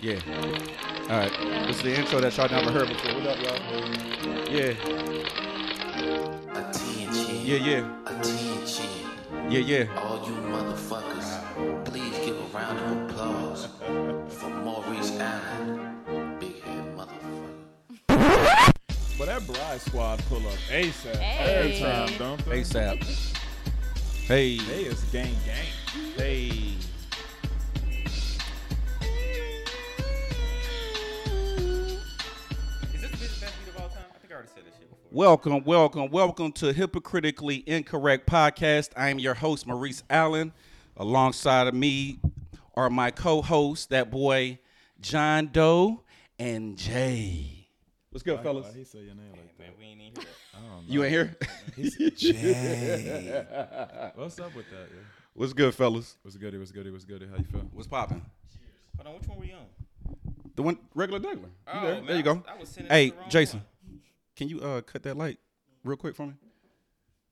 Yeah. All right. This is the intro that y'all never heard before. What up, y'all? Yeah. Attention. Yeah, yeah. Attention. Yeah, yeah. All you motherfuckers, please give a round of applause for Maurice Allen. Big head motherfucker. But that Bride Squad pull up ASAP every Hey. time, don't they? ASAP. Hey. They is gang gang. Hey. Is this the biggest best beat of all time? I think I already said this shit before. Welcome, welcome, welcome to Hypocritically Incorrect Podcast. I am your host, Maurice Allen. Alongside of me are my co hosts, that boy John Doe and Jay. What's good, fellas? Why he say your name like Man, we ain't even here. You ain't here? that? What's up with that? Yeah? What's good, fellas? What's goody? What's goody? What's goody? How you feel? What's popping? Hold on, which one were you on? The one regular Douglas. Oh, there? man, There you I go. was- I was sending hey, it to the wrong Jason, one. can you uh cut that light real quick for me?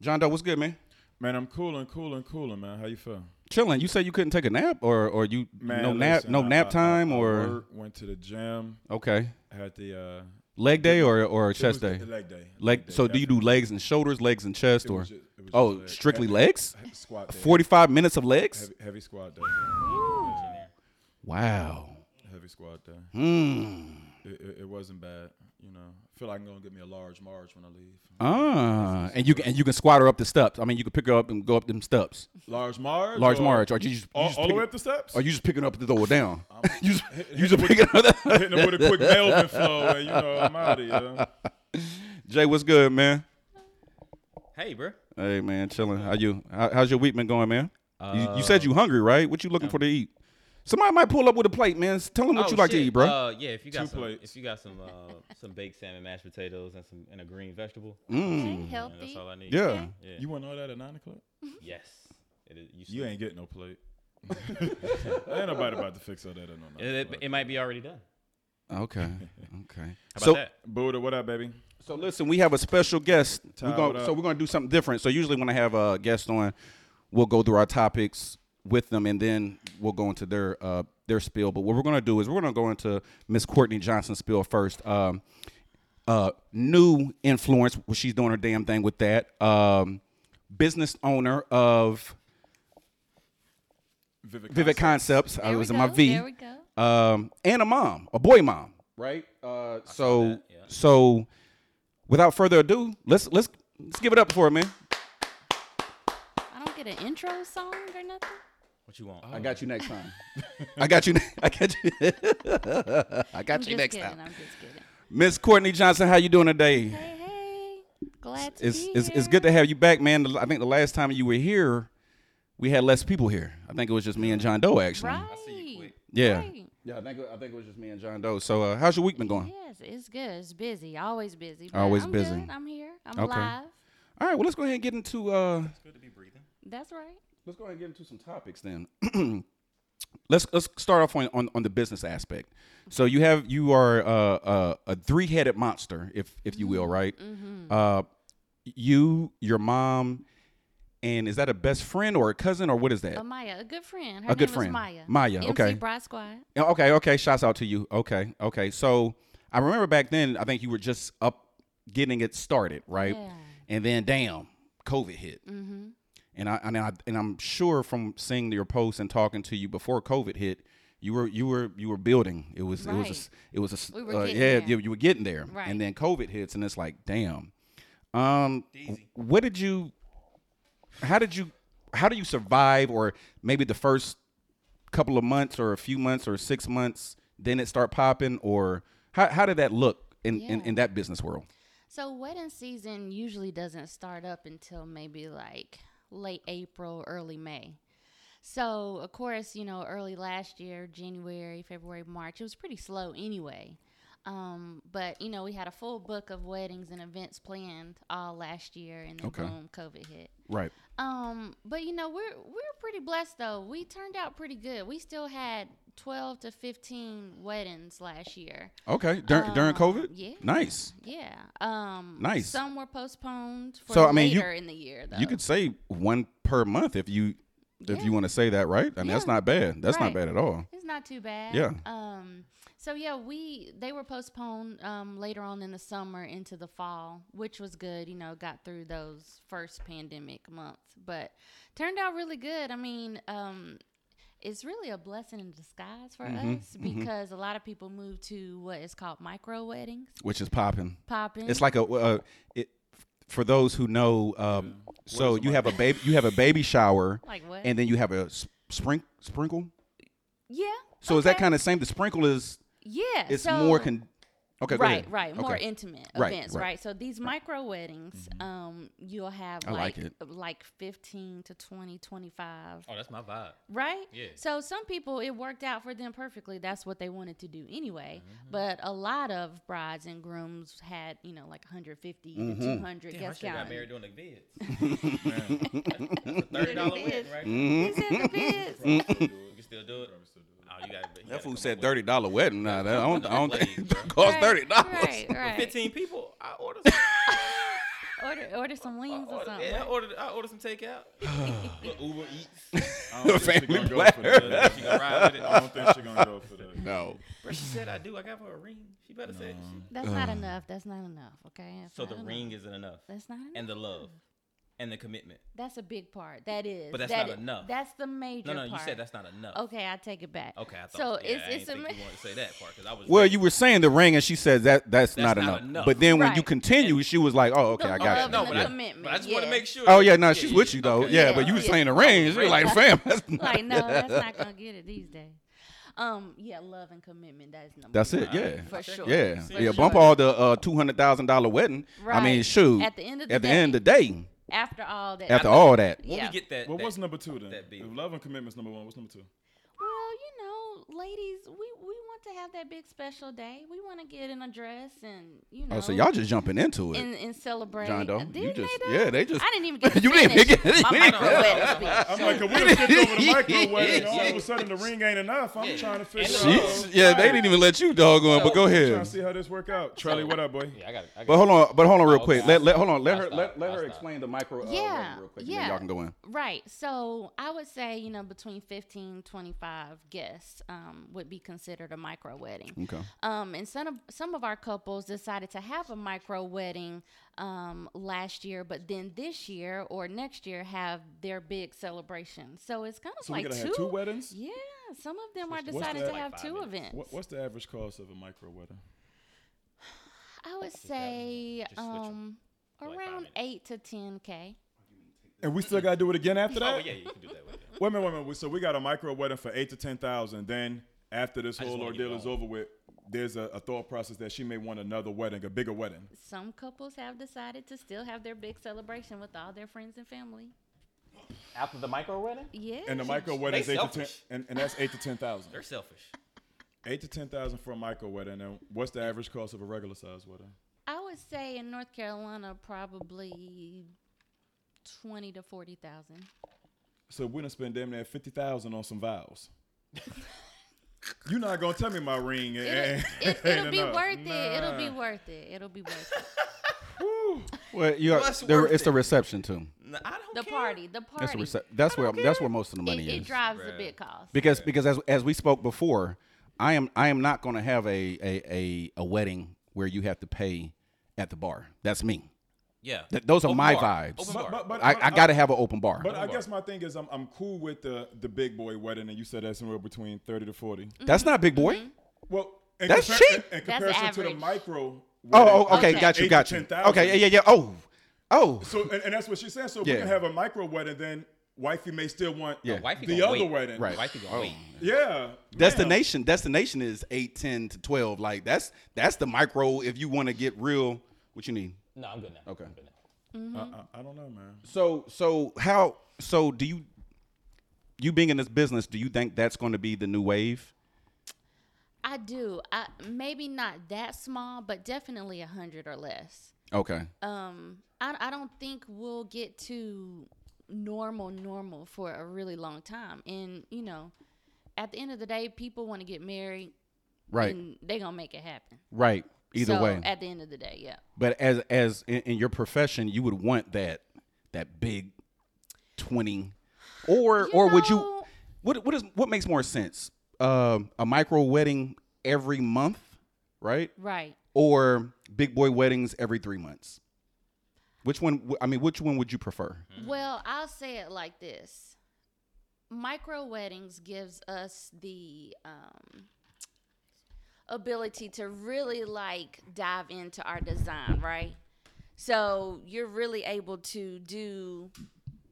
John Doe, what's good, man? Man, I'm cooling, cooling, cooling, man. How you feel? Chilling. You said you couldn't take a nap, or or you Man, no nap, listen, no I- nap I- I- time, I or worked, went to the gym. okay, Had the uh, leg day or or it was chest day. the Leg day. Leg. So do you do legs and shoulders, legs and chest, It or was ju- it was just oh leg. strictly Heavy- legs? heavy Squat day. Forty five minutes of legs. Heavy, heavy squat day. man. Wow. Heavy squat day. Hmm. It, it, it wasn't bad. You know, I feel like I'm gonna get me a large marge when I leave. Ah, and you can and you can squat her up the steps. I mean, you can pick her up and go up them steps. Large marge. Large or- Marge, or you just, you Uh, All, just all the pick way it- up the steps. Or you just picking up the door down? you just, you just picking up the hitting them with a quick Melvin flow, and you know I'm out of here. Jay, what's good, man? Hey, bro. Hey, man, chilling. How you? How, how's your week been going, man? you, you said you hungry, right? What you looking for to eat? Somebody might pull up with a plate, man. S- Tell them what Oh, you like to shit. eat, bro. Uh, yeah, if you got Two some, plates. if you got some, uh, some baked salmon, mashed potatoes, and some and a green vegetable, Okay, Mm. yeah, that's healthy. all I need. yeah. okay. yeah. You want all that at nine o'clock? yes. It is, you, You sleep. ain't getting no plate. ain't nobody about to fix all that at no nine. It, it, o'clock. it might be already done. Okay. Okay. How about So, that? Buddha, what up, baby? so listen, we have a special guest. We're Ty, gonna, what so up? we're gonna do something different. So usually when I have a guest on, we'll go through our topics with them, and then we'll go into their uh, their spiel. But what we're gonna do is we're gonna go into Miss Courtney Johnson's spiel first. Um, uh, new influence. Well, she's doing her damn thing with that. Um, business owner of Vivek. Vivid Concepts. I There was we in my go, V. There we go. um, and a mom, a boy mom, right? Uh, so, that, yeah. so without further ado, let's let's let's give it up for her, man. I don't get an intro song or nothing. What you want? I got you next time. I got you. ne- I got you. I I'm got just you next kidding. time. I'm just kidding. Miss Courtney Johnson, how you doing today? Hey, hey. Glad to It's be it's it's here. good to have you back, man. The- I think the last time you were here, we had less people here. I think it was just me and John Doe, actually. Right. see you quick. Yeah. Right. Yeah, I think I think it was just me and John Doe. So, uh, how's your week been going? Yes, it's good. It's busy. Always busy. but Always I'm busy. Good. I'm here. I'm Okay. alive. All right, well, let's go ahead and get into uh, It's good to be breathing. That's right. let's go ahead and get into some topics then. let's let's start off on, on, on the business aspect. So you have you are uh, uh, a three headed monster, if if you will, right? Uh, you, your mom, and is that a best friend or a cousin or what is that? But Maya, a good friend. Her A good name friend. Is Maya. Maya, MC okay. Bride Squad. Yeah, Okay, okay. Shouts out to you. Okay, okay. So I remember back then, I think you were just up getting it started, right? Yeah. Mm-hmm. And then, damn, COVID hit. And I and I and I'm sure from seeing your posts and talking to you before COVID hit, you were you were you were building. It was it was a, Right. s- it was a s- We were uh, getting yeah there. you, you were getting there. Right. And then COVID hits, and it's like, damn. Um, Daisy. what did you? How did you? How do you survive? Or maybe the first couple of months or a few months or six months, then it start popping? Or how, how did that look in, in, Yeah. in that business world? So wedding season usually doesn't start up until maybe like late April, early May. So of course, you know, early last year, January, February, March, it was pretty slow anyway. Um, but you know, we had a full book of weddings and events planned all last year, and then Okay. boom, COVID hit. Right. Um, but you know, we're we're pretty blessed though. We turned out pretty good. We still had twelve to fifteen weddings last year. Okay. Dur- during COVID? Um, yeah. Nice. Yeah. Um, Nice. Some were postponed for So, I mean, you- later in the year, though. You could say one per month if you if Yeah. you want to say that, right? I mean, that's Yeah. not bad. That's not Right. bad at all. It's not too bad. Yeah. Um, So yeah, we they were postponed um, later on in the summer into the fall, which was good. You know, got through those first pandemic months, but turned out really good. I mean, um, it's really a blessing in disguise for Mm-hmm, us because a lot of people move to what is called micro weddings, which is popping. popping. It's like a uh, it for those who know. Um, so you have a baby, you have a baby shower, Like what? and then you have a s- sprink sprinkle. yeah. So is that okay. kind of same? The sprinkle is yeah? it's so- more con. Okay, go right, ahead. right, more Okay. intimate Right, events, right. Mm-hmm. right. So these micro weddings, um, you'll have I like like it. like 15 to 20, 25 Oh, that's my vibe. right? Yeah. So some people it worked out for them perfectly. That's what they wanted to do anyway. Mm-hmm. But a lot of brides and grooms had, you know, like 150 Mm-hmm. to 200 Damn, I guest should got count. married during the vids. That's a thirty dollar wedding, right? Is it the bids? Mm-hmm. You can Mm-hmm. still do it. Oh, you got That fool said thirty dollar wedding. Nah, that, I don't. I don't think it costs Right, thirty dollars. Right, right. Fifteen people. I ordered. Some, Order, order some I Oh, wings or ordered, something. yeah, I ordered. I ordered some takeout. Uber Eats. I don't think she Family gonna go for that. She gonna ride with it. I don't think she gonna go for that. No. Bro, she said I do. I got her a ring. She better say. She, That's Uh. not enough. That's not enough. Okay. That's so not the enough. ring isn't enough, That's not enough. and the love, Mm. and the commitment. That's a big part. That is. But that's that not i- enough. That's the major No, no, you part. said that's not enough. Okay, I take it back. Okay, I thought. so yeah, it's I didn't it's a think ma- you wanted to say that part because I was. Well, ready. you were saying the ring, and she says that that's, not, not enough. enough. But then when you Right. continue, she was like, "Oh, okay, I love got and you." no, the but I, commitment, but I just want to yeah. make sure. Oh yeah, no, she's with you though. okay. yeah, but you were Yeah. saying the ring. She was like, "Fam, that's not- like no, that's not gonna get it these days. Um, yeah, love and commitment. That is number. That's one. it, yeah. for sure. Yeah, For yeah. sure. Bump all the uh, two hundred thousand dollar wedding. I mean, Right. shoot. At the end of the at the day. end of the day, After all that, after all that, When yeah. we get that, Well, that- what's number two then? that beat. If love and commitment's number one, what's number two? well, you know, ladies, we we want to have that big special day. We want to get an address and you know. oh, so y'all just jumping into it. and, and celebrate. John Doe, Didn't you just- they, though? yeah, they just- I didn't even get. You you didn't didn't get- we didn't- I'm like, 'cause we done skipped over the microwave, and all of a sudden the ring ain't enough. I'm trying to figure And the out. Jeez. yeah, they didn't even let you dog on. But go Trying to ahead. see how this work out. Charlie, what up, boy? Yeah, I got it. I got But it. hold on. But hold on, real Oh, quick. okay. Let let hold on. Let I'll her stop. let, let I'll her stop. explain the micro. Uh, Yeah, wedding real quick, and then yeah. y'all can go in. Right. So I would say, you know, between 15, 25 guests um, would be considered a micro wedding. Okay. Um, and some of, some of our couples decided to have a micro wedding um, last year, but then this year or next year have their big celebration. So it's kind of So we like gotta two, have two weddings. Yeah, some of them are what's decided that? to have two events. What, what's the average cost of a micro wedding? I would say Just switch 'em. um, like five around minutes. eight to ten k. And we still gotta do it again after Oh that. yeah, you can do that. With it. Wait a minute, wait a minute. So we got a micro wedding for eight to ten thousand. Then after this just whole wanna get ordeal is going. over with, there's a, a thought process that she may want another wedding, a bigger wedding. Some couples have decided to still have their big celebration with all their friends and family. After the micro wedding, Yeah. And the micro wedding is eight to ten, selfish. and, and that's eight to ten thousand. they're selfish. Eight to ten thousand for a micro wedding. And what's the average cost of a regular size wedding? I would say in North Carolina, probably twenty to forty thousand. So we're gonna spend damn near fifty thousand on some vows. You're not gonna tell me my ring. It, It, it, it'll be worth it. It'll be worth it. It'll be worth it. Well, you are, What's there, worth it's the it? reception too. No, I don't The care. party, the That's the party. rece- that's where that's where most of the money it, is. it drives the Bruh. big cost. because because as as we spoke before, I am I am not going to have a, a a a wedding where you have to pay at the bar. That's me. Yeah, Th- those are Open my bar. vibes. Open bar. But, but, but I, but- I got to have an open bar. But I guess my thing is I'm I'm cool with the the big boy wedding, and you said that's somewhere between thirty to forty. that's not big boy. Well, in That's compar- cheap. In, in That's comparison to the average. micro. Oh, oh, wedding, okay, Okay. got you, Eight got to you. 10,000. Okay, yeah, yeah, yeah. Oh, oh, So and, and that's what she's saying. So Yeah. we can have a micro wedding, then wifey may still want Yeah. Wifey the gonna other wait. wedding. Right. Wifey gonna wait. Yeah. Ma'am. destination. Destination is eight, ten to twelve. Like that's that's the micro. If you want to get real, what you need. No, I'm good now. Okay. I'm good now. Mm-hmm. I- I, I don't know, man. So so how so do you you being in this business? Do you think that's going to be the new wave? I do. I, maybe not that small, but definitely a hundred or less. Okay. um I, I don't think we'll get to normal normal for a really long time and you know at the end of the day people want to get married right. and they gonna make it happen Right. Either Mm. So, way. at the end of the day yeah but as as in, in your profession, you would want that that big twenty, or You or would you? know- What what is what makes more sense? Um, a micro wedding every month, right? Right. Or big boy weddings every three months? Which one? w- I mean, which one would you prefer? Well, I'll say it like this: micro weddings gives us the um, ability to really like dive into our design, right? So you're really able to do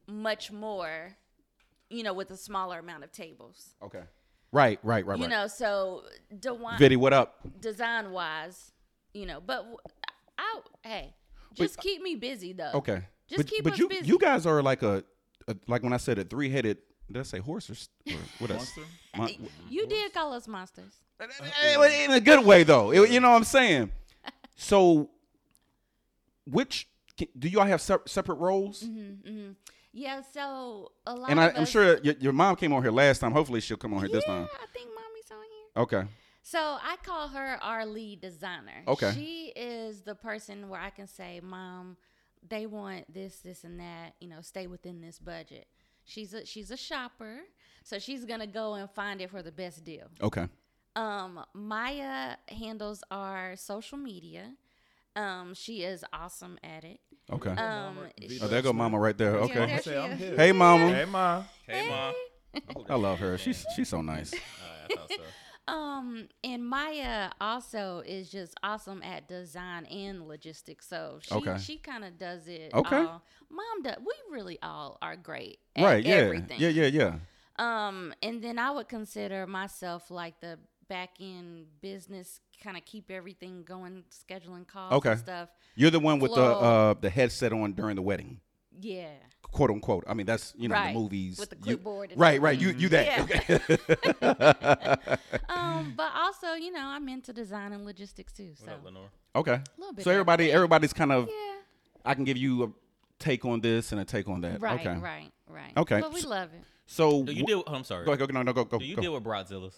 much more, you know, with a smaller amount of tables. Okay. Right, right, right, You right. know, so Dewan- Viddy, what up? design wise, you know, but w- I hey, But- just keep me busy though. Okay. Just but, keep but us you, busy. You guys are like a, a like when I said a three headed. Did I say horse or, s- or what else? Monster? Mon- You did call us monsters. Eh, but in a good way though. You- you know what I'm saying? So, which can- do y'all have sep- separate roles? Yeah, so a lot And I, Mm-hmm. of I'm us- sure your, your mom came on here last time. Hopefully, she'll come on here yeah, this time. I think mommy's on here. Okay. So I call her our lead designer. Okay. She is the person where I can say, Mom, they want this, this, and that, you know, stay within this budget. She's a she's a shopper. So she's gonna go and find it for the best deal. Okay. Um, Maya handles our social media. Um, she is awesome at it. Okay. Um, Vito. oh, there go mama right there. Yeah, Okay. there Say, she I'm is. here. Hey, mama. Hey, ma. Hey, mom. I love her. She's she's so nice. E-, Alright, I thought so. Um, and Maya also is just awesome at design and logistics. So she Okay. she kind of does it. Okay. all. Mom does. We really all are great at right. Yeah. everything. Yeah. Yeah. Yeah. Um, and then I would consider myself like the back end business kind of keep everything going, scheduling calls Okay. and stuff. You're the one with the Flow. uh, the headset on during the wedding, Yeah. quote unquote. I mean, that's you know in Right. the movies With the you- clipboard and right. Right. You everything. you that. Yeah. Okay. Um, but also, you know, I'm into design and logistics too. So What up, Lenore? okay. Little bit So of everybody everybody's kind of yeah. I can give you a take on this and a take on that. Right, Uh, okay. right, right. Okay. But we love it. So Do you wh- deal? oh, I'm sorry. go ahead. Go, no, no, go go. Do you go. deal with bridezillas?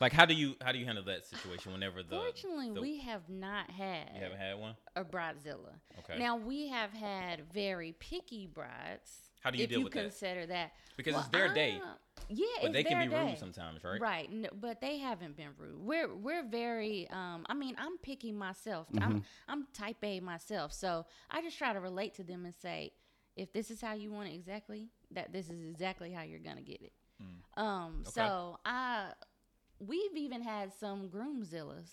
Like, how do you how do you handle that situation whenever the Fortunately, the- we have not had you haven't had one? a bridezilla. Okay. Now we have had very picky brides. How do you if deal you with that? consider that? Because it's their day, I- Yeah, but ah, it's they can their be rude day. sometimes, right? Right, no, but they haven't been rude. We're we're very. Um, I mean, I'm picky myself. Mm-hmm. I'm I'm type A myself, so I just try to relate to them and say, if this is how you want it exactly, that this is exactly how you're gonna get it. Mm. Um, so I, we've even had some groomzillas.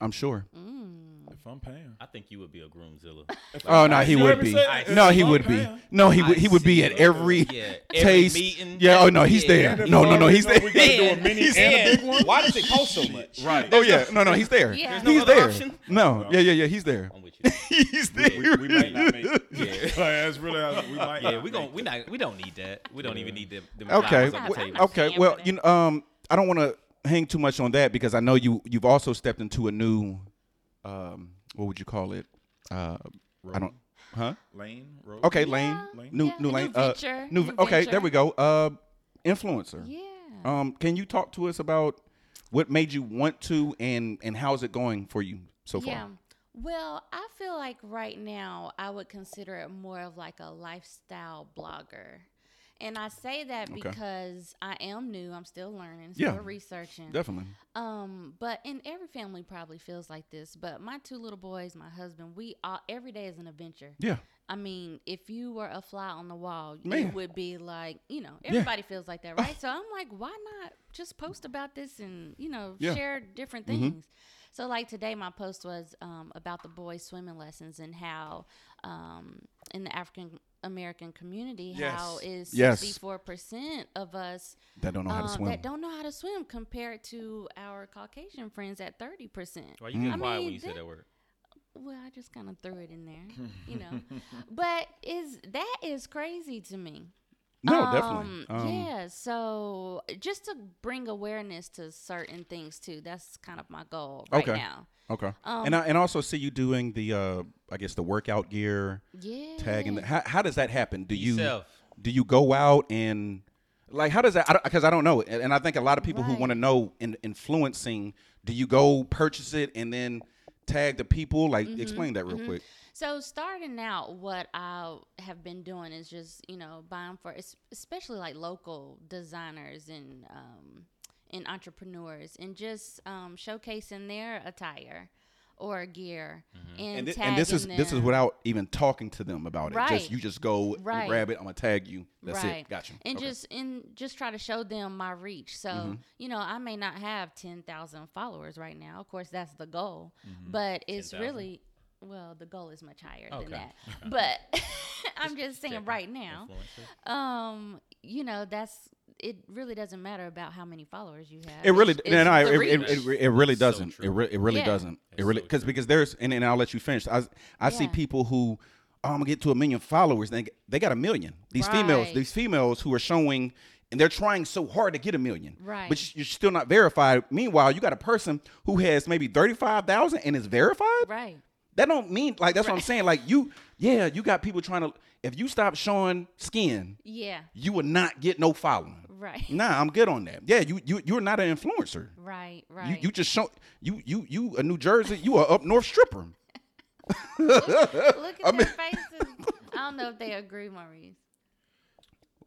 I'm sure. Mm. If I'm paying. I think you would be a groomzilla. Oh no, he see would what be. you're saying. No, he Okay. would be. No, he I would. He would be see. at every Yeah, every taste. meeting. Yeah. Oh no, he's Yeah. there. No, no, no, he's We gotta do there. a mini He's and a there. big one. Why does it cost so much? Right. Oh yeah. No, no, he's there. Yeah. There's no He's other there. option? Oh. No. Yeah, yeah, yeah. He's there. I'm with you. He's We, there. we might not make it. Yeah. Like, that's really how we might Yeah, not we make gon' it. we not we don't need that. We don't even need them. them Okay. flowers on the w- I'm table. not Okay. saying Well, for you know, um, I don't want to hang too much on that because I know you. You've also stepped into a new, um, what would you call it? Uh, I don't. Huh? Lane, road. Okay, lane. Lane? New Yeah, new a new lane. uh, venture, new, new Okay, there venture. we go. Uh, influencer. Yeah. Um, can you talk to us about what made you want to and and how's it going for you so far? Yeah. Well, I feel like right now I would consider it more of like a lifestyle blogger. And I say that Okay. because I am new. I'm still learning, still Yeah. researching. Definitely. Um, but and every family probably feels like this. But my two little boys, my husband, we all every day is an adventure. Yeah. I mean, if you were a fly on the wall, Man. it would be like, you know, everybody feels like that, right? so I'm like, why not just post about this and, you know, Yeah. Mm-hmm. share different things? So, like today, my post was um, about the boys' swimming lessons and how um, in the African American community, how is Yes. 64% of us That don't know how to um, swim. that don't know how to swim compared to our Caucasian friends at 30%. Why you get I quiet when mean, you say that- that word? Well, I just kind of threw it in there, you know. but is that is crazy to me? no, Um, definitely. Um, yeah. So just to bring awareness to certain things too. That's kind of my goal right Okay. now. Okay. Um, and I, and I also see you doing the uh I guess the workout gear Yeah. tagging. The, how how does that happen? Do you Yourself. do you go out and like how does that? Because I, don't know. And and I think a lot of people who Right. want to know in influencing. Do you go purchase it and then tag the people? Like Mm-hmm, explain that real quick. So starting out, what I have been doing is just you know buying for es- especially like local designers and um, and entrepreneurs and just um, showcasing their attire or gear and, And, thi- tagging and this is them. this is without even talking to them about it. Right. Just you just go Right. grab it. I'm gonna tag you. That's right. it. Gotcha. And Okay. Mm-hmm. just and just try to show them my reach. So you know, I may not have ten thousand followers right now. Of course, that's the goal, Mm-hmm. but it's 10,000? really well, the goal is much higher Okay. than that. But I'm just saying, right now, Influencers. um, you know, that's it. Really doesn't matter about how many followers you have. It really, It's- no, it's no, the it, reach. it, it, it really So doesn't. true. it, re- it really Yeah. doesn't. It really so because because there's and, and I'll let you finish. I I see Yeah. people who oh, I'm gonna get to a million followers. They they got a million. These females, Right. these females who are showing and they're trying so hard to get a million. Right. But you're still not verified. Meanwhile, you got a person who has maybe thirty five thousand and is verified. right. That don't mean like that's what I'm saying. Like you, yeah, you got people trying to. If you stop showing skin, Yeah. you will not get no following. Right. Nah, I'm good on that. Yeah, you you you're not an influencer. Right. You, Right. you just show you you you a New Jersey you are up north stripper. Look at their faces. I don't know if they agree, Maurice.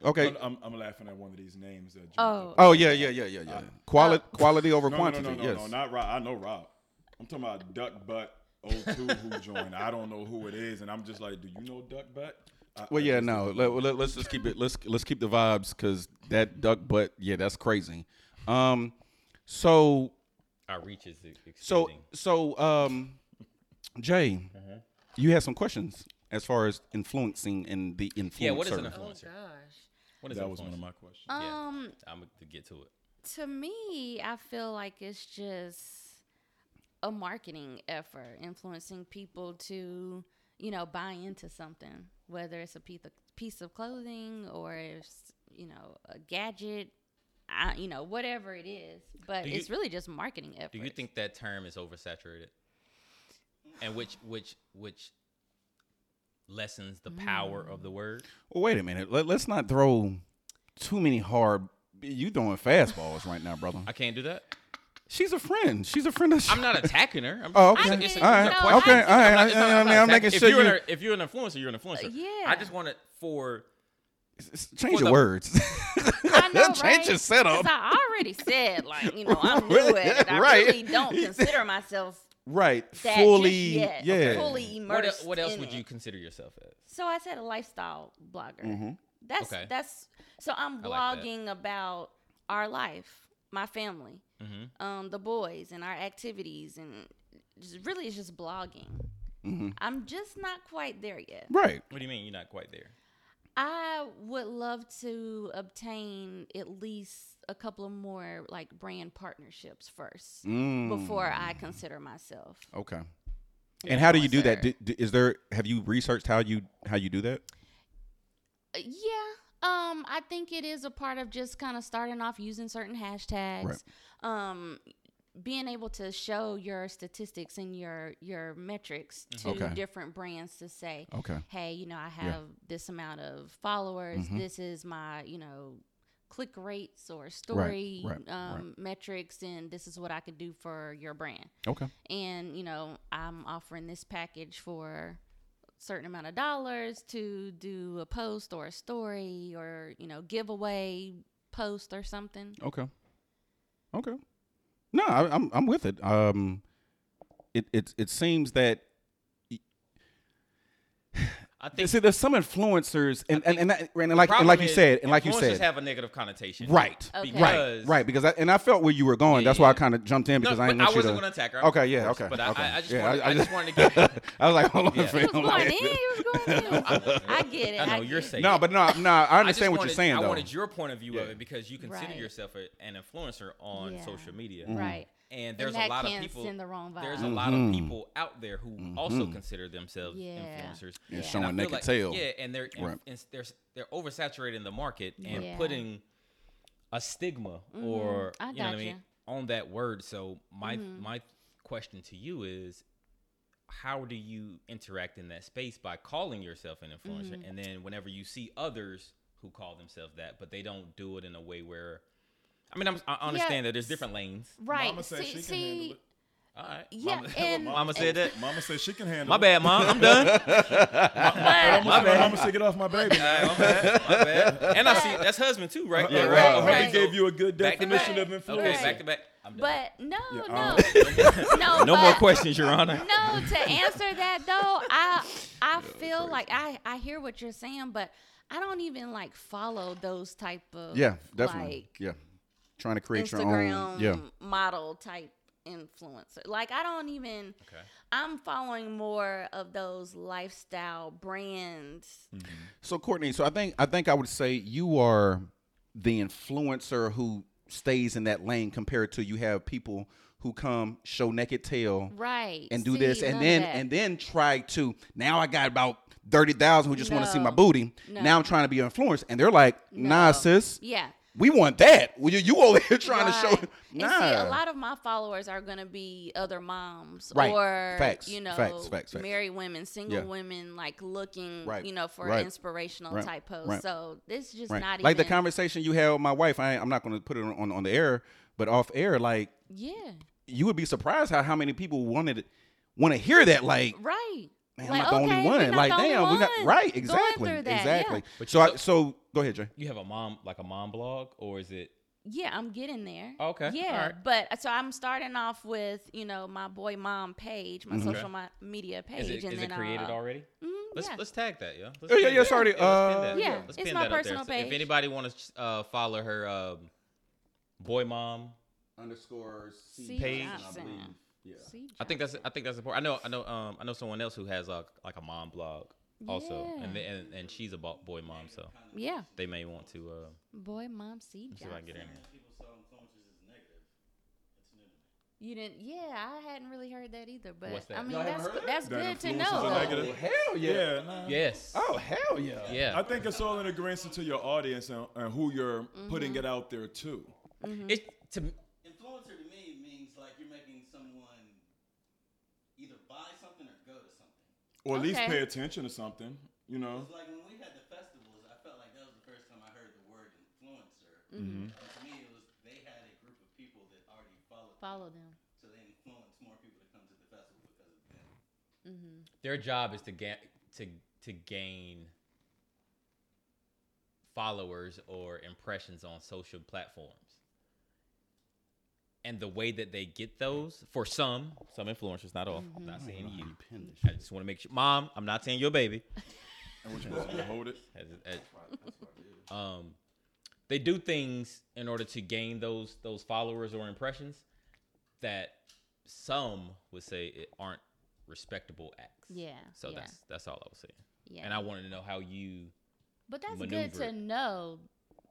Okay. I'm, I'm, I'm laughing at one of these names. That Oh. Oh yeah yeah yeah yeah yeah. yeah. Quality quality over Uh, no, no, no, quantity. no, no, yes. no, not Rob. I know Rob. I'm talking about Duck Butt 02 who joined. I don't know who it is, and I'm just like, do you know Duck Butt? I- well I yeah just- no let, let, us just keep it let's let's keep the vibes because that duck butt yeah that's crazy. Um, so Our reach is e- extending. so so um, Jay, Uh-huh. you had some questions as far as influencing and the influencer. yeah, what is an Oh influencer? gosh. What is That an was one influencer? of my questions. Yeah. Um. I'm going to get to it. to me, I feel like it's just a marketing effort, influencing people to, you know, buy into something, whether it's a piece of, piece of clothing or it's, you know, a gadget, I, you know, whatever it is. But Do it's you- really just marketing effort. Do you think that term is oversaturated? And which which which lessens the power of the Mm. word? Well, wait a minute. Let, let's not throw too many hard. You throwing fastballs right now, brother. I can't do that. She's a friend. She's a friend of. I'm not attacking her. I'm Oh, it's a- okay. it's a- all right. it's a no, question. okay. I'm- All right. I'm I, not- it's not- I I'm mean, not I'm making attacking- sure if you, Uh, you're, an, if you're an influencer, you're an influencer. yeah. I just want it for s- change for your the- words. I know, Change right? your setup. 'Cause I already said, like, you know, I'm new at it. I Right. really don't consider myself right. that fully. just yet, Yeah. fully what, immersed. el- what else in would it. you consider yourself as? So I said a lifestyle blogger. Mhm. That's Okay. that's so I'm I like that. blogging about our life, my family, Mhm. um, the boys, and our activities, and just, really it's just blogging. Mhm. I'm just not quite there yet. Right. What do you mean you're not quite there? I would love to obtain at least a couple of more like brand partnerships first Mm. before I consider myself. Okay. And how do you do that? Do, do- is there? Have you researched how you how you do that? Uh, Yeah. Um, I think it is a part of just kind of starting off using certain hashtags. Um being able to show your statistics and your your metrics to Mm-hmm. Okay. different brands to say, Okay. hey, you know, I have this amount of followers. This is my, you know, click rates or story Mm-hmm. right, right. um, metrics, and this is what I could do for your brand Okay. and you know i'm offering this package for certain amount of dollars to do a post or a story or you know giveaway post or something Okay. Okay. No, I, I'm I'm with it. Um, it it it seems that I think see, there's some influencers, and and and, that, and like and problem like you is said, and like you influencers said, have a negative connotation. right, Okay. right, Because- right. Because I, and I felt where you were going. Yeah, That's why I yeah. kind of jumped in because no, I but didn't want I you wasn't to. going to attack her. okay, yeah, Of course, okay. But okay. I, I just Yeah, wanted, I, just wanted to get. I was like, hold on, Yeah. fam, he was going like- in he was going in i get it I know, get you're it. safe. no, but no, no. I I just understand what wanted- you're saying I though. wanted your point of view of Yeah. it because you consider Right. yourself a, an influencer on Yeah. social Mm. media, right and there's that a lot of can people. send the wrong There's vibe. a lot Mm-hmm. of people out there who also consider themselves Yeah. influencers. And And I showing feel naked tail. Yeah, and they're and, Right. and they're they're oversaturating the market and Yeah. Mm-hmm. putting a stigma or I you know what I mean gotcha. Mm-hmm. on that word. So my my question to you is how do you interact in that space by calling yourself an influencer Mm-hmm. and then whenever you see others who call themselves that but they don't do it in a way where i mean I'm, i understand that there's different lanes right Mama said she see, can handle see it. All right. Yeah, Mama, and- Mama said that. Mama said she can handle. My it. bad, mom. I'm done. But- My bad. Mama said get off my baby. All right, my bad. My bad. And I see that's husband too, right? Yeah, Okay, right. okay, right. Hubby gave you a good Back to definition back. of influence. Okay, Right. back to back. I'm done. But no, Yeah, no, no, no more but- questions, Your Honor. No, to answer that though, I I feel like I I hear what you're saying, but I don't even like follow those type of Yeah, definitely. like, yeah, trying to create your Instagram own. Yeah, model type influencer. Like I don't even Okay. I'm following more of those lifestyle brands. So Courtney, so I think I think I would say you are the influencer who stays in that lane compared to you have people who come show naked tail Right. and do See, this and none of then that. and then try to now I got about thirty thousand who just want to see my No. booty. No. Now I'm trying to be an influencer and they're like, nah, No. sis, Yeah. we want that. Well, you, you over here trying to show Right. nah. And see, a lot of my followers are going to be other moms Right. or Facts. you know, Facts, facts, facts. married women, single Yeah. women, like looking, Right. you know, for Right. inspirational Right. type posts. Right. So this is just Right. not like even the conversation you had with my wife. I, ain't- I'm not going to put it on, on the air, but off air, like Yeah, you would be surprised how, how many people wanted want to hear that. Like, right. man, like, I'm not the only okay, one. we're not like, the only damn, we got one right, going exactly, through that, yeah. exactly. But So, you I, know- so go ahead, Jay. You have a mom, like a mom blog, or is it? Yeah, I'm getting there. Okay, Yeah, alright. but so I'm starting off with you know my boy mom page, my Mhm. social mi- media page, Is it, and is then it created I'll, already? Mm, Let's yeah. let's tag that, yeah. Let's Yeah, yeah, pin yeah, that. it's already, let's pin uh, that. Yeah, let's it's pin my that up there. personal So If page. anybody wants to uh, follow her, um, boy mom. Underscore C Page. Johnson. See, I think that's I think that's important. I know I know um I know someone else who has like like a mom blog also, and they, Yeah. and and she's a bo- boy mom, so yeah, they may want to uh, boy mom C see if I can Johnson. get her in. there. You didn't? Yeah, I hadn't really heard that either. But What's I that? mean, Y'all haven't that's heard that's that? good to That influences know. are though. negative. Oh, hell yeah. Yeah, Um, nah. Yes. Oh, hell yeah. Yeah. I think it's all in agreement to your audience and, and who you're Mm-hmm. putting it out there to. It to m- Influencer to me means like you're making someone either buy something or go to something. Or at least pay Okay. attention to something, you know? It's like when we had the festivals, I felt like that was the first time I heard the word influencer. Mm-hmm. And to me, it was they had a group of people that already followed, Follow them. so they influenced more people to come to the festival because of them. their job is to get to to gain followers or impressions on social platforms. And the way that they get those for some, some influencers, not all. I'm not saying you. I just want to make sure, Mom. I'm not saying your baby. And what you supposed to do, hold it. As, as, um, they do things in order to gain those those followers or impressions that some would say it aren't respectable acts. Yeah, So yeah. that's that's all I was saying. Yeah. And I wanted to know how you. but that's good maneuver. to know.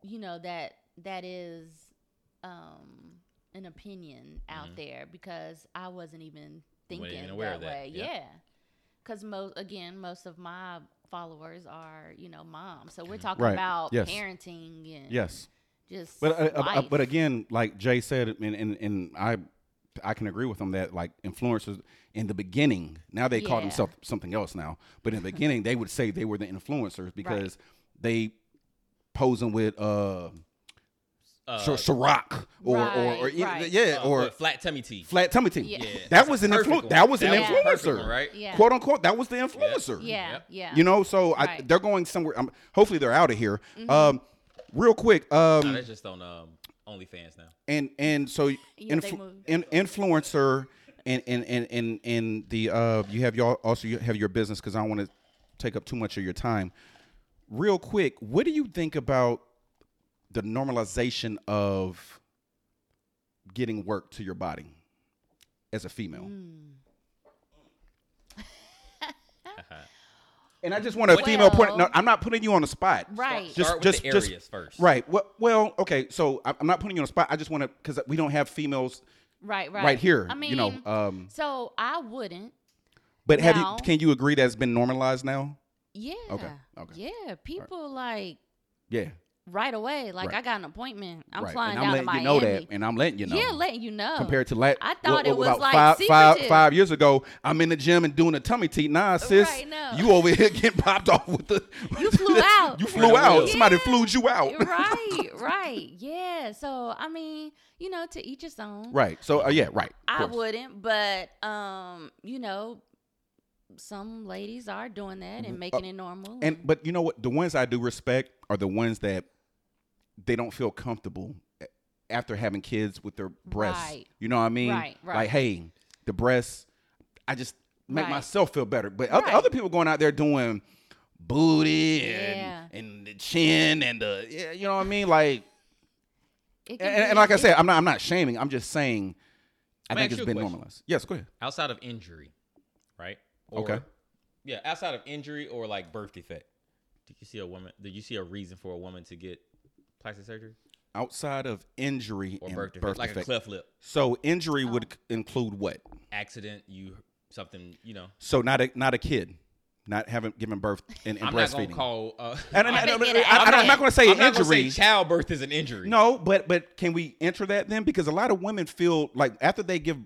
You know that that is um an opinion out there because I wasn't even Mm-hmm. even thinking aware that, of that. way. Yeah. Yeah. Because most again, most of my followers are you know moms, so we're talking Right. about Yes. parenting and Yes. just But uh, uh, uh, life. but again, like Jay said, and, and and I I can agree with him that like influencers in the beginning, now they call Yeah. themselves something else now, but in the beginning they would say they were the influencers because they posing with uh, Uh, Sir- Ciroc or, or or Right, either- right. yeah uh, or what, flat tummy tea. flat tummy tea. Yeah. Yeah. That was an Perfect influ- one. that was an That was a perfect influencer, one, right? Yeah. Quote unquote, that was the influencer. yeah, Yep. yeah, You know, so I, Right. Mm-hmm. they're going somewhere. Um, hopefully, they're out of here. Um, real quick. Um, No, that's just on um, OnlyFans now. and and so Yeah, they influ- moved. in, influencer and and and and and the uh you have y'all also you have your business because I don't want to take up too much of your time. Real quick, what do you think about the normalization of getting work to your body as a female? Mm. and I just want a female point. No, Well- I'm not putting you on the spot. right. Just- Start with the just- areas first. Right. Well, well okay. So I- I'm not putting you on the spot. I just want to because we don't have females right, right, right, here. I mean, you know. Um, so I wouldn't. but have now- you? Can you agree that's been normalized now? Yeah. okay. Yeah, people like Yeah. right away. Like Right. I got an appointment. I'm right. flying and I'm down to letting Miami. you know that, and I'm letting you know. Yeah, letting you know. Compared to last, I thought it was about like five, five, secretive. five years ago. I'm in the gym and doing a tummy tee. Nah, sis, Right, no. you over here getting popped off with the. You flew out. you flew out. Yeah. Somebody flew you out. right, right. Yeah. So I mean, you know, to each his own. Right. So uh, yeah, right. I I course. wouldn't, but um, you know, some ladies are doing that and making it normal. Mm-hmm. Uh, And but you know what? The ones I do respect are the ones that they don't feel comfortable a- after having kids with their breasts. Right. You know what I mean? Right, right. Like, hey, the breasts. I just make Right. myself feel better. But other, Right. other people going out there doing booty and, Yeah. and the chin and the yeah, you know what I mean? Like It can and, be- and like I it- said, I'm not I'm not shaming. I'm just saying I think Let me ask it's you a been question. normalized. Yes, go ahead. outside of injury, right? Okay. Yeah, outside of injury or like birth defect. Did you see a woman? Did you see a reason for a woman to get plastic surgery Outside of injury or and birth birth, defect? like defect. a cleft lip So injury Oh. would c- include what? accident. You something you know. So not a not a kid, not having given birth and, and I'm not gonna breastfeeding. call. Uh, and, and- I'm and- not- and- making and- it I- out I'm not there. going to say I'm not gonna injury. say childbirth is an injury. no, but but can we enter that then? Because a lot of women feel like after they give,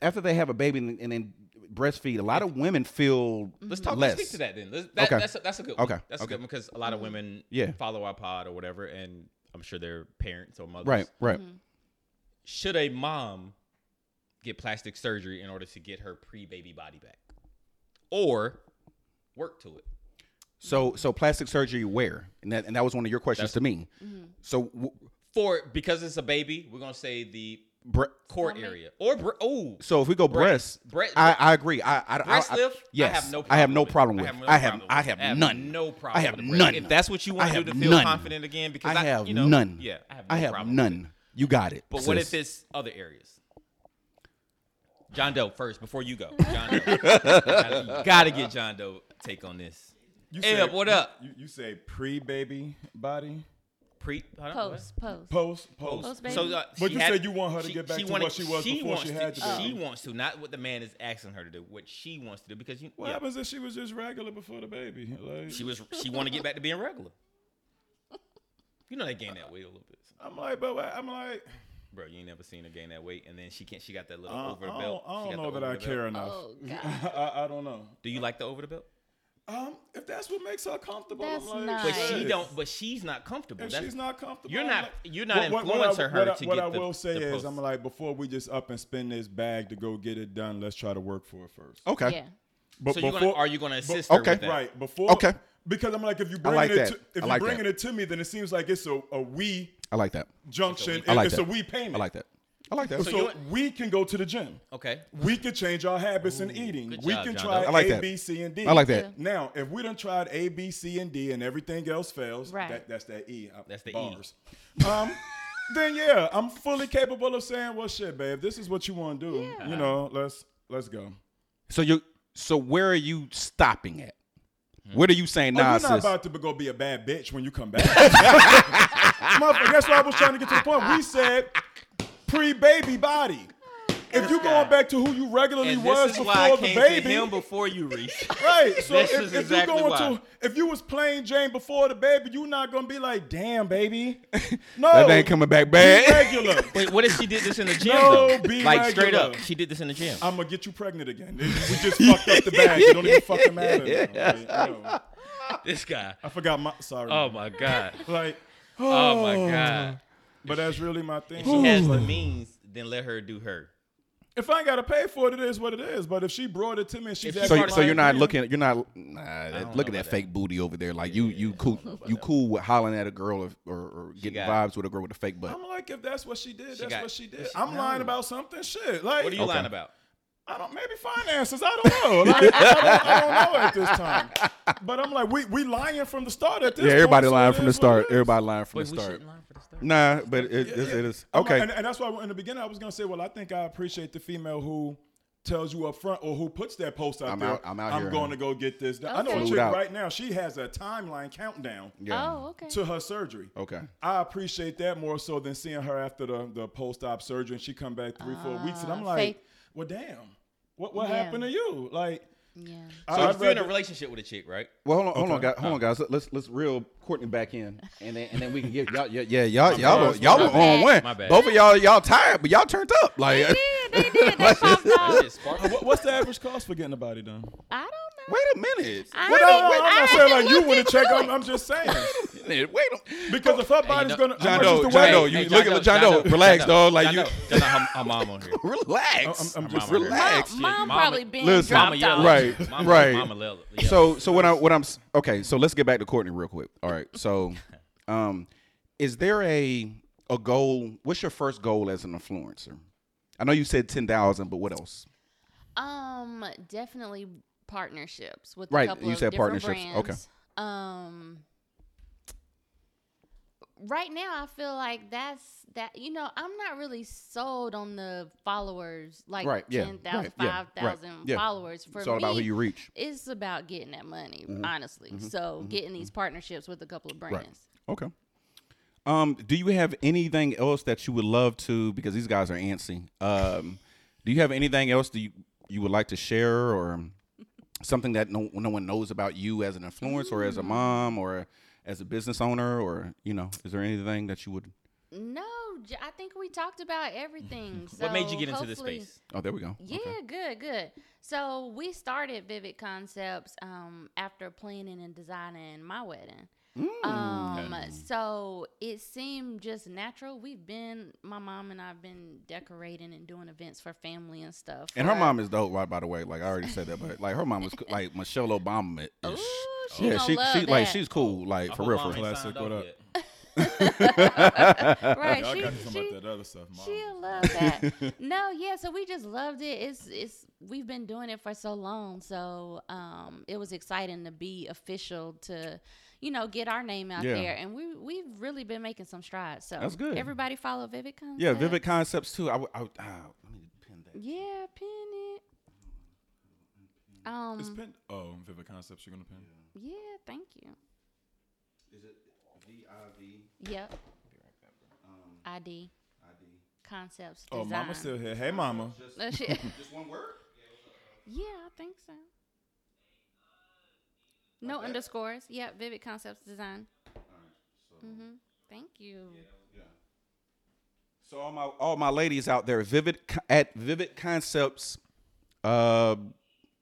after they have a baby and, and then breastfeed, a lot of women feel Let's talk. less. Let's speak to that then. Let's- that- Okay. That's a, that's a good. One. Okay. That's Okay. a good one because a lot of women Yeah. follow our pod or whatever, and I'm sure their parents or mothers. Right, right. Mm-hmm. Should a mom get plastic surgery in order to get her pre-baby body back, or work to it? So so plastic surgery where and that and that was one of your questions That's- Mm-hmm. to me. So w- For because it's a baby, we're gonna say the bre- core Stomach. area or bre- oh so if we go breast, Breast- I, I agree. I I, breast I, I, lift. yes, I have no. Problem I have no it. problem with. I have, no I have, problem I with it. have none. No problem. I have with it. none. If that's what you I want to do have to feel none. confident again, because I have you know, none. Yeah, I have. No I have problem with it. none. You got it. But what if sis. it's other areas? John Doe first before you go. John Doe. you gotta get John Doe take on this. You Hey, up, what up? You, you say pre baby body, Pre hold on, what? Post, post. post, post. Post baby. So, uh, But she you had- said you want her to get back to what she was before wants she to- had the She baby. wants to, not what the man is asking her to do. What she wants to do because you, What yeah, happens if she was just regular before the baby? Like, she was she want to get back to being regular. You know they gain that weight a little bit, I'm like, but what- I'm like, bro. You ain't never seen her gain that weight, and then she can't. She got that I little don't, over the Uh, I don't- belt. I She don't got know the that I over the belt. care enough. Oh, I, I don't know. Do you like the over the belt? Um, if that's what makes her comfortable, That's I'm like, nice. But Right. she shit. don't. But she's not comfortable. If That's- she's not comfortable, You're I'm not- like- you're not influencing her what I, to what get I the- will say the is, post. I'm like, before we just up and spend this bag to go get it done, let's try to work for it first. okay? Yeah. But so you're gonna, are you going to assist her okay, with that? Right before. Okay. Because I'm like, if you bringing like it, that. to, I if like you bringing that. it to me, then it seems like it's a, a we I like that. junction. I like it's that. a we payment. I like that. I like that. So So, you- we can go to the gym. Okay. We can change our habits in eating. good We job, can John try Doe. I like A, that. B, C, and D. I like that. Yeah. Now, if we done tried A, B, C, and D, and everything else fails, Right. that, that's that E. uh, That's the E. bars. Um, then yeah, I'm fully capable of saying, "Well, shit, babe, this is what you want to do. You know, let's let's go." So you so where are you stopping at? Hmm. What are you saying Oh, now, you're not sis? about to be- go be a bad bitch when you come back. Motherfucker, that's why I was trying to get to the point. We said pre-baby body. If you going back to who you regularly And was this is before why I the came baby, to him before you, Reese. right? So This if, is if exactly you going why. to, if you was plain Jane before the baby, you not gonna be like, damn baby, no, that ain't coming back Be bad. regular. Wait, what if she did this in the gym? No, though? be like straight regular. up, she did this in the gym. I'm gonna get you pregnant again. We just fucked up the bag. It don't even fucking matter. now. Like, you know, this guy. I forgot my sorry. Oh my god. Like, Oh my god. but that's really my thing. She has the means. Then let her do her. If I ain't gotta pay for it, it is what it is. But if she brought it to me and she's If she So, acting so you're like not me- looking. You're not. Nah, that, don't look know at that about fake booty over there. Like you, you cool. You cool with hollering at a girl or, or, or getting got vibes with a girl with a fake butt. I'm like, if that's what she did, that's got- what she did. she- I'm no. lying about something. Shit, like What are you lying about? I don't. Maybe finances. I don't know. Like, I, don't, I don't know at this time. But I'm like, we we lying from the start at this. Yeah, point, everybody so lying it from the is what it start. is. Everybody lying from But the we start. shouldn't lie for the start. Nah, but it, it, it is I'm like- okay. and, and that's why in the beginning I was gonna say, well, I think I appreciate the female who tells you up front or who puts that post out I'm there. out- I'm out here, going huh? to go get this. done. I know Okay. a Food chick out. right now. She has a timeline countdown yeah. Oh, okay. to her surgery. Okay. I appreciate that more so than seeing her after the, the post op surgery and she come back three, four weeks and I'm Ah, like, fake. well, damn, what what Yeah. happened to you? Like, yeah. I- So I'd if you're in a rather- relationship with a chick, right? Well, hold on, hold on, guys. Hold on, guys. Let- Let's let's reel Courtney back in, and then and then we can get y'all. Yeah, yeah y'all y'all were, bad. y'all were My bad. on one. My bad. Both of y'all y'all tired, but y'all turned up. Like They did. They did. That's y'all Shit, sparkle. what- what's the average cost for getting a body done? I don't know. Wait a minute. I Well, haven't- no, no, I'm I not haven't saying like you looked want to into check. I'm, it. I'm just saying Wait a minute. Wait a because if her body's know- gonna how John much is Doe, the John weight? Doe, you look at John Doe. Relax, dog. Like you, John Doe, her, her mom on here. relax. Oh, I'm- I'm Her mom just on here. relax. Shit, Mom, mom mama- probably been Listen, Mama dropped yellow. out. Right, Mama, right. Mama yellow. So so what I what I'm s- okay. So let's get back to Courtney real quick. All right. So, um, is there a a goal? What's your first goal as an influencer? I know you said ten thousand, but what else? Um, definitely partnerships with Right, A couple you of said different partnerships. Okay. brands. Um, right now I feel like that's that. You know, I'm not really sold on the followers, like Right, yeah, ten thousand, right, yeah, five right, thousand yeah. followers. For it's all me, about who you Mm-hmm. reach. it's about getting that money, honestly. so Mm-hmm. getting these partnerships with a couple of brands. Okay. Um, do you have anything else that you would love to? Because these guys are antsy. Um, do you have anything else that you you would like to share or something that no no one knows about you as an influencer or as Mm. a mom or as a business owner or you know is there anything that you would? No, J- I think we talked about everything. So what made you get into this hopefully- space? Oh, there we go. Yeah, good, good. So we started Vivid Concepts um, after planning and designing my wedding. Mm. Um, so it seemed just natural. We've been my mom and I've been decorating and doing events for family and stuff. And her for- mom is dope, right? By the way, like I already said that, but like her mom was co- like Michelle Obama. Ooh, she Yeah, gonna she love she like that. she's cool, like I for hope real, Mama for ain't real. Classic, signed what off up? yet. right. Y'all she, got to come she- about that other stuff, mom. She'll love that. no, yeah, so we just loved it. It's it's we've been doing it for so long, so um it was exciting to be official to you know get our name out Yeah. there and we we've really been making some strides. So That's good. Everybody follow Vivid Concepts. Yeah, Vivid Concepts too. I, w- I, w- ah, let me pin that. Yeah, pin it. Um It's pin- oh, Vivid Concepts, you're gonna pin. yeah, thank you. Is it V I V? Yep. ID. Concepts. Oh, design. Mama's still here. Hey, Mama. Oh, shit. Just one word. Yeah, I think so. No underscores. Yep, Vivid Concepts Design. hmm Thank you. So all my all my ladies out there, Vivid Co- at Vivid Concepts, uh,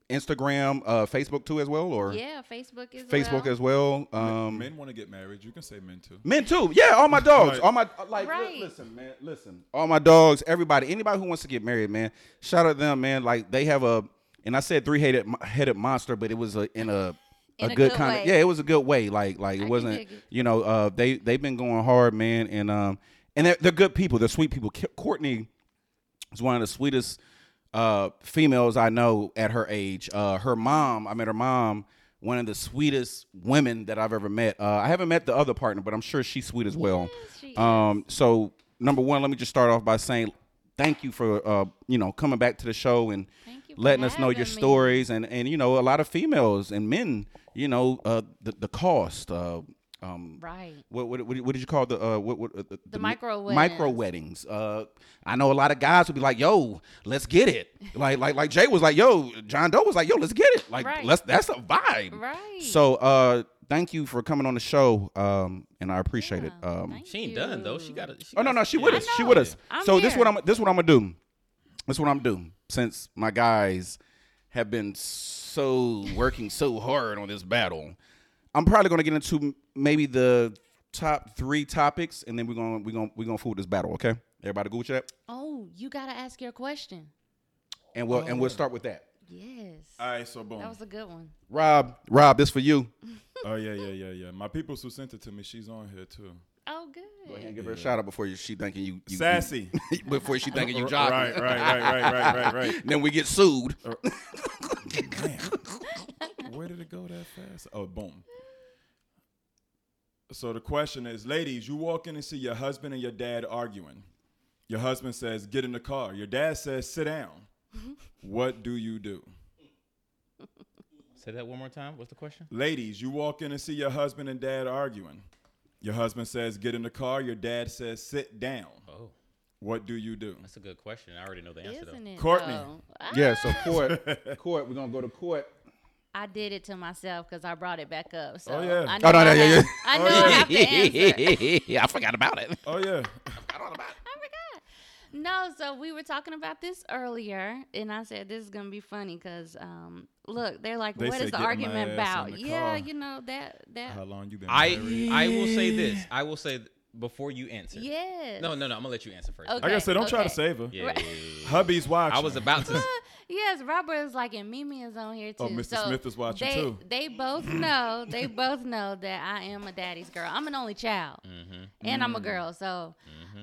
Instagram, uh, Facebook too as well, or Yeah, Facebook is Facebook well. as well. Um, men want to get married. You can say men too. Men too. Yeah, all my dogs. Right. All my uh, like li- Right. listen, man, listen. All my dogs, everybody, anybody who wants to get married, man, shout out to them, man. Like they have a and I said three headed headed monster, but it was a, in a In a a good good kind way. of yeah, it was a good way. Like like it can wasn't dig it. you know, uh they they've been going hard, man, and um and they're, they're good people, they're sweet people. Ki- Courtney is one of the sweetest uh, females I know at her age. Uh, her mom, I met her mom, one of the sweetest women that I've ever met. Uh, I haven't met the other partner, but I'm sure she's sweet as well. she is. um, so number one, let me just start off by saying thank you for uh, you know coming back to the show and Thank you for letting us know your having me. stories and and you know a lot of females and men, you know uh, the the cost. Uh, um, Right. what, what, what, what did you call the uh, what, what uh, the, mi- micro weddings. micro weddings? Uh, I know a lot of guys would be like, "Yo, let's get it." Like like like Jay was like, "Yo," John Doe was like, "Yo, let's get it." Like Right. let's that's a vibe. Right. So uh, thank you for coming on the show, um, and I appreciate it. Yeah, Um, thank She ain't done though. She you. got. oh no no she with I us she know. with us. I'm so this here. what I'm this what I'm gonna do. This what I'm gonna do since my guys have been so working so hard on this battle. I'm probably gonna get into m- maybe the top three topics, and then we're gonna we're gonna we're gonna fool this battle. Okay, everybody go with that, Oh, you gotta ask your question. and we'll Oh. and we'll start with that. Yes. All right, so boom. that was a good one. Rob, Rob, this for you. oh yeah, yeah, yeah, yeah. My peoples who sent it to me, she's on here too. Oh, Go ahead good. and give her a shout out before you, she thinking you, you Sassy. you- before she thinking you jock. right, right, right, right, right, right, right. Then we get sued. Where did it go that fast? Oh, boom. So the question is, ladies, you walk in and see your husband and your dad arguing. Your husband says, "Get in the car." Your dad says, "Sit down." what do you do? Say that one more time. What's the question? Ladies, you walk in and see your husband and dad arguing. Your husband says, "Get in the car." Your dad says, "Sit down." Oh, What do you do? that's a good question. I already know the answer Isn't though. it? Courtney. though? Ah. I, Yeah, so court, court. We're gonna go to court. I did it to myself because I brought it back up. So Oh, yeah. I Oh, know no, I no, yeah, have- yeah. I know I have to answer. I forgot about it. Oh yeah. I forgot. No, so we were talking about this earlier, and I said this is gonna be funny because, um, look, they're like, They "What said, is the "Get my argument ass on about?" the yeah, car. you know that that. How long you been I married? I will say this. I will say th- before you answer. Yes. No, no, no. I'm gonna let you answer first. Okay. Like I said, don't try to okay. save her. Yeah. Hubby's watching. I was about to. yes, Robert is like, and Mimi is on here too. Oh, Mr. So Smith is watching, they, too. They both know. They both know that I am a daddy's girl. I'm an only child, and I'm a girl. So,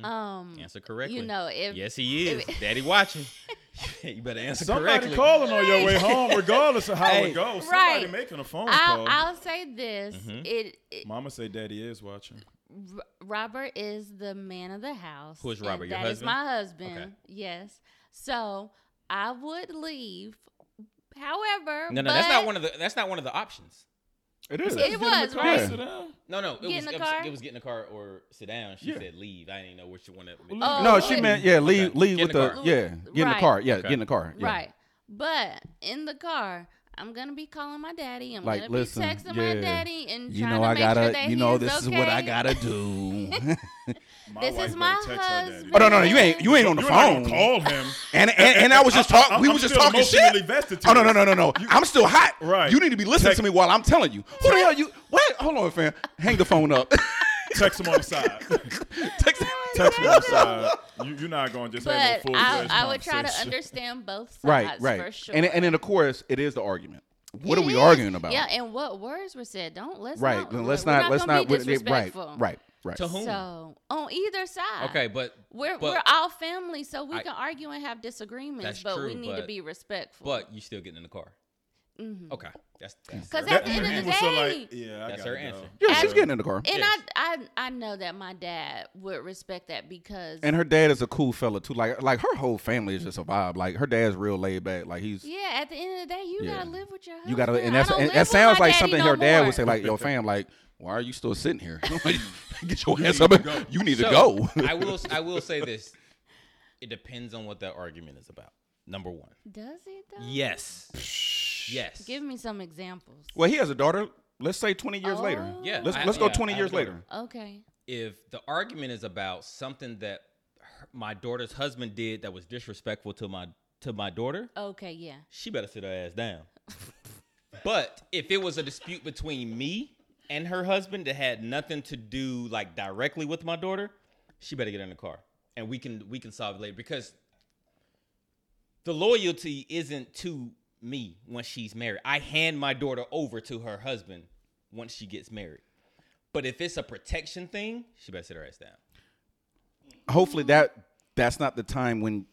um, mm-hmm, Answer correctly. You know, if yes, he is. Daddy watching. you better answer Somebody correctly. calling on your way home, regardless of how Hey. it goes. Somebody Right. making a phone I'll, call. I'll say this: Mm-hmm. it, it- Mama say daddy is watching. R- Robert is the man of the house. Who is and Robert, your that is husband? my husband. Yes. So I would leave. However, No, no, that's not but- one of the. That's not one of the options. It is. It was right. No, no. It Get in was the it was- car? it was get in the car or sit down. She Yeah. said leave. I didn't know which one. That, Oh, no, okay. she meant yeah. Leave, Okay. leave Get in with the the, car. yeah. Get in the Right. car. Yeah, Okay. get in the car. Yeah. Right. But in the car, I'm gonna be calling my daddy. I'm Like, gonna listen, be texting yeah, my daddy and You trying know to I make sure gotta. that you know he's this is okay. what I gotta do. This is my oh husband. no, no, you ain't. You ain't on the phone. Call him. And, and and I was just talking. We I'm was just still talking emotionally shit. vested to oh no no this. no no no! I'm still hot. Right. You need to be listening Check- to me while I'm telling you. Who the hell you? What? Hold on, fam. Hang the phone up. Text him on the side. Text- Text him on the side. You, you're not going to just have But a full I, I would try to understand. understand both sides right right. for sure. And and then of course it is the argument. What It are we is. arguing about? Yeah, and what words were said. Don't let's Right. Not, then let's we're not. Let's gonna not. be with- Right. disrespectful. Right. Right. To whom? So on either side. okay, but We're but, we're all family, so we I- can argue and have disagreements, That's but we true, need to but- be respectful. Mm-hmm. but you still getting in the car. Okay, that's that's 'Cause her- at the her end of the answer. day- yeah, I That's gotta her go. answer. yeah, I- she's getting in the car. and yes. I, I I know that my dad would respect that because And her dad is a cool fella too. Like like her whole family is just a vibe. Like her dad's real laid back. Like he's yeah, at the end of the day, you Yeah. gotta live with your husband. you gotta and I that's don't and live that with sounds my like daddy something no her dad more. would say, like, yo, fam, like, why are you still sitting here? Get your ass up. You need to go. I will. I will say this. It depends on what that argument is about. Number one. Does it though? Yes. Yes. Give me some examples. Well, he has a daughter. Let's say twenty years later. Oh. Yeah. Let's I- let's go yeah, twenty I years have a daughter. later. Okay. If the argument is about something that her, my daughter's husband did that was disrespectful to my to my daughter, Okay. Yeah. she better sit her ass down. but if it was a dispute between me and her husband that had nothing to do like directly with my daughter, she better get in the car and we can we can solve it later because the loyalty isn't to me once she's married. I hand my daughter over to her husband once she gets married. But if it's a protection thing, she better sit her ass down. Hopefully that that's not the time when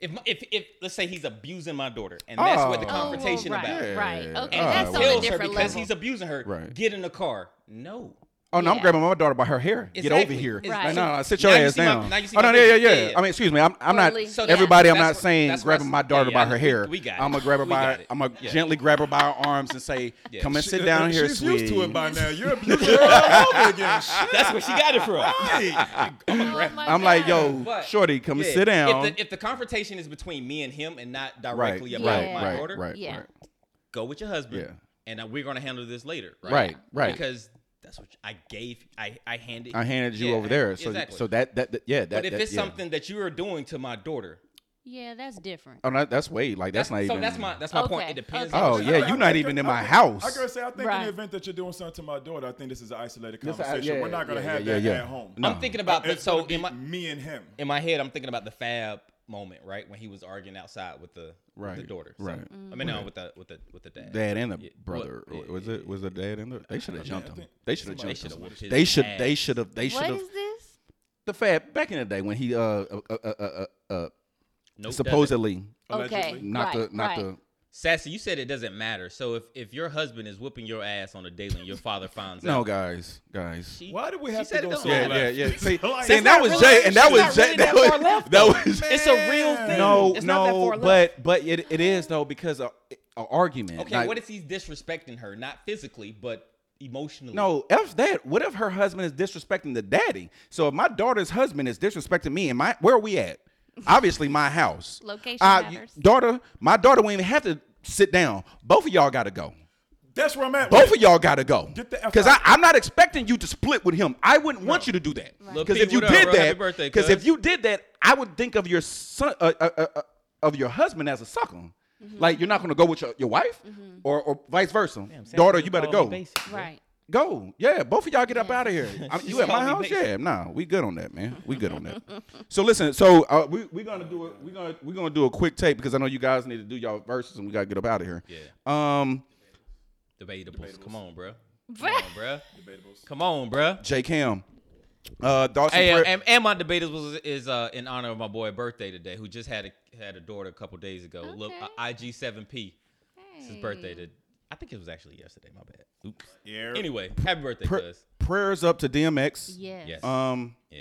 If, my- if, if let's say he's abusing my daughter, and that's what the Oh. Oh, well, confrontation oh, well, about. right. Right. Yeah. Okay. Ah, that's well. on a kills her different because level. he's abusing her. Right. Get in the car. No. Oh no, I'm Yeah. grabbing my daughter by her hair. Get over Exactly. here. Right. Like, no, no, sit your Now you ass see my- down. now you see oh no, my yeah, yeah, picture. yeah, Yeah, yeah. I mean, excuse me. I'm, I'm Or not least- So everybody. that's- I'm not that's what- saying that's what grabbing I- my daughter yeah, by yeah, her we- hair. we got I'm gonna it. grab her We by. got it. I'm gonna Yeah. gently grab her by her arms and say, Yeah. "Come and sit down here, She's sweetie." used to it by now. You're abusing her all over again. Shit. That's where she got it from. Oh my I'm like, God. yo, But- shorty, come and Yeah. sit down. If the, if the confrontation is between me and him and not right, directly right, about Yeah. my right, daughter, right, Yeah. right. go with your husband. Yeah. And uh, we're gonna handle this later. Right. Right, right. Because that's what I gave. I I handed. I handed you Yeah, over there, so exactly. so that that, that- yeah. That, But if that- it's yeah. something that you are doing to my daughter, Yeah, that's different. oh no, that's way like that's, not so even. that's my that's my point. Okay, It depends. okay. on Oh the- yeah, you're not even in my house. I gotta say, I think in Right. the event that you're doing something to my daughter, I think this is an isolated This- uh, conversation. yeah, We're not gonna yeah, have yeah, that yeah. at home. No. I'm thinking about It's so gonna be in my me and him. in my head, I'm thinking about the Fab moment, right? When he was arguing outside with the with the Right, daughter, right. I mean, no, with the with the with the dad. Dad and the Yeah, brother, what- was it? Was the dad and the? They should have jumped him. think They should have somebody jumped should him. have whooped his They should. ass. They should have. They should What have. is this? The Fab back in the day when he uh uh uh, uh, uh, uh Nope, doesn't. supposedly Okay. Allegedly. not right, the not right. the sassy. You said it doesn't matter. So if if your husband is whooping your ass on a daily, and your father finds no out. guys guys. She- Why did we she have said to it go don't so Yeah, matter. left? yeah, yeah. See, Like, see, and that that's not was really- Jay, and that she's was not Jay. really that that far was left, that though. was. It's a real thing. No, It's not that no, far left. but but it, it is though because a, a argument. Okay, like- what if he's disrespecting her, not physically, but emotionally? No, F that. What if her husband is disrespecting the daddy? So if my daughter's husband is disrespecting me, and my where are we at? Obviously, my house. Location Uh, matters. Daughter, my daughter won't even have to sit down. Both of y'all got to go. That's where I'm at. Both of y'all gotta go. Get the F Because out. I'm not expecting you to split with him. I wouldn't want you to do that. Right. Because Lil if Peep, you what up, did bro? Happy that, birthday, because if cuz. you did that, I would think of your son, uh, uh, uh, uh, of your husband as a sucker. Mm-hmm. Like you're not gonna go with your, your wife, or, or vice versa. Daughter, you better go. Right. Go. Yeah, both of y'all get up out of here. I, you at my called me house? basic. Yeah, nah, we good on that, man. We good on that. so listen, so uh, we we gonna do a we gonna we gonna do a quick tape because I know you guys need to do y'all verses and we gotta get up out of here. Yeah. Um, Debatables. Come on, bro. Come on, bro. Come on, bro. J Cam, uh, Dawson. Hey, Prayer- and, and my debatables is, is uh, in honor of my boy birthday today, who just had a, had a daughter a couple days ago. Look, Okay. uh, IG seven P. It's his birthday. Hey. To, I think it was actually yesterday. My bad. Oops. Yeah. Anyway, happy birthday, Pr- cuz. prayers up to DMX. Yes. Oh, Yes. Um, yeah.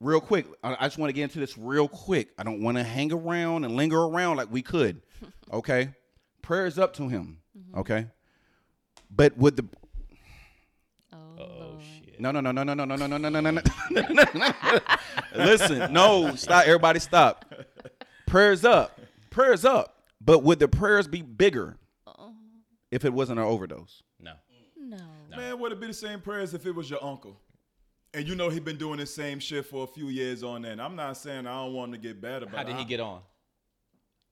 real quick, I, I just want to get into this real quick. I don't want to hang around and linger around like we could. Okay, prayers up to him. Okay, but would the Oh, Oh Lord. shit. no no no no no no no no no no no no no. Listen, no, stop. Everybody, stop. Prayers up, prayers up. But would the prayers be bigger if it wasn't an overdose? No. No. Man, would it be the same prayers if it was your uncle? And you know he been doing the same shit for a few years on end. I'm not saying I don't want him to get bad about How did it. he I- get on?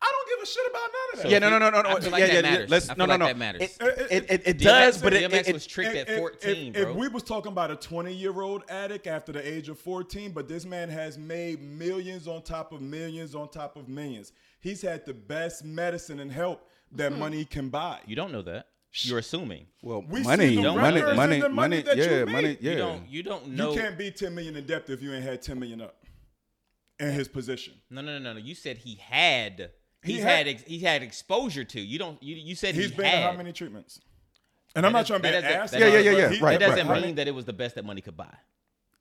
I don't give a shit about none of that. yeah, no, no, no, no, no. I feel like yeah, that yeah, yeah. matters. Let's I no, feel no, like no. that matters. It, it, it, it DMX does, but it, DMX it, was it- tricked at If- if- 14, if, bro. if we was talking about a 20 year old addict after the age of 14, but this man has made millions on top of millions on top of millions. He's had the best medicine and help that money can buy. Hmm. you don't know that. You're assuming. well, We money, see the money, records and money, the money, money that you yeah, made. money, yeah. You don't. You don't know. You can't be 10 million in depth if you ain't had 10 million up in his position. No, no, no, no, no. You said he had. He He, had- had. ex, he had exposure to. You don't. You, you said He's he been to had. how many treatmany treatments? And I'm not trying doesn't- to be an that ass. doesn't- Yeah, yeah, yeah, but yeah, he- right, It doesn't right. mean that it was the best that money could buy,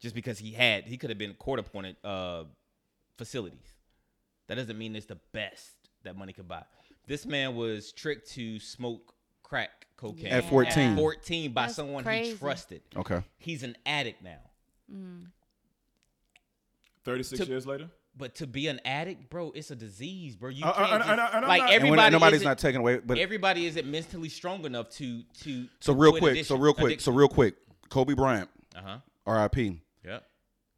just because he had. He could have been court appointed uh, facilities. That doesn't mean it's the best that money could buy. This man was tricked to smoke crack cocaine At 14. 14 by That's someone crazy. he trusted. Okay. He's an addict now. 36 to- years later? But to be an addict, bro, it's a disease, bro. You I- I- can't Uh, and- just- and- and I'm like not- And when- And everybody. when, nobody's isn't- not taking away, but everybody isn't mentally strong enough to to. so to real quit quick, so addiction- real quick, so addiction. real quick. Kobe Bryant, uh-huh. R.I.P. Yep.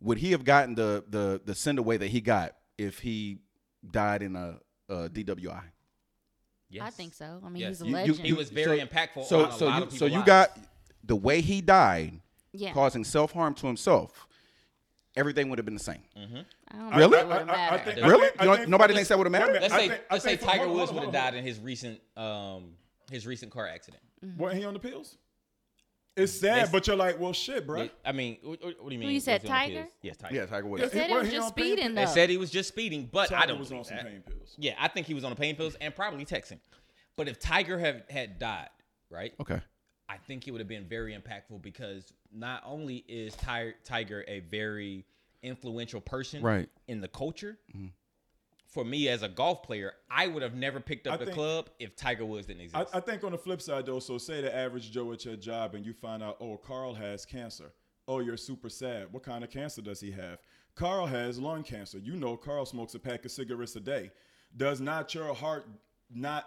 Would he have gotten the the the send away that he got if he died in a, a DWI? Yes. I think so. I mean, Yes. he's a You- you- legend. He was very impactful So on a so lot you, of so people's you lives. got the way he died, yeah. causing self harm to himself. Everything would have been the same. I don't Really? think it would've I- I- I mattered. think- I Really? think- I You don't- think- nobody thinks that would have Wait a mattered. minute, Let's I say, think- I let's say think- hold- Tiger hold- Woods hold- would have died hold- in his recent um his recent car accident. Wasn't he on the pills? It's sad, They- but you're like, well, shit, bro. I mean, what, what do you mean? you said, was he on Tiger? pills? Yes, Tiger. Yeah, Tiger Woods. They said Well, it was he just on pain- speeding They though. said he was just speeding, but I don't. was on believe some that. pain pills. Yeah, I think he was on the pain pills and probably texting. But if Tiger had had died, right? Okay. I think it would have been very impactful because not only is Ty- Tiger a very influential person Right. Mm-hmm. in the culture, for me as a golf player, I would have never picked up I the think- club if Tiger Woods didn't I, exist. I think on the flip side, though, so say the average Joe at your job and you find out, oh, Carl has cancer. Oh, you're super sad. What kind of cancer does he have? Carl has lung cancer. You know, Carl smokes a pack of cigarettes a day. Does not your heart not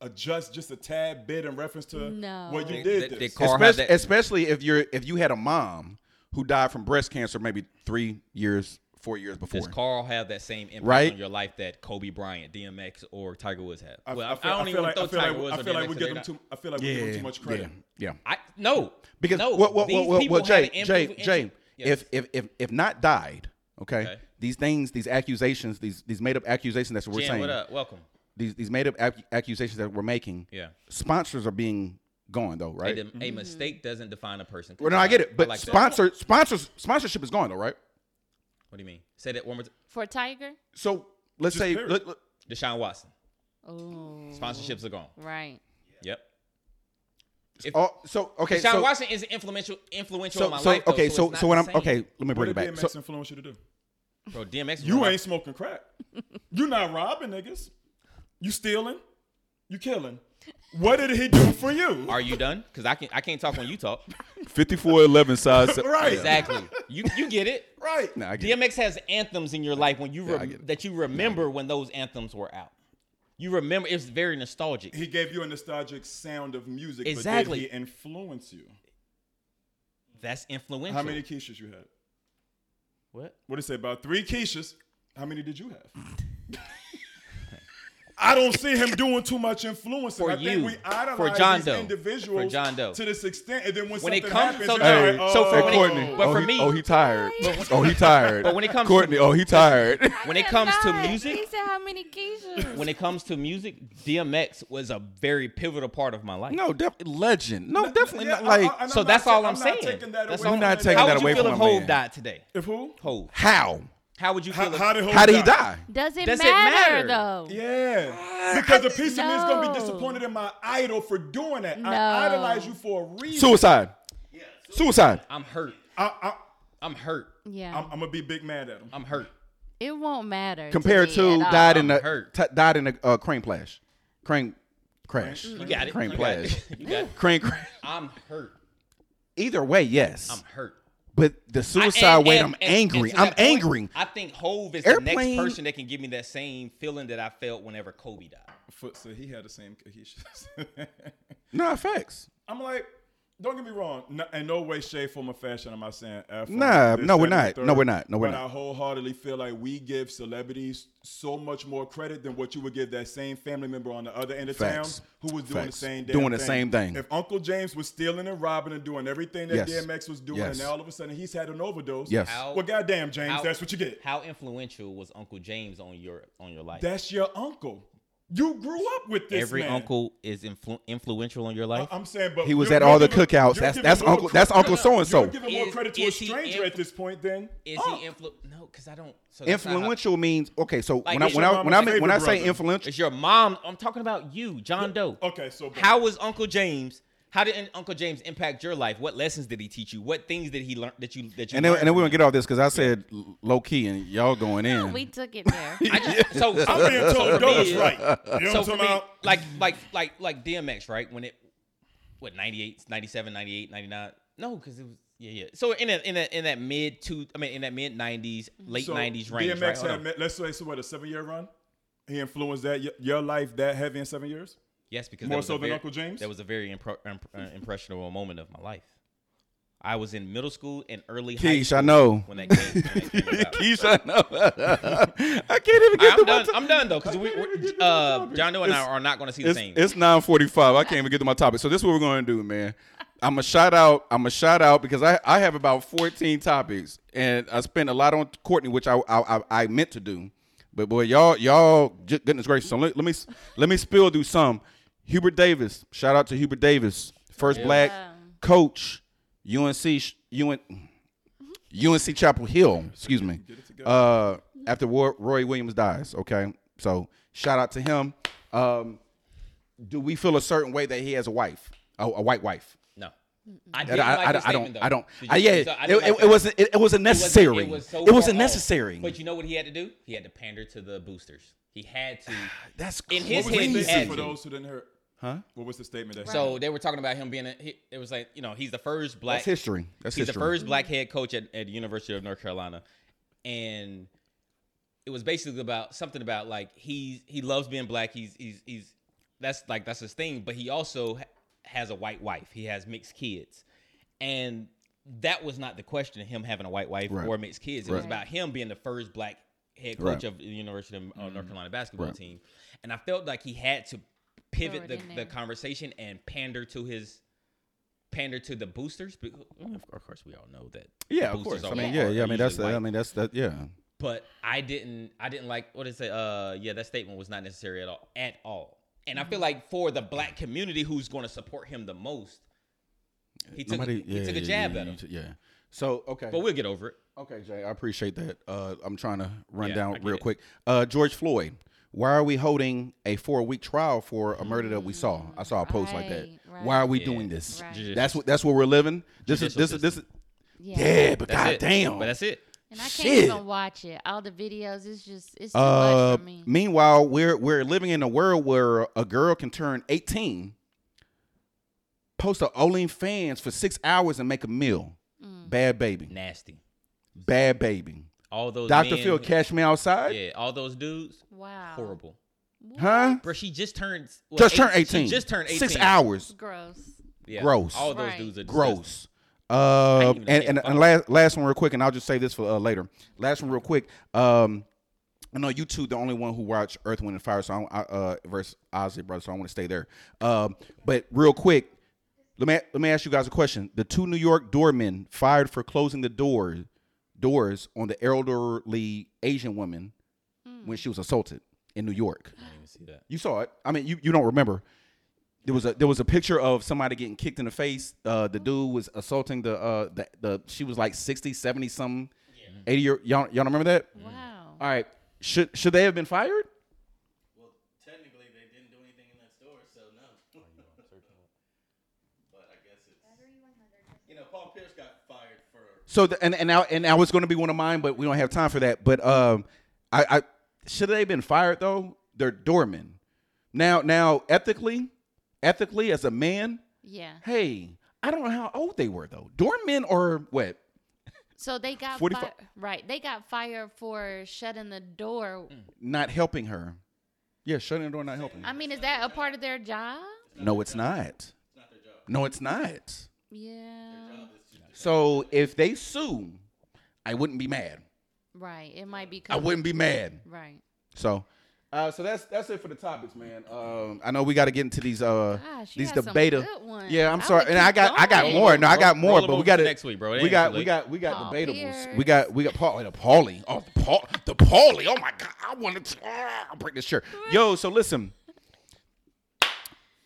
adjust just a tad bit in reference to No. what you They- did? they- this? they call- Carl had especially, that- especially if you're if you had a mom who died from breast cancer maybe three years, four years before. Does Carl have that same impact Right? on your life that Kobe Bryant, DMX, or Tiger Woods have? I, well, I feel, I don't I even feel like, throw I feel Tiger like, Woods on I feel there like we next to their give him di- too. I feel like we yeah, give him too much credit. Yeah, yeah. I no Because no, well, well, these well, well, people well, Jay, had an Jay, influ- Jay, Yes. if, if if if not died, okay, Okay. these things, these accusations, these these made up accusations that we're Jan, saying, what up? Welcome. these these made up ac- accusations that we're making, Yeah. sponsors are being gone though, A, right? dem- Mm-hmm. a mistake doesn't define a person. Well, no, I get it, but like that. sponsor sponsors sponsorship is gone though, right? What do you mean? Say that one more time. for Tiger. So let's Just say, period. let- let- Deshaun Watson. Oh, Sponsorships are gone. Right. Yep. If- oh, so okay, Deshaun so, Watson is influential influential in so, my so life. though, okay, so, so it's so not when I'm the okay, same. let me What bring did it back. DMX So, influence you to do? bro, DMX. You ain't smoking crack. You not robbing niggas. You stealing. You killing. What did he do for you? Are you done? Because I can I can't talk when you talk. 5411 size. Right. Exactly. you you get it. Right. Nah, I get it. DMX has anthems in your life when you I rem- get it. that you remember when those anthems were out. You remember it's very nostalgic. He gave you a nostalgic sound of music, Exactly. but did he influence you? That's influential. How many Keishas you had? What? What did it say? About three Keishas. How many did you have? I don't see him doing too much influencing. For I you. think we For idolize John these Doe. individuals For John Doe. to this extent, and then when, When it something comes- happens, so- it's Hey, like, so for oh, when it- Courtney, but oh, for he, me- oh, he tired. But when- oh, he tired. but when it comes to- Courtney, oh, he tired. I When it could comes to not. music- he said how many geishas? When it comes to music, DMX was a very pivotal part of my life. no, def- legend. No, definitely yeah, not like. I- I- And so I'm that's not ta- all I'm, I'm saying. not taking that that's away from all I'm that. We're not taking How that would away you feel from if my Hove man. died today? If who? Hove. how? How would you feel? How, if, how did Hov How did he die? Does it Does it matter? matter, though? Yeah, because a piece of me is gonna be No. disappointed in my idol for doing that. No. I idolize you for a reason. Suicide. Suicide. I'm hurt. I, I, I'm hurt. Yeah, I'm, I'm gonna be big mad at him. I'm hurt. it won't matter. Compared me to at all. died in uh, I'm a hurt. t- died in a uh, crane crash, crane crash, You got it. crane you got crash, it. You got it. crane. crash. I'm hurt. Either way, yes. I'm hurt. but the I- suicide and- way, and- I'm and- angry. and to I'm that point, angry. I think Hove is the Airplane- next person that can give me that same feeling that I felt whenever Kobe died. Foot said he had the same cohesions. No effects. I'm like, don't get me wrong. No, in no way, shape, form, or fashion am I saying F. Nah, this, no, that, we're and the not. third. No, we're not. No, we're but not. I wholeheartedly feel like we give celebrities so much more credit than what you would give that same family member on the other end of Facts. town who was doing Facts. the same damn Doing the thing. same thing. If Uncle James was stealing and robbing and doing everything Yes. that DMX was doing, Yes. and now all of a sudden he's had an overdose. Yes. How- Well, goddamn, James, how- that's what you get. How influential was Uncle James on your on your life? That's your uncle. You grew up with this Every man. Uh, um, uncle is influ- influential on your I- life. I'm saying, but He was you're- at all you're the giving- cookouts. you're That's- giving that's more uncle- that's credit- Uncle so-and-so. You're giving more Is- credit to a is he stranger influ- at this point than Is Unc. he influ? No, because I don't. So that's not how- Influential means okay. So Like, when I it's when your I when I mama's mean- when I favorite say brother. influential, It's your mom. I'm talking about you, John Doe. Okay, so but- How was Uncle James? How did Uncle James impact your life? What lessons did he teach you? What things did he learn that you that you? and then, learned and then we're from gonna get off this because I said low key and y'all going in. We took it there. him? I just, so, so I'm being so for told Doe me- is right. You So know what for I'm me, talking about? like like like like DMX, right? When it what 98, 97, 98, 99? No, because it was yeah yeah. So in a, in a, in that mid two, I mean in that mid nineties, late So nineties range, DMX right? Hold had on. ma- let's say so what a seven year run. He influenced that y- your life that heavy in seven years. Yes, because More that was so a than very- Uncle James? That was a very impro- imp- uh, impressionable moment of my life. I was in middle school and early high Keish, school I know. when that came, when that came about. Keisha, I know. I can't even All right, get I'm the done. one. I'm done though, because we, we're, uh, John Doe and I are not going to see the It's, same. it's 9:45. I can't even get to my topic. So this is what we're gonna do, man. I'm a shout out. I'm a shout out because I, I have about 14 topics and I spent a lot on Courtney, which I I, I- I meant to do, but boy, y'all y'all j- goodness gracious. So let, let me s- let me spill through some. Hubert Davis. Shout out to Hubert Davis, first black Yeah. coach, UNC sh- UN, UNC Chapel Hill. Excuse me. Uh, after War, Roy Williams dies. Okay, so shout out to him. Um, do we feel a certain way that he has a wife, a, a white wife? no, I, I, didn't I, like I, I the don't. statement, though. I don't. Did I, you- yeah, so I it, didn't like it, that. it wasn't. It, it wasn't It wasn't- necessary. It, was so not far off. necessary. But you know what he had to do? He had to pander to the boosters. He had to. That's in crazy. his What was head, the he statement had for to. those who didn't hear? it? Huh? What was the statement that? So they were talking about him being. A, he, it was like you know he's the first black. That's history. That's he's history. the first black head coach at, at the University of North Carolina, and it was basically about something about like he's he loves being black. He's he's he's that's like that's his thing. But he also ha- has a white wife. He has mixed kids, and that was not the question of him having a white wife Right. or mixed kids. It was Right. about him being the first black head Right. coach of the University of uh, North Carolina basketball Right. team, and I felt like he had to pivot it the, in the there. conversation and pander to his pander to the boosters. But of course, we all know that. Yeah, the of boosters course. I are- mean, yeah, are yeah. I mean, that's. usually that- I white. mean, that's that. Yeah. But I didn't. I didn't like what is it? Uh, yeah, that statement was not necessary at all. At all. And I Mm-hmm. feel like for the black community, who's going to support him the most, he took Nobody- he yeah, took a yeah, jab yeah, at you him. t- Yeah. So okay. But we'll get over it. Okay, Jay, I appreciate that. Uh, I'm trying to run Yeah, I down get real it. quick. Uh, George Floyd, why are we holding a four week trial for a murder that we saw? I saw a post like that. Right, Mm, right. Why are we Yeah. doing this? Right. Judicial That's what that's what we're living. This is Judicial this is this is Yeah. yeah, but That's it. goddamn. But that's it. And I can't Shit. even watch it. All the videos, it's just it's too Uh, much for me. meanwhile, we're we're living in a world where a girl can turn 18, post to OnlyFans for six hours and make a meal. Mm. Bad baby, Nasty. bad baby. All those Doctor men- Phil, catch me outside. Yeah, all those dudes. Wow. Horrible. Huh? Bro, she just turned. well, just eight- turned she 18. Just turned 18. Six hours. Gross. Yeah. Gross. All those Right. dudes are disgusting. Gross. Uh, and even see a and, and photo. last, last one real quick, and I'll just save this for uh, later. Last one real quick. Um, I know you two the only one who watch Earth, Wind, and Fire, so I, don't- I uh versus Ozzy brother, so I want to stay there. Um, but real quick, let me let me ask you guys a question. The two New York doormen fired for closing the door doors on the elderly Asian woman when she was assaulted in New York. I didn't even see that. You saw it. I mean, you, you don't remember. There was a there was a picture of somebody getting kicked in the face. Uh, the dude was assaulting the uh the, the she was like 60, 70 something, 80 year y'all y'all don't remember that? Mm. Mm-hmm. Wow. All right. Should should they have been fired? Well, technically, they didn't do anything in that store, so no. but I guess it's. You know, Paul Pierce got fired for. So the, and and now and now it's going to be one of mine, but we don't have time for that. But um, I, I should they have been fired though? They're doormen. Now now ethically, ethically as a man, Yeah. hey, I don't know how old they were though. Doormen or what? So they got 45 fi- right. They got fired for shutting the door. Not helping her. Yeah, shutting the door, not helping. I mean, is that a part of their job? No, it's not. No, it's not. Yeah. So if they sue, I wouldn't be mad. Right. It might be. I wouldn't be mad. Right. So, uh, so that's that's it for the topics, man. Um, I know we got to get into these uh Gosh, you these Ah, had some debata. good ones. Yeah, I'm I sorry, would and I keep got I got going. more. No, I got Roll more, them but over we to got to next week, bro. It We ain't got too we late. got we got Paul debatables. Pierce. We got we got Paul the Paulie. Oh, the Paul the Paulie. Oh my God, I wanted to. ah, I'll break this shirt. Yo, so listen.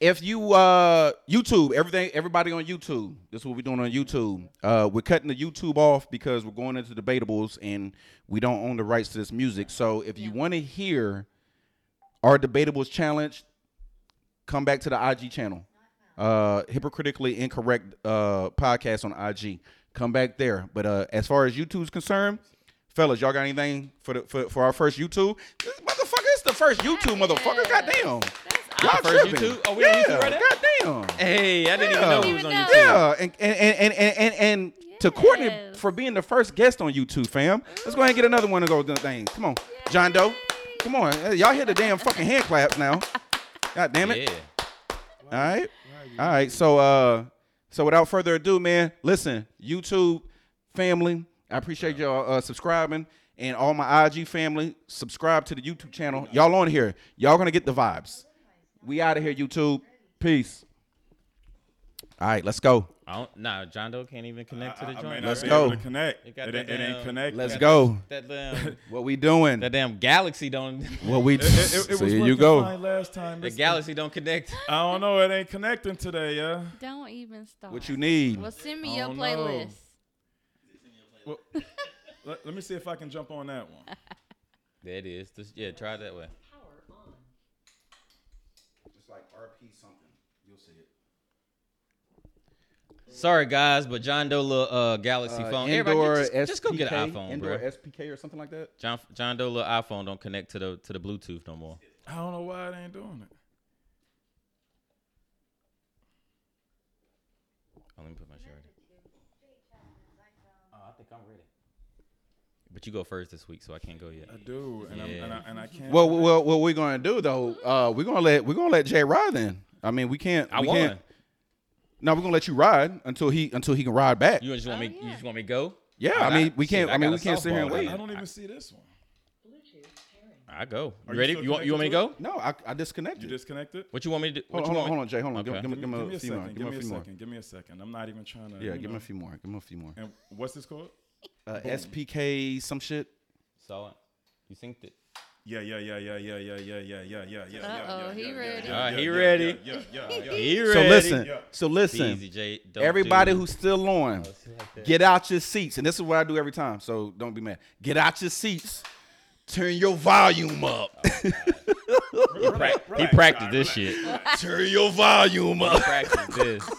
If you uh YouTube, everything everybody on YouTube, this is what we're doing on YouTube. Uh we're cutting the YouTube off because we're going into debatables and we don't own the rights to this music. So if you want to hear our debatables challenge, come back to the IG channel. Uh, hypocritically incorrect uh, podcast on IG. Come back there. But uh, as far as YouTube's concerned, fellas, y'all got anything for the for, for our first YouTube? This motherfucker, it's the first YouTube, motherfucker. Goddamn. Y'all Our first tripping. YouTube? Oh, we on yeah, YouTube right now? Goddamn. Hey, I didn't Yeah. even know we was on Even YouTube. know. Yeah, and and and and and, and to Courtney Yes. for being the first guest on YouTube, fam. Let's go ahead and get another one of those things. Come on, John Doe. Come on, Hey, y'all hear the damn fucking hand claps now. God damn it. Yeah. All right. All right. So uh so without further ado, man, listen, YouTube family, I appreciate y'all uh subscribing and all my IG family, subscribe to the YouTube channel. Y'all on here. Y'all gonna get the vibes. We out of here, YouTube. Peace. All right, let's go. I don't, nah, John Doe can't even connect to the I- I joint. may not bro. Let's be go. able to connect. It It, got ain't- that it ain't damn- connected. Let's That- go. That damn, What we doing? that damn galaxy don't. What we It, it, it was So here you working go. fine Last time. the It's- galaxy don't connect. I don't know. It ain't connecting today, yeah. Don't even start. What you need. Well, send me your Oh, no. playlist. Well, let, let me see if I can jump on that one. There it is. Just- yeah, try it that way. It's like RP something. You'll see it. Sorry guys, but John Doe little uh, galaxy phone. indoor Everybody, just, just go get an SPK, iPhone, Indoor bro. SPK or something like that. John John Doe little iPhone don't connect to the to the Bluetooth no more. I don't know why it ain't doing it. Oh, let me put my shirt. Oh, I think I'm ready. But you go first this week, so I can't go yet. I do, and, I'm, and, I, and I can't. Well, well, what we're gonna do though? Uh, we're gonna let we're gonna let Jay ride. Then I mean, we can't. I we won. Can't, no, we're gonna let you ride until he until he can ride back. You just want Oh, me? You yeah. just want me to go? yeah, I I mean, got- we can't. shit, I I mean, got we a can't sit here and softball wait. then. I don't even see this one. I go. Are You you ready? still You want you want me to go? connected No, I, I disconnected. You disconnected? What you want me to do? hold, on, what you hold on, want? hold on, Jay. Hold on. Give, Okay. him- give, him Give a, me a few second. more. give me him a a few more. second. Give me a second. I'm not even trying to. Yeah, you give him know. a few more. Give him a few more. And what's this called? Uh, oh. SPK, some shit. Saw it. You synced it. Yeah, yeah, yeah, yeah, yeah, yeah, yeah, yeah, yeah, yeah, yeah. Uh-oh, he ready. Ah, he ready. Yeah, yeah, yeah, yeah. He So ready. listen. Yeah. So listen. Easy, Jay. Don't Everybody do- Oh, who's still on, get out your seats. And this is what I do every time, so don't be mad. Get out your seats. Turn your volume up. Prac- he practiced this shit. Turn your volume up. Practice this.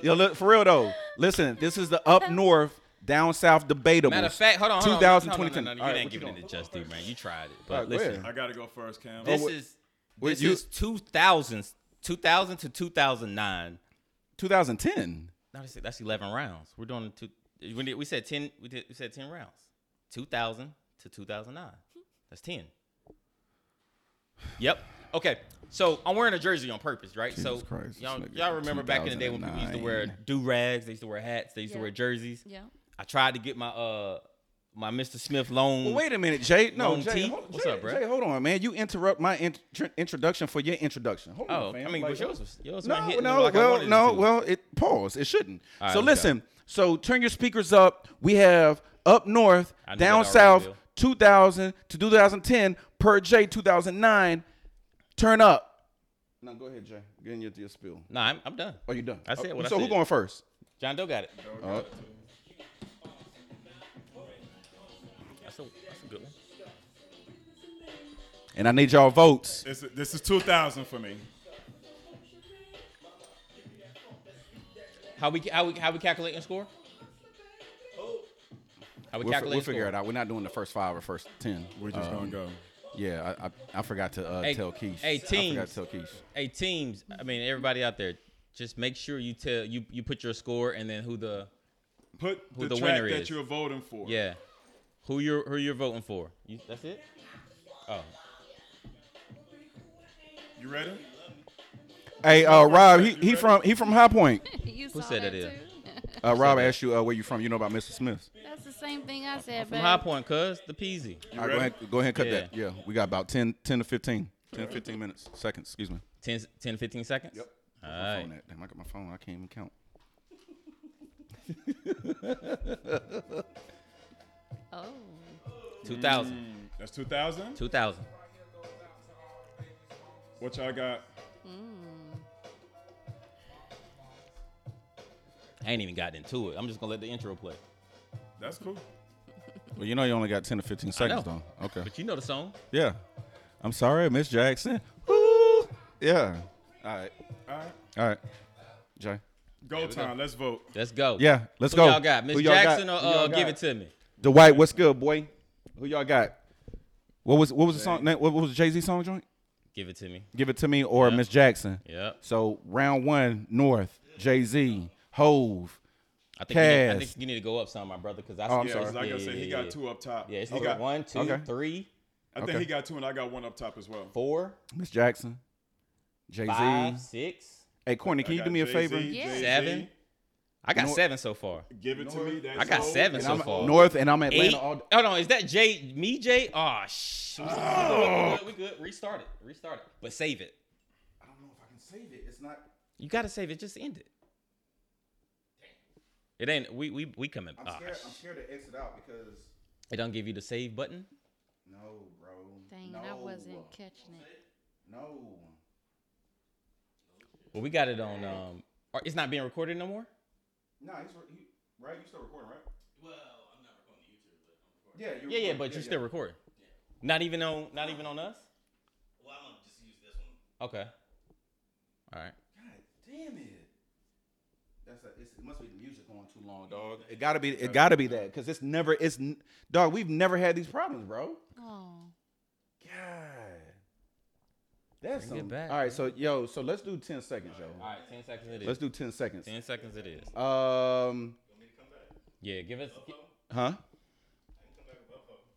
Yo, look, for real though. Listen, this is the up north, down south debatable. Matter of fact, hold on. Hold on. No, 2020. no, no, no, All you right, didn't what give you it doing? the just due, man. You tried it, All but right, go listen. ahead. I gotta go first, Cam. Oh, This what- is what this you- is two thousands, two thousand to two thousand nine. 2010. No, that's, that's eleven rounds. We're doing two. We, did, we said ten. We, did, we said ten rounds. Two thousand to two thousand nine. That's ten. Yep. Okay. So I'm wearing a jersey on purpose, right? so Jesus Christ, this y'all, nigga, y'all remember back in the day when people used to wear 2009. do rags, they used to wear hats, they used to Yeah. wear jerseys. Yeah. I tried to get my uh my Mr. Smith loan. Well, wait a minute, Jay. No, Long Jay, T. hold, What's Jay, up, bruh? Jay, hold on, man. You interrupt my int- tr- introduction for your introduction. Hold Oh, on, fam. I mean, Like, but yours was yours no, wasn't hitting no, like I well, wanted it no, to. well, it pause. It shouldn't. All right, so let's go. listen. So turn your speakers up. We have up north, I knew down that already, south, Bill. 2000 to 2010 per Jay 2009. Turn up. No, go ahead, Jay. Get in your, your spill. Nah, I'm, I'm done. Are you done? Oh, I said what I So who said. going first? John Doe got it. Uh, That's a, that's a good one. and I need y'all votes. This, this is 2000 for me. How we how we how we calculating score? How we We'll, fi- calculating we'll figure score? it out. We're not doing the first five or first ten. We're just Um, gonna go. Yeah, I, I, I forgot to uh, Hey, tell Keish. hey, I forgot teams. to tell Keish. Hey teams, I mean everybody out there, just make sure you tell you you put your score and then who the Put who the, the track winner that is. you're voting for. yeah who you're who you're voting for. You, that's it. Oh, You ready? Hey, uh, Rob, he, he from he from High Point. you Who said that it too? is? Uh, Rob asked you uh, where you from. You know about Mr. Smith. That's the same thing I said, from babe. High Point, cuz the Peasy. All right, go ahead, go ahead and cut Yeah. that. Yeah, we got about 10, 10 to 15. 10 to 15 minutes, seconds, excuse me. 10, 10 15 seconds. Yep. All My right. phone at- Damn, I got my phone. I can't even count. Oh. 2000. That's 2000. 2000. What y'all got? I ain't even gotten into it. I'm just gonna let the intro play. That's cool. Well, you know you only got 10 to 15 seconds, though. Okay. But you know the song. Yeah. I'm sorry, Miss Jackson. Woo! Yeah. All right. All right. All right. Jay. Go time. Let's vote. Let's go. Yeah, let's Who go. Y'all got Miss Who y'all got? Jackson Who or uh, y'all give got? it to me. Dwight, what's good, boy? Who y'all got? What was what was the song? What was Jay Z song joint? Give it to me. Give it to me or Miss Jackson. Yep. So round one, North, Jay Z, Hove. I think, you need, I Cass. think you need to go up some, my brother, because I Oh, I'm Yeah, sorry. 'cause like I said, he yeah, got two up top. Yeah, it's he like got one, two, Okay. three, I think Okay. he got two, and I got one up top as well. four, Miss Jackson, Jay five, Z. six. Hey, Courtney, I can you got do me a Jay-Z, favor? Jay-Z, Yeah. Seven. I got You know what? seven so far. Give it to me. That's I got all. seven And so I'm far. North, and I'm Atlanta. Eight. All, Hold on, is that Jay? Me, Jay? Oh, sh- we, good, Oh. we, good, we good. Restart it. Restart it. But save it. I don't know if I can save it. It's not. You gotta save it. Just end it. It ain't. We we we coming. Ah, sh- scared to exit out because it don't give you the save button. no, bro. uh, Dang, it, I wasn't catching it. No. Well, we got it on. Um, or- it's not being recorded no more. No, he's he, right. You still recording, right? Well, I'm not recording to YouTube, but I'm recording. Yeah. You're Yeah, yeah, but you still recording. Not even on. Not even on us. Well, I'm gonna just use this one. Okay. All right. Damn it. That's a, it's, it must be the music going too long, dog. It gotta be. It gotta be that because it's never. It's n- dog. We've never had these problems, bro. Oh. God. That's Bring it some- back, all right. So yo, so let's do ten seconds, yo. All right. Ten seconds it is. Let's do ten seconds. Ten seconds it is. Um, Yeah. Give us. huh?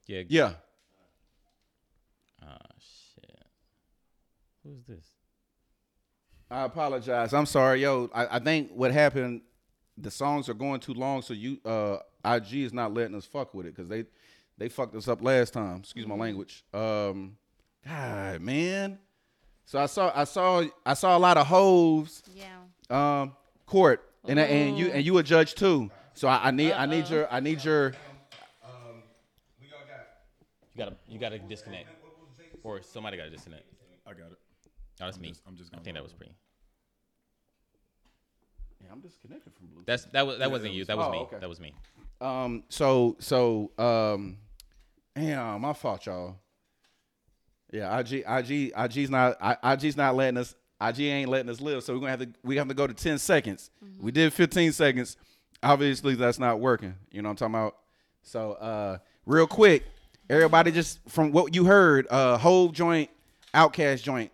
Yeah. Yeah. Oh shit. Who's this? I apologize. I'm sorry, yo. I, I think what happened, the songs are going too long, so you uh IG is not letting us fuck with it because they they fucked us up last time. Excuse my language. Um, God, man. So I saw I saw I saw a lot of hoes Yeah. um court and and you and you a judge too. So I, I need I need your I need your You gotta. You gotta disconnect. Or somebody gotta disconnect. I got it. Oh, that's me. just- I'm just I gonna think go that was pretty. yeah, I'm disconnected from Bluetooth. That's that was that wasn't you. That was oh, me. okay. That was me. Um. So so um. Damn, my fault, y'all. Yeah, IG IG IG's not I, IG's not letting us. IG ain't letting us live. So we're gonna have to we have to go to ten seconds. We did fifteen seconds. Obviously, that's not working. You know what I'm talking about. So uh, real quick, everybody, just from what you heard, uh, whole joint, outcast joint,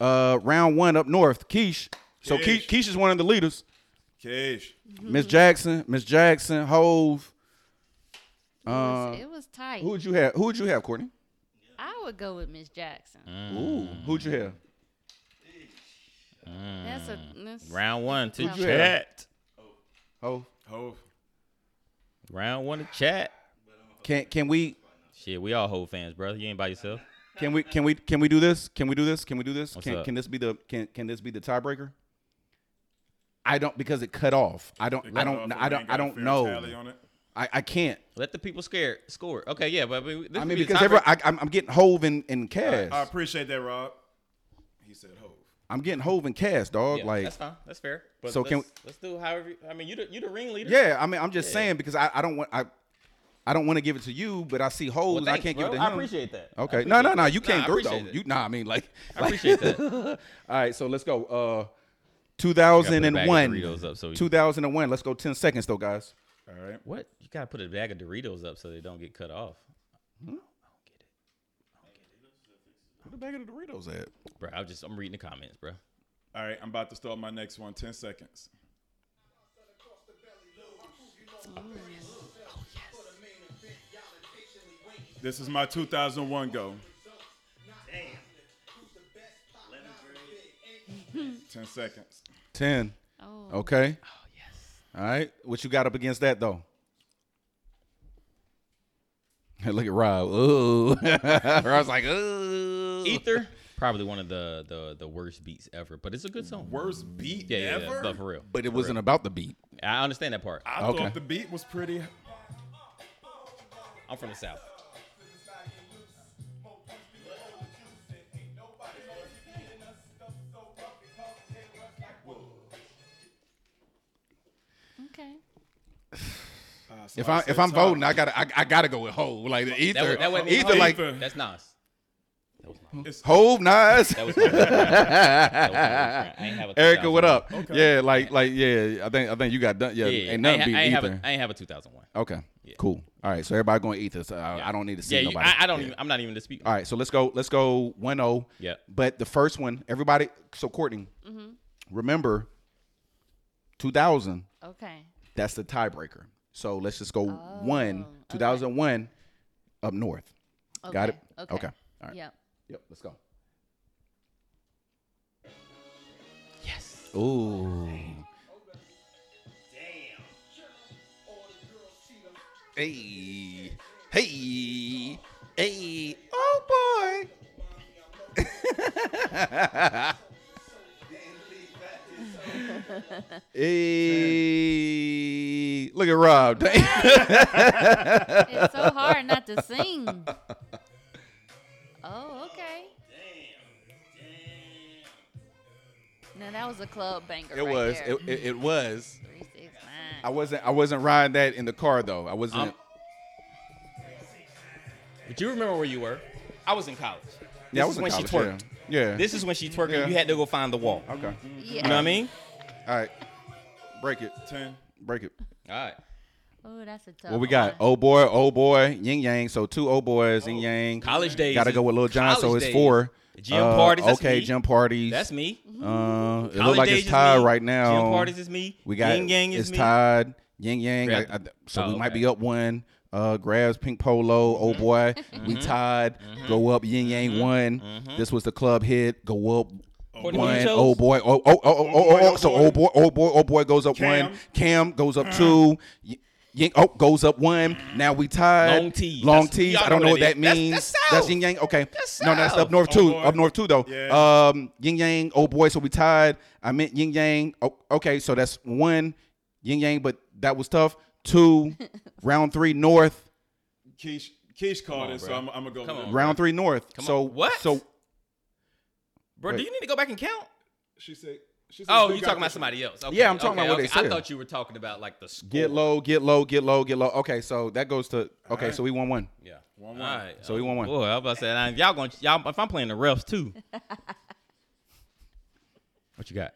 uh, round one up north, Keish. So Keish, Keish. Keish is one of the leaders. Cage. Miss Jackson, Miss Jackson, Hove. It was, it was tight. Um, Who would you have? Who would you have, Courtney? I would go with Miss Jackson. Ooh, who'd you have? That's a Mm. that's, Round one to Who'd you have? chat. Oh, Oh, Round one to chat. can can we Shit, we all hold fans, brother. You ain't by yourself. can we can we can we do this? Can we do this? Can we do this? What's Can up? can this be the can can this be the tiebreaker? I don't because it cut off. I don't. I don't. I don't. I don't know. I, I can't. Let the people scared score. Okay, yeah, but I mean, this I would mean be the because tiebreaker. every, I, I'm, I'm getting Hove and, and I Cass. appreciate that, Rob. He said, "Hove." I'm getting Hove and Cass, dog. Yeah, like that's fine, that's fair. But So so can can let's do however. I mean, you the, you the ringleader. Yeah, I mean, I'm just saying because I, I don't want I I don't want to give it to you, but I see holes Well, and I thanks, can't bro. give it to I him. appreciate that. I Okay, appreciate no, no, no, that. you Nah, came I through though. appreciate that. You, nah, I mean, like, I appreciate that. All right, so let's go. Uh, I gotta put a bag of 2001. Doritos up so we- 2001. Let's go 10 seconds though, guys. All right. What? You gotta put a bag of Doritos up so they don't get cut off. Where the bag of the Doritos at? Bro, I'm just I'm reading the comments, bro. All right. I'm about to start my next one. Ten seconds. This is my 2001 go. Ten seconds. 10. oh Okay. Oh yes. All right. What you got up against that though? Look at Rob. Ooh. Rob's like, ooh. Ether, probably one of the the the worst beats ever, but it's a good song. Worst beat yeah, yeah, yeah, ever. but for real. But it wasn't about the beat. I understand that part. I Okay. Uh, thought the beat was pretty. I'm from the south. okay. Uh, If somebody I said if I'm Tom. voting, I gotta I, I gotta go with Hove. Like the That, Ether, was- that wasn't Ether even- like Ether. that's Nas. It's- Hove, Nas, That was my friend. That was my friend. I ain't have a Erica. What 2001. up? Yeah, like like yeah. I think I think you got done. Yeah, Yeah, yeah. ain't I nothing ain't, beat ha- I ain't have Ether. a, I ain't have a 2001. okay, cool. All right, so everybody going Ether. So Uh, Oh, I, Yeah. I don't need to see Yeah, you, nobody. I, I don't Yeah. even. I'm not even disputing. All right, so let's go. Let's go one zero. Yeah. But the first one, everybody. So Courtney, Mm-hmm. remember, two thousand. Okay. That's the tiebreaker. So let's just go Oh, one two thousand one up north. okay. Got it? Okay. Okay. All right. Yep. Yep. Let's go. Yes. Ooh. Hey. Hey. Hey. Oh boy. hey. Look at Rob. Damn. It's so hard not to sing. Oh, okay. Now that was a club banger. It right was. There. It, it, it was. Three, six, nine. I wasn't I wasn't riding that in the car though. I wasn't Um, But you remember where you were? I was in college. This Yeah, I was is in when she college, twerked. Yeah. yeah. This is when she twerking. Yeah. You had to go find the wall. Okay. yeah. You know what I mean? All right. Break it. Ten. Break it. All right. Oh, that's a tough. What we got? One. Oh boy, oh boy, yin yang. So two oh boys, yin yang. College days. Gotta is- go with Lil John, so college it's days. four. Gym Uh, parties. That's okay, me. gym parties. That's me. Uh, it look College like days it's is tied me. right now. Gym parties is me. We got Yin Yang is it's me. tied. Yin yang. Grab- I- I- so Oh, we might okay. be up one. Uh, grabs pink polo. Oh boy, Mm-hmm. we tied. Go up. Yin yang one. This was the club hit. Go up. Courtney, who you One, chose? oh boy, oh oh oh oh oh, boy, oh, oh, so oh boy, boy. oh boy, oh boy goes up Cam. one. Cam goes Mm. up two. Y- Yin, oh, goes up one. Now we tied. Long tees. Long That's- tees. y'all I don't know what that is. That's- means. that's That's south. yin yang. Okay. That's No, that's south. up north Oh, too. boy. Up north too though. Yeah. Um, yin yang. Oh boy, so we tied. I meant yin yang. Oh, okay, so that's one yin yang, but that was tough. Two, round three north. Keish, Keish called on, it, so bro. I'm, I'm gonna go. Come with on, it. bro. Round three north. Come on. so What? So Bro, do you need to go back and count? She said. She said Oh, they you got talking about this- somebody else? Okay, Yeah, I'm talking okay, about what okay. they I said. thought you were talking about like the score. get low, get low, get low, get low. Okay, so that goes to okay. So we won one. Yeah. One, All one. right. So we won one. Boy, I was about to say, I- y'all going to y'all. If I'm playing the refs too. what you got?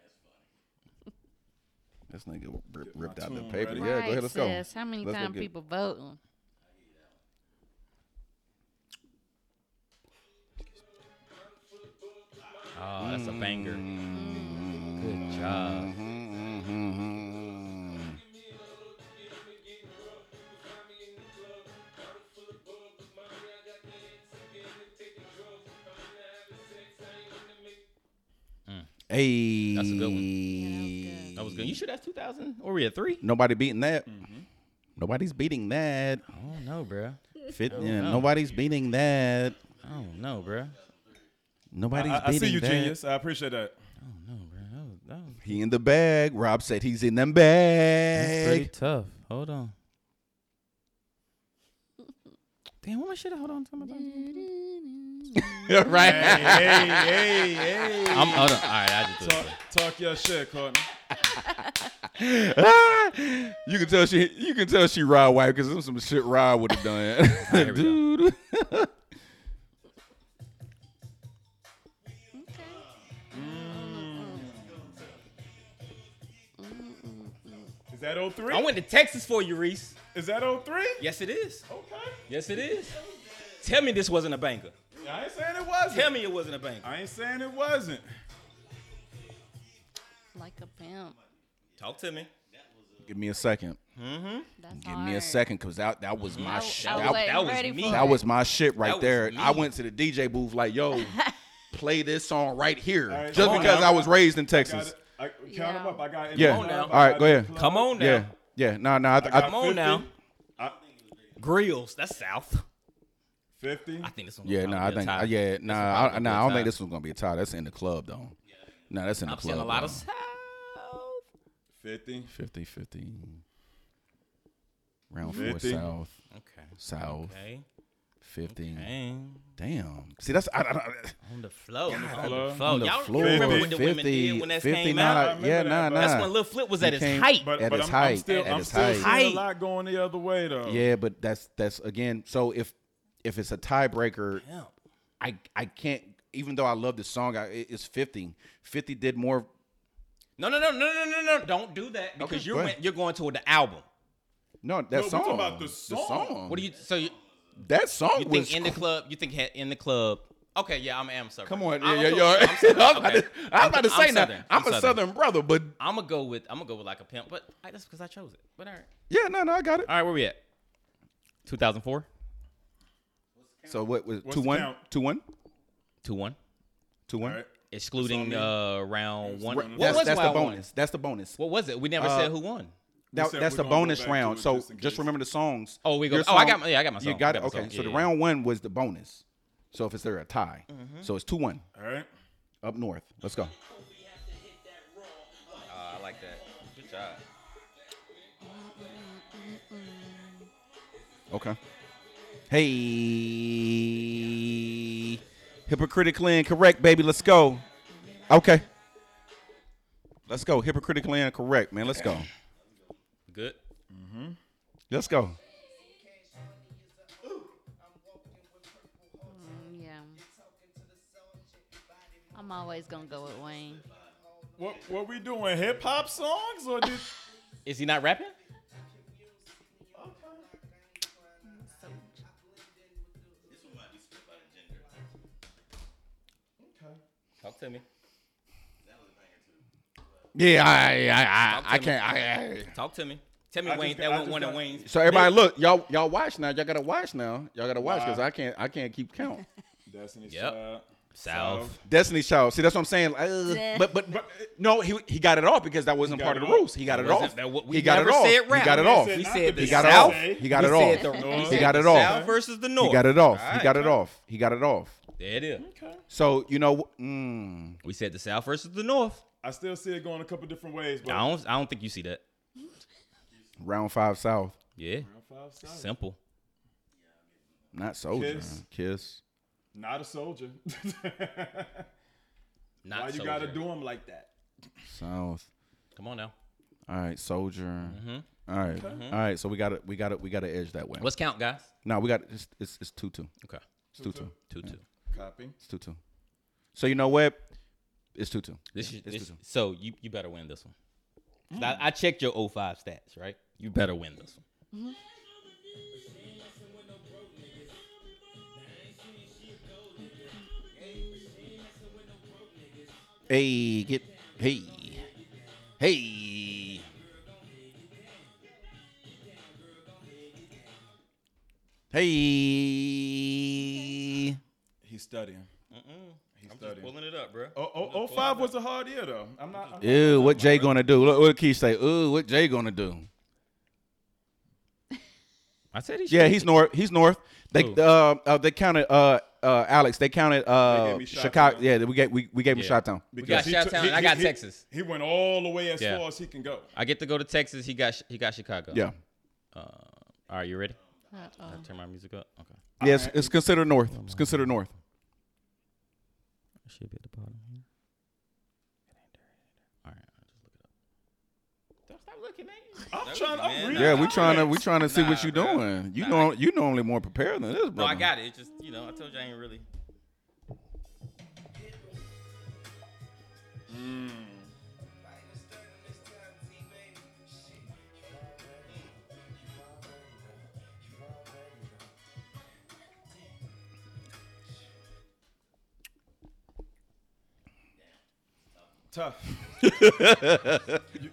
This nigga rip, ripped out the tune paper. ready. Yeah, go Right, ahead. Let's go. sis, How many Let's go times get it. people voting? Oh, that's a banger. Good job. Hmm, Bottle full of bug, with mommy, I got the hits again and taking drugs. Hey, That's a good one. Yeah, That that was good. was good. You sure that's 2000? Or we at three? Nobody beating that. Nobody's beating that. Mm-hmm. I don't know, bro. Fit, don't yeah, know. nobody's beating that. I don't know, bro. Nobody's I, I beating see you, that. genius. I appreciate that. I don't know, bro. That was, that was He in the bag. Rob said he's in them that's pretty bag. tough. Hold on. Damn, what my shit? Hold on. right. hey, hey, hey. I'm, hold on. All right, I just Talk, talk your shit, Courtney. Ah, you can tell she you can tell she Rod wife because some shit Rod would have here done. we Dude. Is that 03? I went to Texas for you, Reese. Is that 03? Yes, it is. Okay. Yes, it is. Tell me this wasn't a banger. I ain't saying it wasn't. Tell me it wasn't a banger. I ain't saying it wasn't. like a pimp. Talk to me. Give me a second. That's Give hard. me a second, cause that that was my I, shit. I That, wasn't that was ready me. for that it. was my shit right was there. I me. went to the DJ booth like, yo, play this song right here, All right, just come on because now. I was raised in Got Texas. it. I, count them Yeah. up. I got it. Yeah. Come on now. All right, I got go it. ahead. Come on now. Yeah, yeah. No, no. I, th- I, got Come on now. 50. Grills. That's South. 50. I think this one. yeah, no. I think I- yeah, nah. I, nah, I don't think this was gonna be a tie. That's in the club though. No, that's in the I'm club. seeing a lot of though. South. 50. 50 50 round 4 50. south Okay. south Okay. 50 Dang. damn see that's I, I, I- On the flow. on hello. the flow. on the Oh, Y'all floor remember what 50 the women did when that came out? I yeah remember nah that, nah bro. That's when Lil Flip was at You his can't- height. But, At but its I'm, I'm height, still, at I'm its still height. seeing Height. a lot going the other way, though. yeah but that's that's again so if if it's a tiebreaker Damn. i i can't even though i love this song I, it- it's 50 50 did more No, no, no, no, no, no, no. Don't do that because Okay, you're go went, ahead. you're going toward the album. no that No, we song talking about the song. What do you so you, that song you was think in the club? You think had in the club? Okay, yeah, I'm am southern. Come on, yeah, I'm yeah, so- yeah. I'm Southern, I was about okay. to, I was about to I'm say now, Southern, I'm, a southern brother, but I'm gonna go with I'm gonna go with like a pimp, but I, that's because I chose it. But all right, yeah, no, no, I got it. all right, where we at? 2004, So what was What's two the one, count? two one, 2 1, two All one. right. excluding That's uh, round one. That's- What That's, was that's the wild one? bonus. Uh, That's the bonus. What was it? We never said who won. That- said that's we're the gonna go bonus back to round. it So just in just, case. remember the songs. Oh, we go- Your oh, I got my- yeah, I got my You song. got I it. got my Okay. song. So the Yeah, yeah. round one was the bonus. So if it's there a tie, Mm-hmm. so it's two one All right. up north. Let's go. I like that. Good job. Mm. Okay. Hey, hypocritically incorrect, baby. Let's go. Okay. Let's go. Hypocritically incorrect, man. Let's go. Good. Let's go. Mm, yeah. I'm always gonna go with Wayne. What, what we doing? Hip hop songs? Or did. Is he not rapping? Talk to me. Yeah, I, I, I, Talk to I me. can't. I, I- Talk to me. Tell me I Wayne. just- that I was just one of got- Wayne's. So everybody, look, y'all, y'all watch now. Y'all gotta watch now. Y'all gotta watch because Wow. I can't, I can't keep count. Destiny's Yep. Child. South. Destiny's Child. See, that's what I'm saying. Uh, Yeah. but, but, but, no, he, he got it off because that wasn't He part got of it the off. rules. He got it wasn't- off. that wa- we He got it never off. He said rap. got it We off. said He not to said be the got it South. off. South. He got We it said off. the- we He said got the it off. South versus the North. He got it off. He Alright. got it off. He got it off. There it is. Okay. So you know, mm, We said the South versus the North. I still see it going a couple different ways, but. I don't. I don't think you see that. round five South, Yeah. Five South. Simple. not soldier, Kiss. kiss. kiss. Not a soldier. Not Why you soldier. gotta do them like that? South. Come on now. All right, soldier. Mm-hmm. All right, all right. So we got it. We got it. We got to edge that way. Let's count, guys. No, we got it's it's, it's two two. Okay. It's two two. Two two. Copy. It's two two. So you know what? It's two two. This is, it's this, so you you better win this one. Mm. 'Cause I, I checked your 05 stats, right? You better win this one. Hey, get hey, hey. Hey. He He's studying. He's I'm just studying. pulling it up, bro. Oh, oh, oh, five was a hard year though. I'm not. I'm Ew, what Jay gonna do? Look what Keith say. Ooh, what Jay gonna do? I said he. Yeah, he's north. He's north. They Who? uh, uh they counted uh uh Alex. They counted They uh gave me Chi-town. Chicago. Yeah, we gave we, we gave him Yeah. shot town. got he Chi-town took- and he- I got he- Texas. He went all the way as Yeah. far as he can go. I get to go to Texas. He got he got Chicago. Yeah. Uh, all right, you ready? Uh-oh. I'll turn my music up. Okay. Yes, it's, it's considered north. It's considered north. It should be at the bottom here. All right, I'll just look it up. Don't stop looking, man. I'm trying- I'm reading. Yeah, we trying to we trying to see Nah, what you bruh. doing. You Nah, know you normally more prepared than this, No, bro. I got it. It's just you know, I told you I ain't really. Tough. you,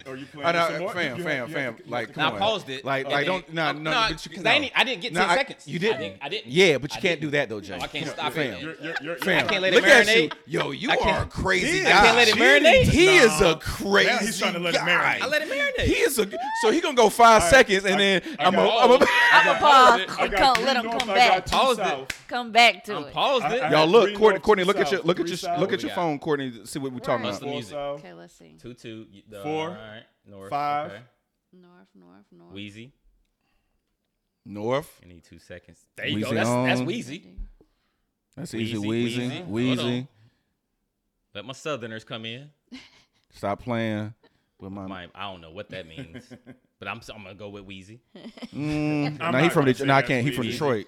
are you playing I know, some more? fam, You have- fam, you have fam. to- you Like, have to- come Now on. I paused it. Like, and like, then- don't, nah, no, no, no, but you, 'cause no. I didn't, I didn't get Nah, ten I- seconds. You didn't. I didn't. I didn't. Yeah, but you I can't do that didn't. though, Jay. No, I can't stop Fam, it. you're, you're, you're, Fam, I can't let it look at you. marinate. Yo, you I are can't- a crazy I guy. can't let it marinate. He is Nah. a crazy. Now he's trying to let it guy. marinate. I let it marinate. He is a. So he gonna go five All right, seconds and I- then I I'm a. got I'm all of a it. I'm I a got all pause. of it. I Come, got come, three let him north, come I got back. two Paused it. south. Come back to I'm it. paused I- it. I- Y'all got look, three Courtney. north, Courtney, two look at your south, look at three your south. look What at we your got? phone, Courtney. to See what we're talking What's about. the Four music? south. Okay, let's see. Two two. you- the- Four. All right. North. Five. Okay. North, north, north. Wheezy. North. You need two seconds. There you Wheezy go. That's that's on. Wheezy. That's easy. Wheezy, Wheezy. Wheezy. Hold Wheezy. on. Let my Southerners come in. Stop playing with my. My, I don't know what that means, but I'm I'm gonna go with Wheezy. Mm, I'm no, he not from gonna Detroit. say No, I that. can't. He from Wheezy. Detroit.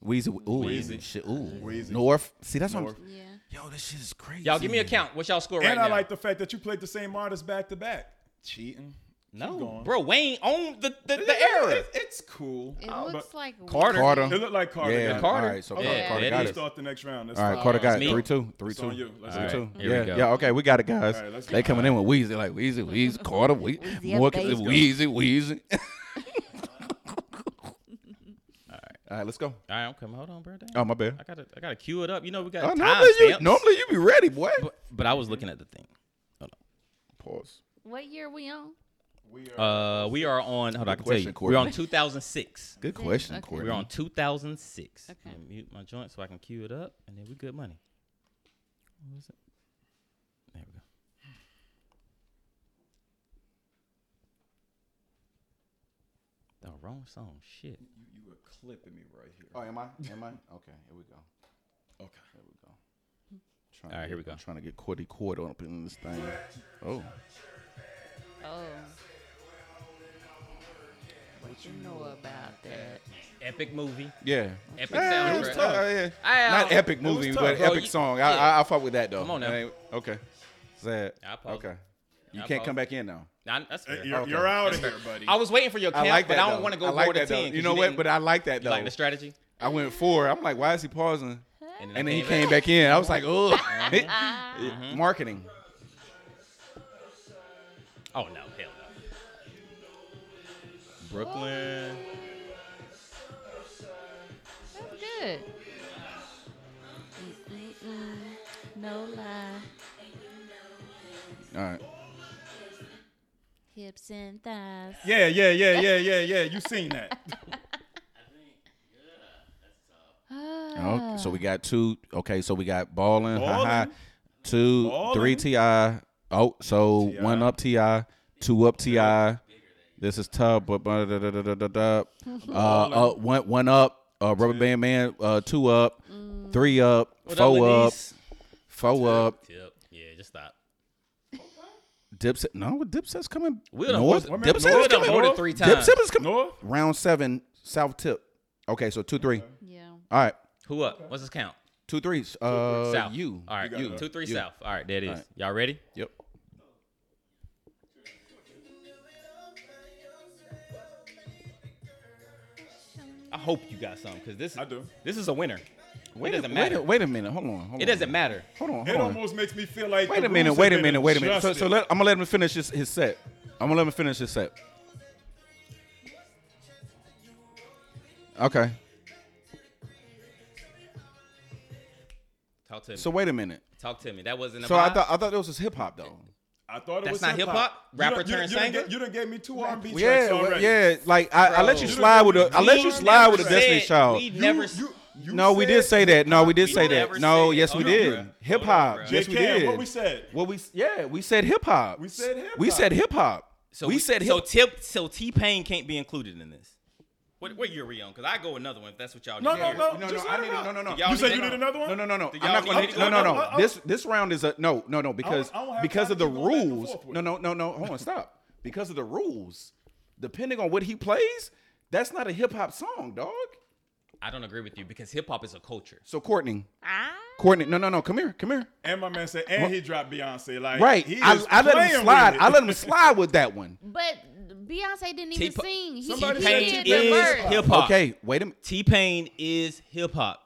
Wheezy. Ooh, Wheezy. shit. Ooh, Wheezy. North. See, that's what. North. I'm, Yeah. yo, this shit is crazy. Y'all give me a count. What's y'all score right And I now? like the fact that you played the same artist back to back. Cheating. Keep no, going. bro. Wayne owned the the, It- the it- era. it- It's cool. It Oh, looks but- like Carter. Carter. It looked like Carter. Yeah, got it. Carter? All right, so Okay. Carter, Yeah, Carter that got is. Let's it. start the next round. That's All right, fine. Carter got It's it. me. Three two, three It's two, on three you. two. Let's All go. right. Yeah, Here we go. yeah. Okay, we got it, guys. All right, let's they go. coming in with Wheezy, like Wheezy, Wheezy, Carter, Wheezy, Wheezy up, Morgan, baby. Wheezy, Wheezy. All right, all right, let's go. All right, I'm coming. Hold on, bro. Damn. Oh my bad. I gotta I gotta cue it up. You know we got Oh, time normally, you, stamps. normally you be ready, boy. but, but I was looking at the thing. Pause. What year we on? Uh, we are on. Hold on, I can tell question, you. Courtney. We're on 2006. Good question, Okay. Courtney. We're on 2006. Okay. I'm gonna mute my joint so I can cue it up, and then we good money. What was it? There we go. The wrong song. Shit. You, you were clipping me right here. Oh, am I? Am I? Okay, here we go. Okay. Here we go. Trying All right, to here get- we I'm go. trying to get Courtney Court up in this thing. Oh, Oh. What you know about that? Epic movie. yeah. Epic Yeah, it soundtrack. was tough. Oh, yeah. I- Not I- epic was movie, tough, but bro. epic You- song. yeah. I, I I fuck with that though. Come on now. That ain't- Okay. Sad. I paused. Okay. You I can't come paused. back in now. Nah, that's Hey, fair. You're, Okay. you're out of here, buddy. I was waiting for your Uh, I count, like that. but I don't though. want to go I like more than that, though. 10. 'cause You know what? didn't- But I like that you though. like the strategy. I went four. I'm like, why is he pausing? then And I then he came came back in. I was like, oh, Uh-huh. marketing. Oh no, hell no. Brooklyn. That's good. Mm-mm-mm. No lie. All right. Hips and thighs. Yeah, yeah, yeah, yeah, yeah, yeah. You seen that? Okay, Oh, so we got two. Okay, so we got balling, ha ha, Ballin'. two, three Ballin'. ti. Oh, so T.I.. one up ti, two up ti. This is tough, but da da da da da da. Uh, uh, one one up. Uh, rubber band man. Uh, two up, three up, four up, four up. Yep. Yeah, just stop. Dipset. No, Dipset's coming. We done north. voted- Dipset We is done coming. voted north. three times. Dipset is coming. North? Round seven, south tip. Okay, so two three. Yeah. All right, Who up? What's this count? two threes. Uh, South. you. All right, You you. got it. Two, three, You. South. All right, there it is. right. Y'all ready? Yep. I hope you got some because this. I do. This is a winner. Wait it a doesn't wait a- matter. Wait a minute. Hold on. Hold on. It doesn't matter. Hold on. It Hold on. almost makes me feel like. Wait the a minute. rules Wait have a been minute. Wait a minute. So, so adjusted. let, I'm gonna let him finish his, his set. I'm gonna let him finish his set. Okay. Talk to me. So wait a minute. Talk to me. That wasn't. So a I vibe? thought I thought this was hip hop though. I thought it That's was not hip-hop? You done- Rapper you done- turned you done singer? ga- You done gave me two R&B tracks yeah, well, already. yeah. Like I, I let you Bro. slide with a I let uh, you We slide with a never Destiny said- Child. We never. s- You, you no, we did say that. No, we did We say that. never No, said- yes we Hold on, did. bruh. Hip Hold hop. on, bruh. Yes we J.K., did. what we said? What we yeah we said hip hop. We said hip-hop. We said hip hop. So we, we- said so. hip. Tip. So T Pain can't be included in this. What, what year are we on? Because I go another one. If that's what y'all. No, do. no, no. no, no, just I let need it a- rock. no, no, no. Y'all You need said to you know. need another one? No, no, no, no. Do y'all I'm not need going to to. go No, no, another no. one? This this round is a no, no, no. Because I don't have because time of to the keep going back and rules. forth with No, it. no, no, no. Hold on, stop. Because of the rules, depending on what he plays, that's not a hip hop song, dog. I don't agree with you because hip hop is a culture. So Courtney, Ah. Courtney, no, no, no. Come here, come here. And my man said, and he dropped Beyonce. Like, Right. he I, is I let playing him with slide. it. I let him slide with that one. But Beyonce didn't even T-Pa- sing. He, he Somebody T-Pain said did T-Pain the is is verse. hip hop. Okay, wait a minute. T Pain is hip hop.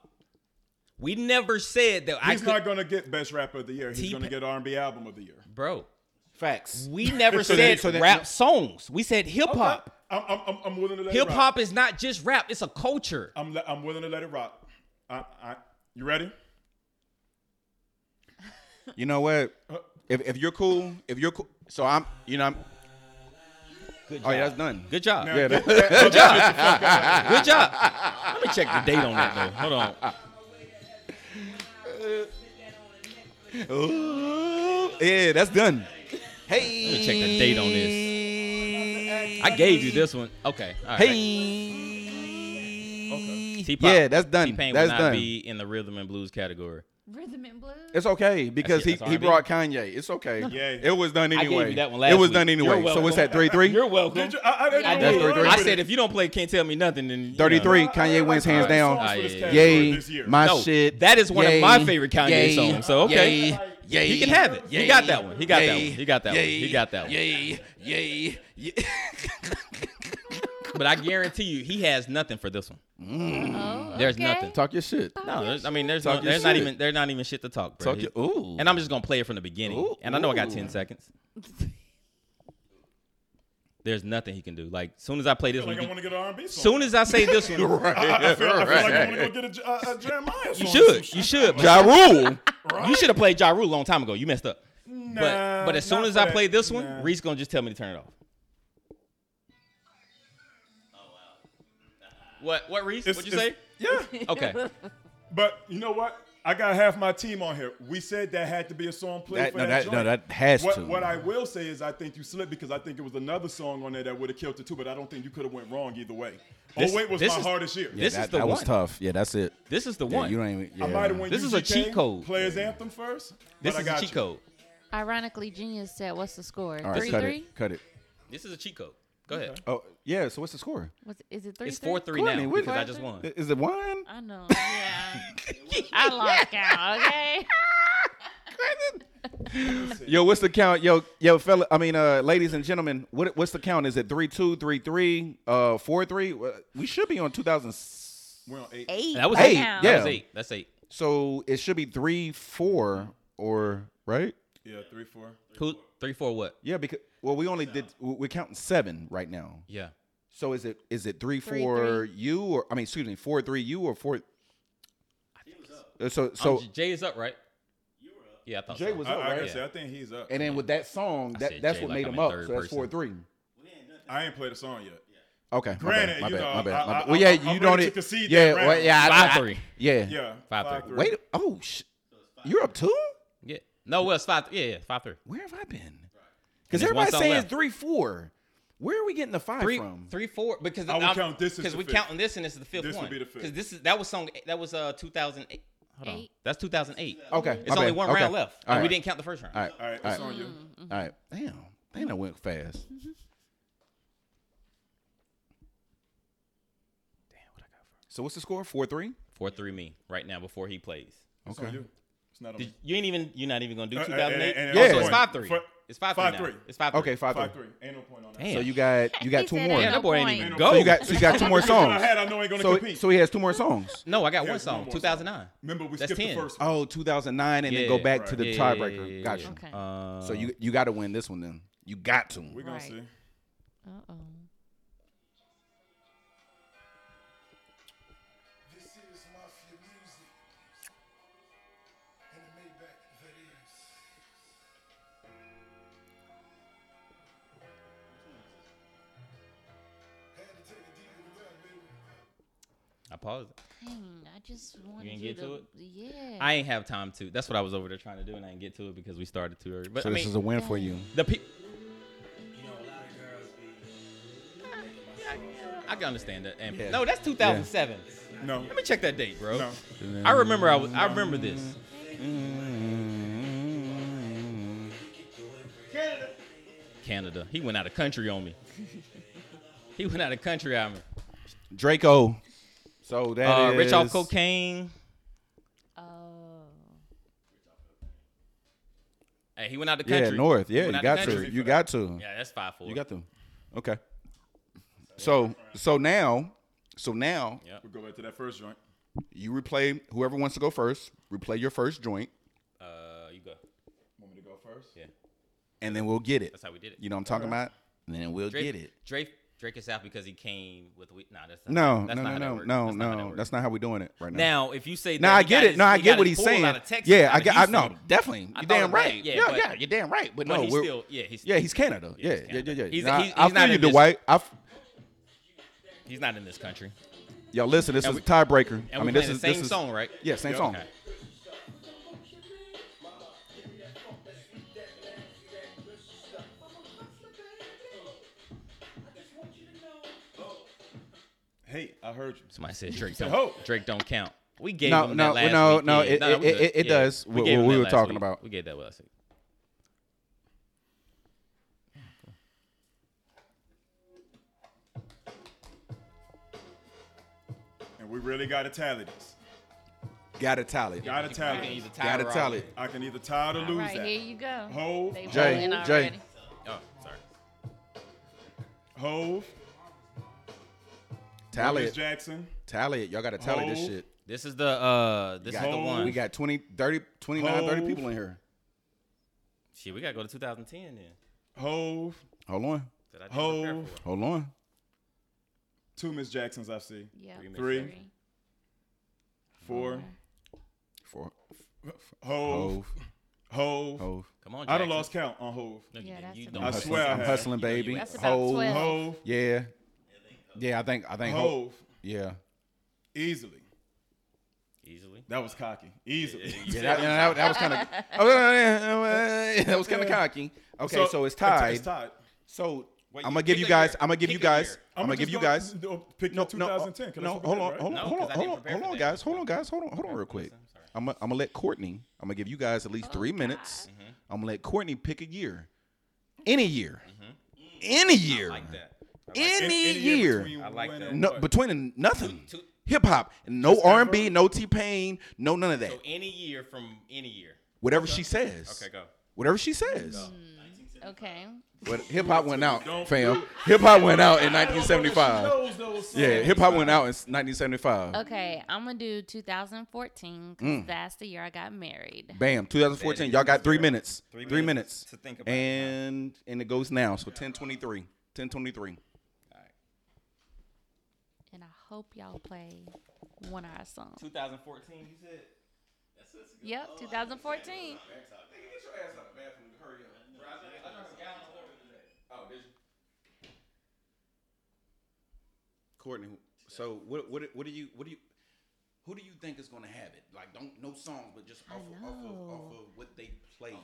We never said that. I He's could, not gonna get best rapper of the year. He's T-Pain- gonna get R&B album of the year. bro. Facts. We never So then- said so then- rap songs. We said hip hop. I'm, I'm, I'm, I'm willing to let it Hip rock. hop is not just rap. It's a culture. I'm, le- I'm willing to let it rock. I, I, you ready? You know what? If, if you're cool, if you're cool, so I'm, you know, I'm. Good job. Oh yeah, that's done. Good job. Yeah, that- Good job. Let me check the date on that though. Hold on. Ooh, yeah, that's done. Hey. me check the date on this. I gave you this one. Okay. All right. Hey. Okay. T-Pop. Yeah, that's done. T-Pain That's will not done. be in the rhythm and blues category. Rhythm and blues. It's okay because That's- he, that's he R&B. brought Kanye. It's okay. Yeah. It was done I gave anyway. you that one last It was week. done You're anyway. So welcome. it's at 3 3? You're welcome. Did you? I, I didn't I, know That's you very were good. I with said it. if you don't play Can't Tell Me Nothing, then you 33. know. Kanye wins I- I hands like down. songs for Ah, this yeah, yeah, category Yay. this year. My No, shit. that is one Yay. of my favorite Kanye Yay. songs. So okay. Yay. Yay. He can have it. He got Yay. that one. He got that Yay. one. He got that one. He Yay. got that one. Yay. Yay. Yay. But I guarantee you, he has nothing for this one. Oh, There's okay. nothing. Talk your shit. No, there's, I mean, there's Talk no, your there's not shit. even there's not even shit to talk, bro. Talk your. Ooh. and I'm just gonna play it from the beginning. Ooh, and I know I got ooh. ten seconds. There's nothing he can do. Like soon as I play this Like I one, want to get an R&B song. soon as I say this one, right. I feel, I feel like I want to right. go get a, J- uh, a, a Jeremiah song. you or some should, shit. you should, but Ja Rule. you should have played Ja Rule a long time ago. You messed up. Nah, but but as soon not as for I that. play this one, Nah. Reese gonna just tell me to turn it off. Oh, What what Reese? It's- What'd you say? it's- Yeah, Okay. but you know what? I got half my team on here. We said that had to be a song played That- for no, that. that- no, joint. that has what, to. What I will say is, I think you slipped because I think it was another song on there that would have killed it too. But I don't think you could have went wrong either way. This- oh wait, was my this is- hardest year. This is That, the that one. was tough. Yeah, that's it. This is the Yeah, one. you don't even. Yeah. I might have went. This is a UGK, cheat code. Players anthem first. This but I is a got cheat you. code. Ironically, Genius said, "What's the score? All right, three cut three? it. Cut it. This is a cheat code. Go ahead. Oh yeah. So what's the score? Was is it three? It's four three Courtney, now what- because I just won. Is it one? I know. Yeah. I lock out. Okay. Yo, what's the count? Yo, yo, fella. I mean, uh, ladies and gentlemen, what what's the count? Is it three two, three three, uh, four three? We should be on two thousand. We're on eight. Eight. That was Hey, eight. now. That yeah. was eight. That's eight. So it should be three four or right? Yeah, three, four. Who three four what? Yeah, because well, we only did we- we're counting seven right now. Yeah. So is it is it three Three, four you or I mean excuse me four three you or four? Uh, So So so Um, Jay is up, right? You were up. Yeah, I thought Jay so. was I, up, I gotta right? say, I think he's up. And then with that song, I that, said that's Jay what like made I'm him in up. third So that's person. four three. I ain't played a song yet. Okay. Granted, my you bad, know, my bad, my I- bad. I- well, yeah, I'm- you I'm don't. ready it- to concede yeah, that well, round. yeah, I- Five I- three. Yeah. Yeah, Five, five, three. three. Wait. Oh, sh- you're up two. Yeah. No, well, it's five. Yeah, yeah, five three. Where have I been? Because And there's one everybody's song saying left. three four. Where are we getting the five Three, from? three, four. Because I would I'm- count this as because the we fifth. counting this and this is the fifth This would one. be the fifth. Because this is that was song that was uh 2008. Hold on. Eight. That's 2008. Okay. It's my only bad. one Okay. round left, All and we right. didn't count the first round. All right. All right, All it's right. on you. All right. Damn. They done went fast. So what's the score? Four three. Four three me right now before he plays. It's on you. It's not on me. Did, you ain't even. You're not even gonna do Uh, uh, 2008. and- and- Yeah. Oh, so it's and- five three. for- It's five five, three. three. It's five Okay. Five Five, three. three. Ain't no point on that. Damn. So you got you got He two said more. it. Yeah, that boy ain't Ain't even no go. So you got so you got two more I songs. had, I know ain't gonna So compete. so he has two more songs. no, I got one it's one song. more song. 2009. Remember, we That's skipped 10. the first one. Oh, 2009, and then go Yeah, back to right. the Yeah, yeah, tiebreaker. yeah, yeah, yeah. gotcha. Okay. Uh, So you you got to win this one then. You got to. We're gonna Right. see. Uh oh. paused. it. Dang, I just wanted didn't you get to it? Yeah. I ain't have time to. That's what I was over there trying to do, and I didn't get to it because we started too early. But so I this mean, is a win for you. the pe- You know, a lot of girls be. I can understand that. And Yeah. no, that's 2007. No. Let me check that date, bro. No. I remember. I was. I remember this. Canada. He went out of country on me. he went out of country on me. Draco. So that Uh, is rich off cocaine. oh. Hey, he went out the Yeah, country. north. He Yeah, went you out the got to. country. You got to. Yeah, that's five four. You got to. Okay. So so now so now Yeah. We'll go back to that first joint. you replay whoever wants to go first. Replay your first joint, Uh, you go. Want me to go first? Yeah, and then we'll get it. that's how we did it. You know what I'm talking about? And then we'll Drake, get it. Drake Drake is out because he came with we. Nah, that's not, No, that's no, not no, how that no, works. no, that's Not how that no. works. That's not how we're doing it right now. Now, if you say No, that I he get got it. his- No, I he get got what his he's pull saying. Out of Texas, yeah, out I of got. I, no, Houston. definitely. I You're thought damn about that. right. Yeah, Yeah, but- yeah, you're damn right. But, But no, he's we're, still, yeah, he's yeah, still- he's Canada. Yeah, Yeah, he's yeah, yeah, Canada. yeah. He's- Nah, he's- I he's not feel you, in this- Dwight. I f- he's not in this country. Yo, listen, this And is a tiebreaker. And I we mean, playing this is the same this is, song, right? Yeah, same Okay. song. Hey, I heard you. Somebody said Drake "Ho." don't. Drake don't count. We gave No, him no, that last no, weekend. no, it- Nah, I'm it- it- good. it Yeah. does We what- gave what him we that were last talking week. about. We gave that last week. And we really got to tally this. Got to tally. Got to We tally gave this. the Got to Tyra tally. I can either tie or All lose right, that. here you go. Hove, They Jay, rolling Jay. already. out. Oh, sorry. Hove, Tally Miss it. Jackson. Tally it. Y'all got to tally this Hove. shit. This is the uh, this is Got the it. one. We got 20, 30, 29, 30 Hove. people in here. Shit, we gotta go to 2010 then. Hove, Hold on. That I didn't prepare Hove. for. Hold on. two Miss Jacksons I see. Yeah. Three minutes. Three, four, Four. Hove, Hove. Hove. Hove. Come on, I done Jackson. lost count on Hove. No, you Yeah, didn't. that's You a don't I I'm hustle. hustling, swear I I'm had- hustling, You know you baby. had- That's about Hove. 12. Hove, Yeah. Yeah, I think I think Hove. Hove, Yeah. easily. Easily. That was cocky. Easily. Yeah, that, yeah, that, that was kind of oh, yeah, yeah, yeah, that was kind of cocky. Okay, so, it's tied. It's tied. So Wait, I'm you gonna give pick you a guys. year. I'm gonna give Pick you a guys. year. I'm gonna just give you go- guys. no, Pick No, the no, 2010. 'cause no. that's what we Hold did, on, right? hold on, No, hold on, 'cause I hold didn't on, prepare hold for on, that. guys. Hold on, guys. Hold on, hold on, real Sorry. quick. I'm gonna I'm gonna let Courtney. I'm gonna give you guys at least three minutes. Mm-hmm. I'm gonna let Courtney pick a year, any year, any year, like that. any, Any- any year. between I like when that. and No, what. between and nothing. Two- two- Hip hop, no R and B, no T Pain, no none of that. So any year from any year. Whatever she says. Okay, go. Whatever she says. Okay. But hip hop went out, Don't fam. Hip hop went out in 1975. Knows those songs. Yeah, hip hop went out in 1975. Okay, I'm gonna do 2014 because that's the year I got married. Bam, 2014. Y'all got three minutes. Three, Three minutes, minutes to think about it. And and it goes now. So 10:23. 10:23. And I hope y'all play one of our songs. 2014. You said. Yep, 2014. Courtney, so what what what do you what do you who do you think is gonna have it? Like don't no songs, but just I off of, off of, know. off of what they played.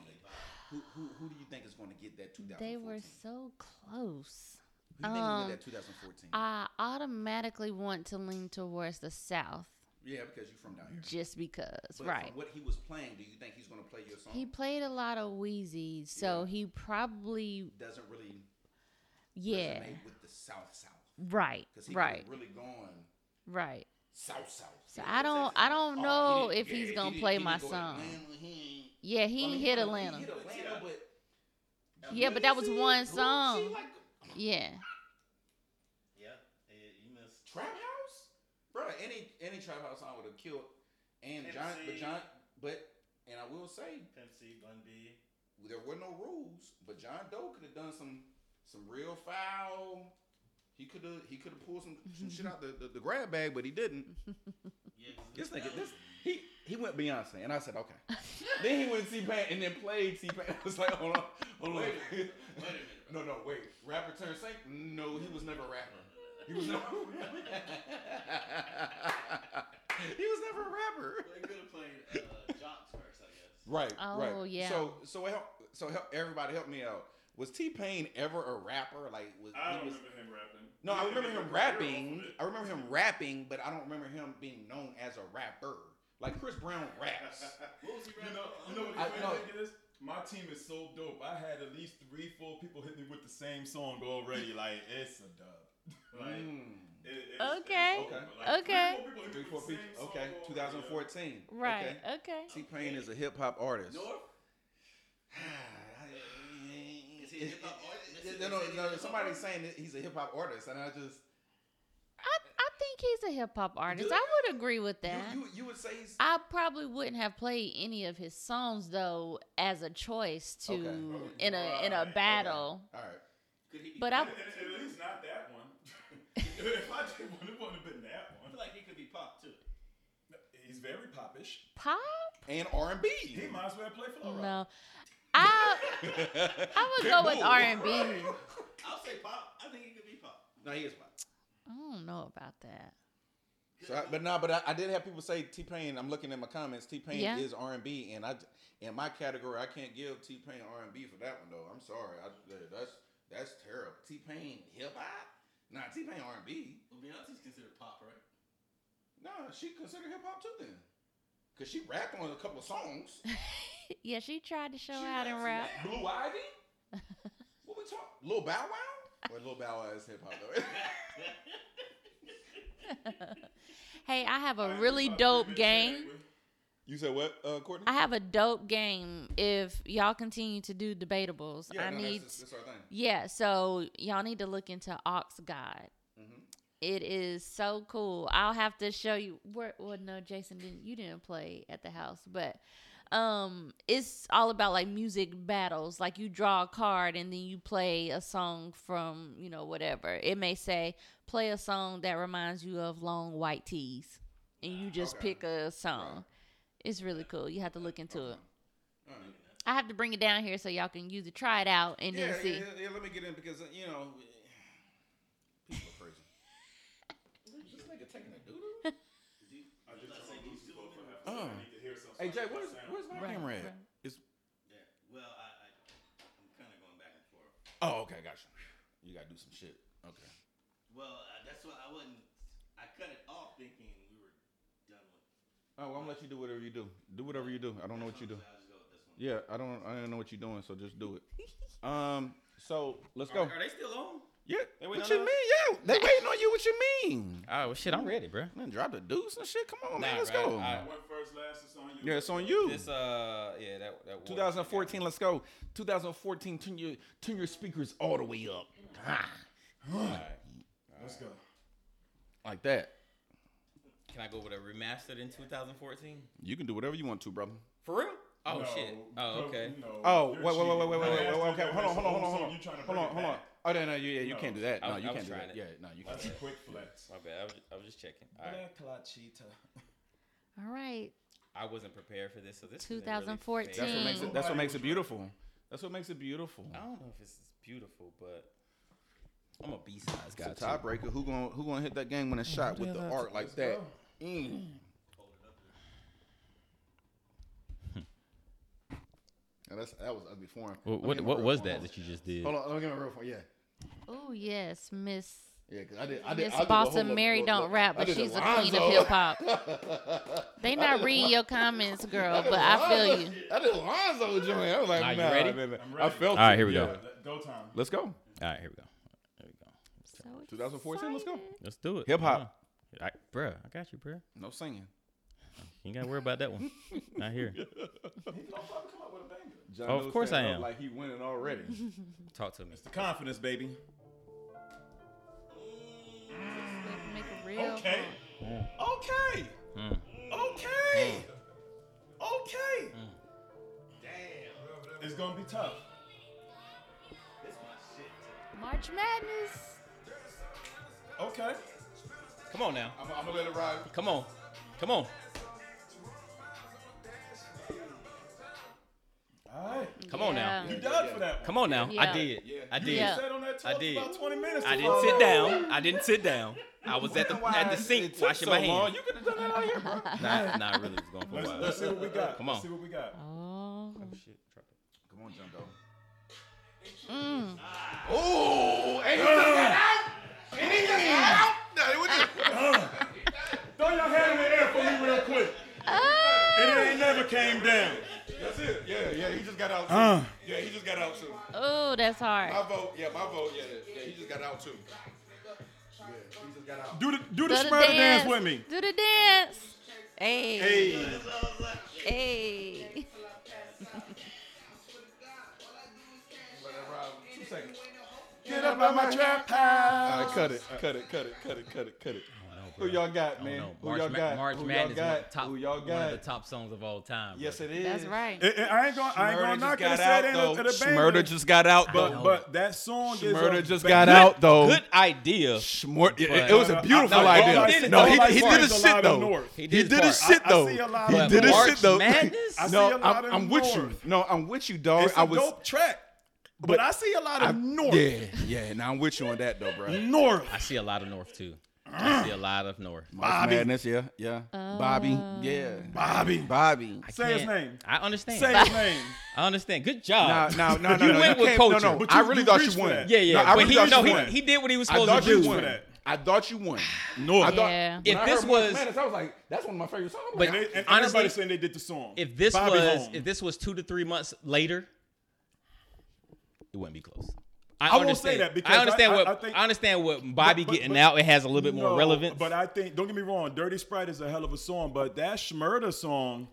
Who, who who do you think is gonna get that 2014? They were so close. who do you think is gonna um, get that 2014? I automatically want to lean towards the South yeah, because you're from down here. just because, But right? From what he was playing, do you think he's gonna play your song? He played a lot of Wheezy, so he probably doesn't really yeah, resonate with the South South right, because he could've right, really gone right. South South. So I don't, I don't know if he's gonna play my song. Yeah, he ain't hit Atlanta. Yeah, but that was one song. Yeah, Yeah, it, you missed. Trap House, bro. Any any Trap House song would have killed. And John, but John, but and I will say Pimp C, Bun B. there were no rules, but John Doe could have done some some real foul. He could have he could have pulled some, some shit out the, the, the grab bag, but he didn't. Yeah, 'cause This that nigga, was- this he he went Beyonce, and I said okay. then he went T Pain and then played T Pain. I was like, hold on, hold on. Wait a minute, wait a minute. no, no, wait. Rapper turned saint? No, he was never a rapper. He was never a rapper. he was never a rapper. They could have played uh, Jocks first, I guess. Right. Oh, right. yeah. So so help so help everybody help me out. Was T Pain ever a rapper? Like was I he don't was, remember him rapping. No, He I didn't remember make him a career off of rapping. it. I remember him rapping, but I don't remember him being known as a rapper. Like Chris Brown raps. What was he You rapping know, about? you know what I- the funny no. thing is? My team is so dope. I had at least three, four people hit me with the same song already. Like it's a dub. Like Mm. it- it's- Okay. it's over. Okay. Three, Like, four people. Okay, 2014. Right. Okay. Okay. T Pain is a hip hop artist. North? Is Is he a hip-hop artist? No, no, Is he a no, hip-hop Somebody's artist? saying that he's a hip hop artist, and I just I, I think he's a hip hop artist. Do- I would agree with that. you, you you would say he's I probably wouldn't have played any of his songs though as a choice to Okay. in a in a Right, battle. all right. Could he be? But I I At, at- at least not that one. if I did one, it wouldn't have been that feel one. like he could be pop too. He's very popish. pop And R and B. He might as well play Flow Rider. no. I I would go with R and B. I'll say pop. I think he could be pop. No, he is pop. I don't know about that. So, I, but no, but I, I did have people say T Pain. I'm looking at my comments. T Pain Yeah. is R and B, and I in my category I can't give T Pain R and B for that one though. I'm sorry, I, that's that's terrible. T Pain hip hop? Nah, T Pain R and B. Well, Beyonce's considered pop, right? Nah, she considered hip hop too then, cause she rapped on a couple of songs. Yeah, she tried to show out and rap. Blue Ivy. what we talking? Lil Bow Wow? Or Lil Bow Wow is hip hop though. Hey, I have a I really think my dope favorite is game. Drake. you said what, uh, Courtney? I have a dope game if y'all continue to do debatables. yeah, I no, need that's, that's our thing. Yeah, so y'all need to look into Ox God. Mm-hmm. It is so cool. I'll have to show you. Where, well, no, Jason didn't. You didn't play at the house, but um, it's all about like music battles. Like you draw a card and then you play a song from you know whatever. It may say play a song that reminds you of long white tees, and you just Okay. pick a song. It's really cool. You have to look into it. All right. I have to bring it down here so y'all can use it, try it out, and Yeah, then see. yeah, yeah, yeah, let me get in because uh, you know people are crazy. Is this nigga taking a doo-doo? I just told him to vote for him. Oh. I need to hear some Hey Jay, stuff where's about where's my Right, camera at? right. It's Yeah. Well, I, I I'm kind of going back and forth. oh okay, gotcha. You gotta do some shit. Okay. Well, uh, that's why I wasn't. I cut it off thinking we were done with. Oh, well, I'm gonna let you do whatever you do. Do whatever you do. I don't know what you do. So I'll just go with this one. Yeah, I don't. I don't know what you're doing, so just do it. Um. So let's go. Are they still on? Yeah. They waiting What you on us? mean? Yeah. They waiting on you. What you mean? Oh shit, I'm ready, bro. Man, drop the deuce and shit. Come on, man. Nah, Let's right, go. I- One first, last, it's on you. yeah, it's on you. This uh yeah that that. water shit got 2014, me. let's go. 2014, turn your turn your speakers all the way up. Ah, Alright. Let's go. like that. Can I go with a remastered in 2014? You can do whatever you want to, brother. For real? Oh No, shit. Oh no, okay. no, Oh, wait, you're wait, wait, wait, wait, wait, cheating. wait, I wait, asked okay. you Hold on, hold on, if it's hold on, old hold song, you on. trying to Hold bring on, it hold on. back. Oh, no, no, yeah, you No. can't do that. I No, was- you I was can't do trying that. it. Yeah, no, you That's a can't. quick flex. My bad. I was, I was just checking. All right. All right. I wasn't prepared for this, so this is a really 2014. fake- That's what makes it. That's what Nobody makes was it beautiful. That's what makes it beautiful. I don't know if this is beautiful, but I'm a B size guy. It's too. a tiebreaker. Who gonna who gonna hit that game when a shot with the art like that? Mm. Now that's, that was ugly form. What what, what was that that you just did? Hold on, let me get my real phone. Yeah. Oh yes, Miss Yeah, 'cause I did. I did. I Miss did a whole Bossa lot- Mary lot- don't lot- rap, I but did she's a queen Lonzo. of hip hop. They not reading your comments, girl, but I feel you. I did Lonzo joint. I was like, Nah, you nah, ready? baby. I'm I ready. felt. All right, it. here we Yeah. go. Let- Go time. Let's go. All right, here we go. There we go. So 2014. Let's go. excited. Let's do it. Hip hop. Come on. I, bruh, I got you, bruh. No singing. You ain't gotta worry about that one. Not here. Don't fucking come up with a banger. John of Doe course stand I up am. Like he winning already. Talk to me. It's the confidence, baby. Let's Make a real Okay. one. Okay. Mm. Okay. Hmm. Okay. Damn. It's gonna be tough. March Madness. Okay. Come on now. I'm, I'm gonna let it ride. Come on. Come on. All right. Come on now. You Yeah. dug for that one. Come on now. Yeah. I did. Yeah. I You did. Yeah. sat on that that talk I did. about 20 minutes. I to didn't find sit out. down. I didn't sit down. I was at the Why at the it sink took washing so my long? hands. You could have done that out here, bro. Nah, nah, I really was going for Let's, a while. let's see what we got. Come Let's on. see what we got. Oh. Come on, John Doe. Throw your hand in the air for me real quick. And it ain't never came down. That's it. Yeah, yeah. He just got out too. Uh. Yeah, he just got out too. Oh, that's My hard. vote. Yeah, my vote. Yeah, yeah. He just got out too. Yeah, he just got out. Do the do the Do the smurder dance. with me. Do the dance. Hey. Hey. Hey. Two seconds. Get up out my trap All house. right, cut it. Cut it. Cut it. Cut it. Cut it. Cut it. Who y'all got, man? No, Who y'all Ma- got? March Who y'all Madness one of the got? top Who y'all one of got? the top songs of all time. Yes, brother. it is. That's right. It- it- I ain't gonna I ain't gonna Smurda knock just it. I got said out it ain't a- though. it a band. Smurda just got out But though. but that song is. Smurda a just ba- got out though. Good idea. Smart. It, But- it was No, a no, beautiful I- no, all I idea. said- No, all he, I he said did his is a shit lot of though. north. He He did did his his shit part. I- I though. see a lot He of did his March shit though. Madness? I see a No, lot I'm, of I'm with you. north. No, I'm with you, dog. It's I a was. dope track. But, I see a lot of I- north. Yeah, yeah. And I'm with you on that though, bro. North. I see a lot of North too. I see a lot of North. Bobby. Madness, yeah, yeah. Bobby, yeah. Bobby. Bobby. I Say his can't- name. I understand. Say his name. I understand. Good No, job. no, no, no. You no, went with can't- culture. No, no. But I you- really you thought reached you for won. that. Yeah, yeah. No, I but really he, thought no, you he, won. he did what he was I supposed thought to you do. for won. that. I thought you won. North. I thought. Yeah. when If I this heard March was- Madness, I was like, that's one of my favorite songs. I'm But like, And, and Honestly, everybody saying they did the song. If this Bobby was Home. if this was two to three months later, it wouldn't be close. I, I understand. won't say that because I understand I- I- what I think- I understand what Bobby but- getting but- out. It has a little bit more No, relevance. But I think, don't get me wrong, Dirty Sprite is a hell of a song, but that Schmurda song,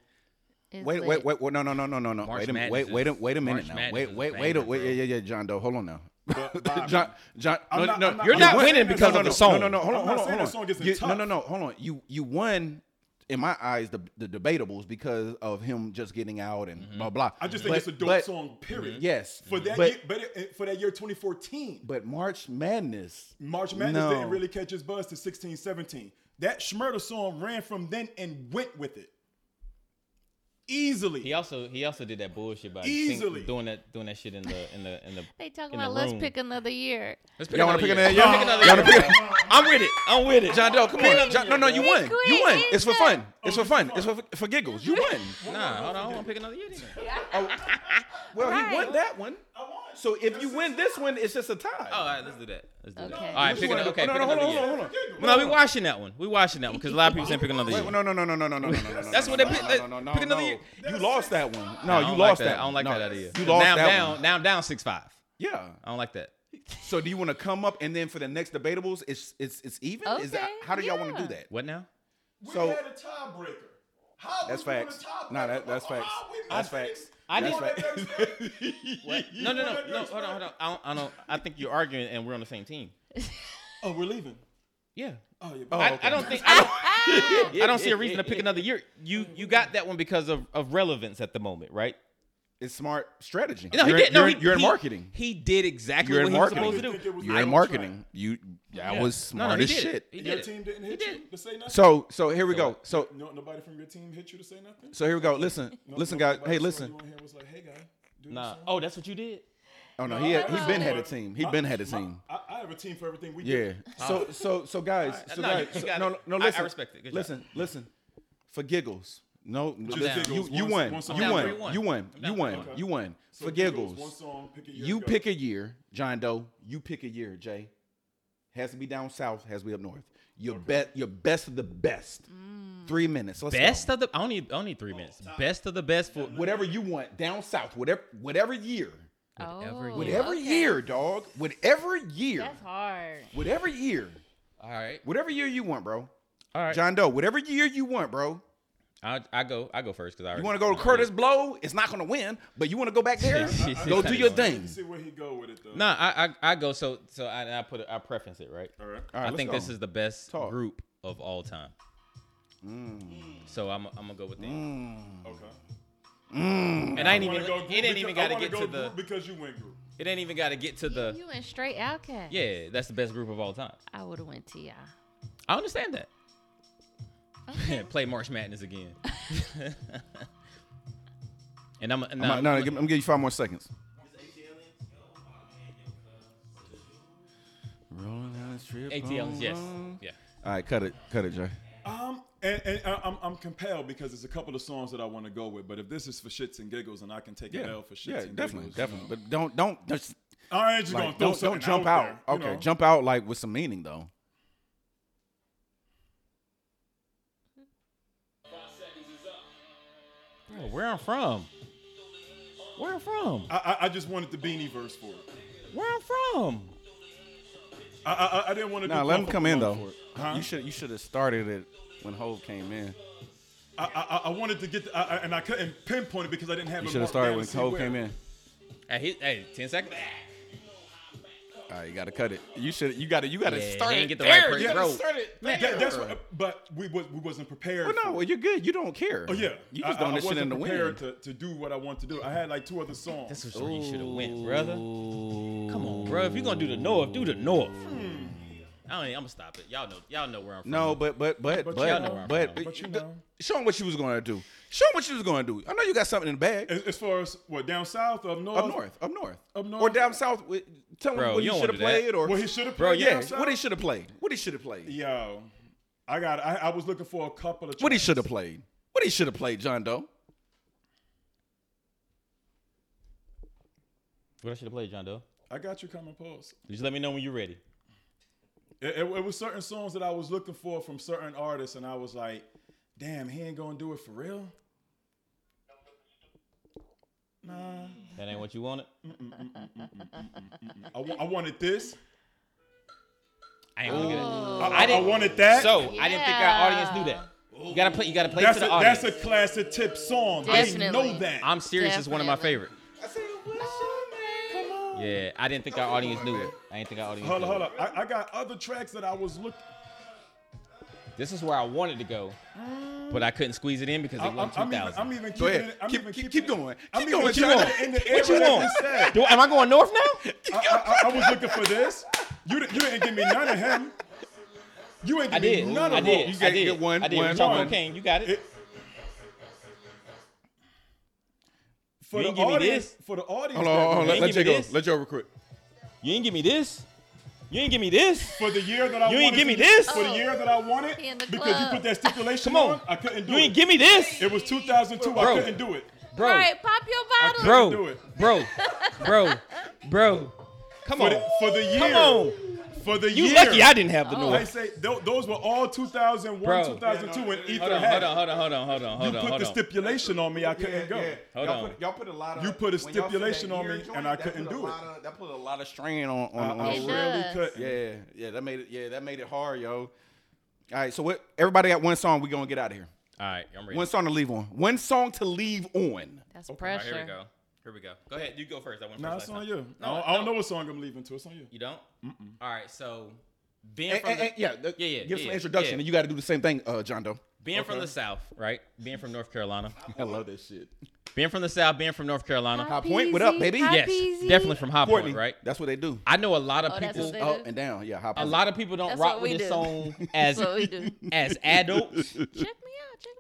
It's Wait, lit. wait, wait, wait, no, no, no, no, no, no. March Wait a minute, Madness wait, wait, a, is- wait a minute March now. Madness Wait, is a wait, wait, a, banger, wait, bro. yeah, yeah, yeah, John Doe, hold on now. Bobby. John, John, I'm no, not- no, I'm not- you I'm not won saying that because song of the is song. tough. No, no, hold on, hold I'm not on, saying hold on. that song isn't you, No, tough. no, no, hold on. You you won. In my eyes, the, the debatables because of him just getting out and blah blah. I just think But- it's a dope but- song, period. Yes, For that, but year, but it, for that year 2014, but March Madness, March Madness no. didn't really catch his buzz to 16, 17. That Schmurda song ran from then and went with it. Easily. he also he also did that bullshit by Easily. sing- doing that doing that shit in the in the in the. They talking in the about let's room. pick another year. Let's Y'all wanna another pick year. another year? Y'all wanna year. pick I'm with it. I'm with it. John Doe, come on. John, no, no, you won. You won. quit. It's for fun. It's for fun. It's for, for giggles. You won. Nah, hold on. I want to pick another year. Then. Well, he Right. won that one. So if you win this one, it's just a tie. Oh, all right, let's do that. Let's do that. Okay. All right, Which pick one? another. Oh, Okay, Oh, no, pick no, no, hold another on, year. hold on, hold No, we watching that one. We watching that one because a lot of people saying pick another year. on. Wait, no, no, no, no, no, no, no, no, no, no. That's no, what no, they pick- no, they- No, no, no, pick another no. year. You lost that one. I No, don't you like lost that. that. I don't like No, that idea. You lost now, that down, one. now I'm down six five. Yeah. I don't like that. So do you want to come up and then for the next debatables, it's it's it's even? Is that Okay, how do y'all want to yeah. do that? What now? we so- had a tiebreaker. How That's we won a facts. tiebreaker? No, that- that's How facts. we won That's that- facts. I we didn't- won that next round. No, no, no, no. Hold on, hold on. I don't, I don't. I think you're arguing, and we're on the same team. Oh, we're leaving. Yeah. Oh, yeah. I, I don't think. I don't, I don't see a reason to pick another year. You you got that one because of, of relevance at the moment, right? It's smart strategy. No, he You're- did. No, you're- he- You're in he- marketing. He did exactly You're what in he was supposed marketing. to do. was You're in on marketing. You that was No, no, smart he as did it. shit. He Your did team it. didn't hit you to say nothing? So so here we go. So No, nobody from your team hit you to say nothing? so here we go. Listen, No- listen, no- guys. nobody Hey, saw listen. you on here was like, hey, guy, do this Nah. song?" Oh, that's what you did. Oh no, he had, he been I- had a team. He I- been had a my- team. I, I have a team for everything we Yeah. do. So so so guys, so No, you- guys, you so- got no it. no no, I- I listen. respect it. Good job. listen, listen. For giggles. No, no, Just listen, giggles. you you One- won. one song. You I'm down won. three one. You won. I'm down You three wone. one. You won. So For giggles, One giggles. song, pick a year You to go. pick a year, John Doe. You pick a year, Jay. Has to be down south. Has to be up north. Your bet. Your best of the best. Mm. Three minutes. Let's go. Best of the. I don't need. I don't need three minutes. Best of the best for. whatever you want down south. Whatever. Whatever year. Whatever Oh, year. Whatever okay. year, dog. Whatever year. That's hard. Whatever year. All right. Whatever year you want, bro. All right. John Doe. Whatever year you want, bro. I, I go. I go first because I. You already- want to go to Curtis Blow? It's not gonna win, but you want to go back there? go do your thing. See where he go with it though. Nah, I I, I go so so I, I put it- I preference it right. All right. All right, I let's think go. this is the best Talk. group of all time. So I'm I'm gonna go with that. Okay. And I ain't Wanna even go group it ain't because- even I gotta wanna get go to the group because you went group. it ain't even gotta get to the You and straight outcast. yeah that's the best group of all time. I would have went to y'all. I understand that. Play March Madness again. and I'm nah, I'm, no, no, give- I'm gonna give you five more seconds. Strip ATL, yes, on. yeah. All right, cut it, cut it, Jay. Um, and, and I- I'm, I'm compelled because there's a couple of songs that I want to go with, but if this is for shits and giggles and I can take Yeah, an L for shits yeah, and definitely, giggles, definitely. But don't, don't, just, All right, just like, gonna throw don't, something don't jump out. out. there, you okay, know? jump out like with some meaning though. Bro, where I'm from? Where I'm from? I, I, I just wanted the beanie verse for it. Where I'm from? I, I, I- I didn't want to. Nah, do let him Puff come in Alone though. for it. Huh? You should, you should have started it when Hove came in. I, I, I wanted to get, the, I, I- and I couldn't pinpoint it because I didn't have. You it should have marked started down when to see Hove where. came in. Hey, he- hey, ten seconds. All right, you gotta cut it. You should, you gotta, you gotta Yeah, start he it. ain't get the there. right you per- gotta bro. start it. Man, there. Yeah, that's what, but we was we wasn't prepared. Well, no, for well, it. you're good. You don't care. oh yeah, you just I- I, throwing I this shit wasn't in the prepared wind. to, to do what I wanted to do. I had like two other songs. This was where you should have went, brother. Come on, bro. If you're gonna do the north, do the north. Hmm. I don't. I'm gonna stop it. Y'all know. Y'all know where I'm from. No, but but but but But but, you know. But you know. show him what you was gonna do. Show him what you was gonna do. I know you got something in the bag. as, as far as what down south, up north, up north, Oh, up north, Up north? or down south. with- Tell Bro, him what you he don't should have wanna do that. played, or Oh, Well, he should have. Bro, yeah, yeah, what he should have played, what he should have played, Yo, I got. I, I was looking for a couple of. what he tracks. should have played, what he should have played, John Doe. What I should have played, John Doe. I got you coming, pause. Just let me know when you're ready. It, it, it was certain songs that I was looking for from certain artists, and I was like, "Damn, he ain't gonna do it for real." Nah, That ain't what you wanted. I, wa- I wanted this. I ain't looking at I, Oh. I, I didn't- wanted that. it. So I didn't think our audience knew that. You gotta play. You gotta play that's to a, the audience. that's a classic tip song. I Definitely. didn't know that. I'm serious. It's one of my Definitely. favorite. Yeah, I didn't think our audience knew it. I didn't think our audience. hold knew up, hold it. up. I, I got other tracks that I was looking. This is where I wanted to go, but I couldn't squeeze it in because Mm. I- it I'm, wasn't I'm 2000. even. I'm even Go keeping ahead, it. I'm keep, even keep, keeping keep it- going, I'm keep even going, keeping John. it in the what you era that want? we said. Do, am I going north now? I, I- I was looking for this. You, di- you didn't give me none of him. You ain't I give me did. none I of did. You them. gotta I did. get one- I did. one- We're talking one. cocaine. You got it. It- For You the ain't give me audience, this? for the audience, Hold that on, hold You on. ain't Let give Jay me go. this? Let Joe recruit. You ain't give me this. You ain't give me this. for the year that I You ain't wanted give me to- this? for the year that I wanted He in the because club. you put that stipulation Come on. I couldn't do You ain't it. give me this, it was 2002. Bro. I couldn't do it. bro. All right, pop your bottle. do Bro, it. bro, bro, bro. Come For on. the, for the year, Come on. for the You year. Oh, lucky I didn't have the I north. say tho- those were all 2001, Bro. 2002 when Ether Hold on, hold had. on, hold on, hold on, hold on, it. hold you on, put hold the on. stipulation on me. I couldn't go. Hold y'all on. Put, y'all put a lot of. You put a when y'all said stipulation that on year me, joint, and I that couldn't put a do it. lot of- That put a lot Lot of strain on I, on. I on It the- really does. couldn't. yeah, yeah. That made it. Yeah, that made it hard, yo. All right, so what? Everybody got one song. We gonna get out of here. All right, I'm ready. One song to leave on. One song to leave on. That's All right, pressure. here we go. Here we go. Go ahead. You go first. I went Nah, first. it's last on time. you. No, I, don't, I don't no. know what song I'm leaving to. It's on you. You don't? All right, so being And, from and- the, and- yeah, th- yeah, yeah, Give yeah, some introduction, yeah. and you got to do the same thing, uh, John Doe. being from the South, right? Being from North Carolina. I love that shit. Being from the South, being from North Carolina. High Point, what up, peasy, baby? high yes, peasy. definitely from High Courtney, Point, right? That's what they do. I know a lot of Oh, that's people. what they Up do. and down, yeah. High A point. lot of people don't That's rock what with we this do. song as That's what we do. as adults. Check me out. Check me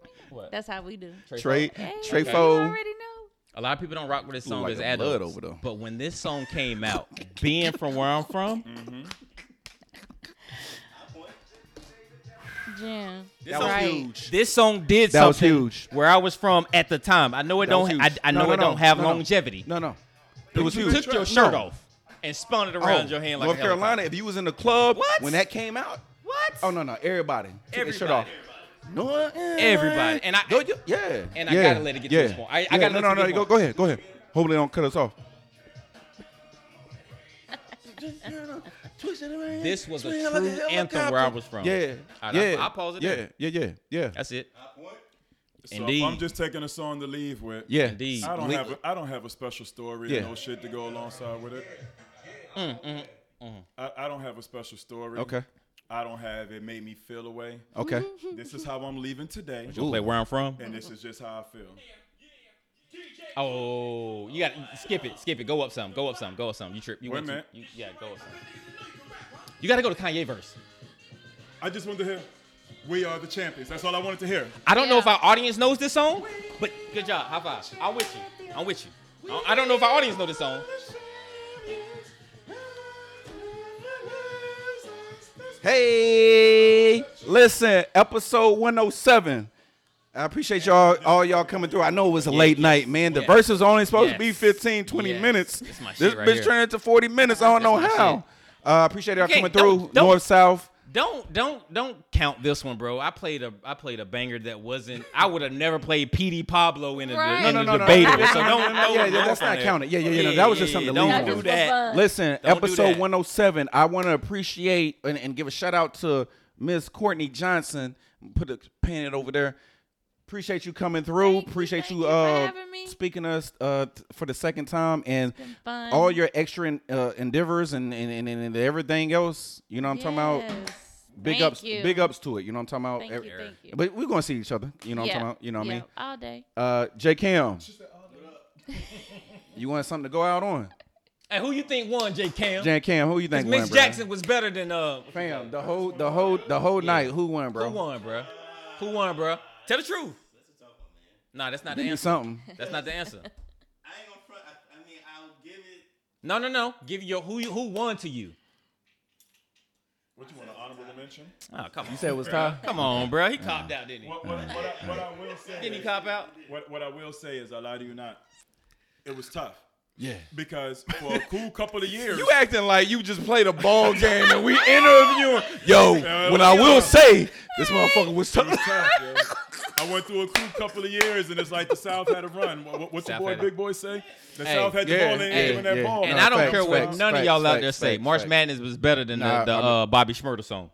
out. What? That's how we do. Trey, Hey, Trey you Foe. already know. A lot of people don't rock with this Look song like as a blood adults. over there. But when this song came out, being from where I'm from, Mm. Jam. That was right. huge. this song did That was something huge. where I was from at the time. I know it That was don't. I, huge. I No, know no, it no, don't have no, no. longevity. No, no. It was you huge. took your shirt No. off and spun it around Oh, your hand like North a helicopter. Carolina. If you was in the club What? when that came out, What? oh no, no, everybody, took their shirt Everybody. off. No, uh, Everybody. And I- go, you- yeah, and I yeah, gotta let it get to yeah, this point. I- I yeah. gotta no, let no, it no. get Go, one. go ahead, go ahead. Hopefully, they don't cut us off. This was a true anthem where I was from. Yeah, All right, yeah. I'll- I'll pause it Yeah, there. yeah, yeah, yeah, That's it. So Indeed. if I'm just taking a song to leave with. yeah. Indeed. I don't We- have a, I don't have a special story Yeah. and no shit to go alongside with it. I, I don't have a special story. Okay. I don't have it made me feel away. Okay. This is how I'm leaving today, You'll play where I'm from. and this is just how I feel. Oh, you got skip it, skip it. Go up some, go up some, go up some. You trip. You Wait a went too- minute. you, yeah, go up some. You got to go to Kanye verse. I just wanted to hear, "We are the champions." That's all I wanted to hear. I don't know Yeah. if our audience knows this song, but good job. High five. I'm with you. I'm with you. I- I don't know if our audience know this song. Hey, listen, episode 107. I appreciate y'all, all y'all coming through. I know it was a late night, man. The yes. verse is only supposed to be Yes. 15, 20 Yes. minutes. That's my this shit right bitch here. turned into 40 minutes. I don't know That's my how. Uh, appreciate y'all Okay, coming don't- through, don't- north, south. Don't don't don't count this one, bro. I played a I played a banger that wasn't. I would have never played PD Pablo in a, Right. in No, a no, no, no, debater. no, no, so no, don't, no, no, don't yeah, yeah, go that's from not there. counted. Yeah, yeah, yeah, no, that was just something to lean Don't on. do that. Listen, Don't do episode that. 107. I want to appreciate and, and give a shout out to Miss Courtney Johnson. Put a pin it over there. Appreciate you coming through. Thank you, appreciate thank you, you for uh, having me. speaking to us uh, t- for the second time and fun. all your extra en- uh, endeavors and, and, and, and everything else. You know what I'm talking about? Yes. Big Thank ups, you. big ups to it. You know what I'm talking about? Thank Every- you, thank you. But we're gonna see each other. You know what Yeah, I'm talking about? You know what yeah, I mean? All day. Uh, J Cam, you want something to go out on? Hey, who you think won, J Cam? J Cam, who you think? won, Miss bro? Jackson was better than uh. Fam, the whole the whole the whole night. Who won, bro? Who won, bro? Who won, bro? Tell the truth. Nah, that's not the Give me answer. something. That's not the answer. I ain't gonna front. I, I mean, I'll give it. No, no, no. Give your who you, who won to you. What you want an honorable mention? Oh, come on. You said it was Ty? Come on, bro. He copped out, didn't he? What, what, what, I, what I will say. Didn't he is- cop out? What, what I will say is, I lie to you not. It was tough Yeah. because for a cool couple of years, You acting like you just played a ball game and we interviewing. Yo, when I will say this motherfucker was tough. tough, yo. I went through a cool couple of years, and it's like the South had a run. What, what's South the boy, had a- Big Boy, say? The Hey, South had the yeah, ball, and yeah, they ain't that yeah. ball. And No, I don't facts, care what facts, none of facts, y'all out facts, there say. facts, March facts. Madness was better than Nah, the, the I'm- uh, Bobby Schmurter song.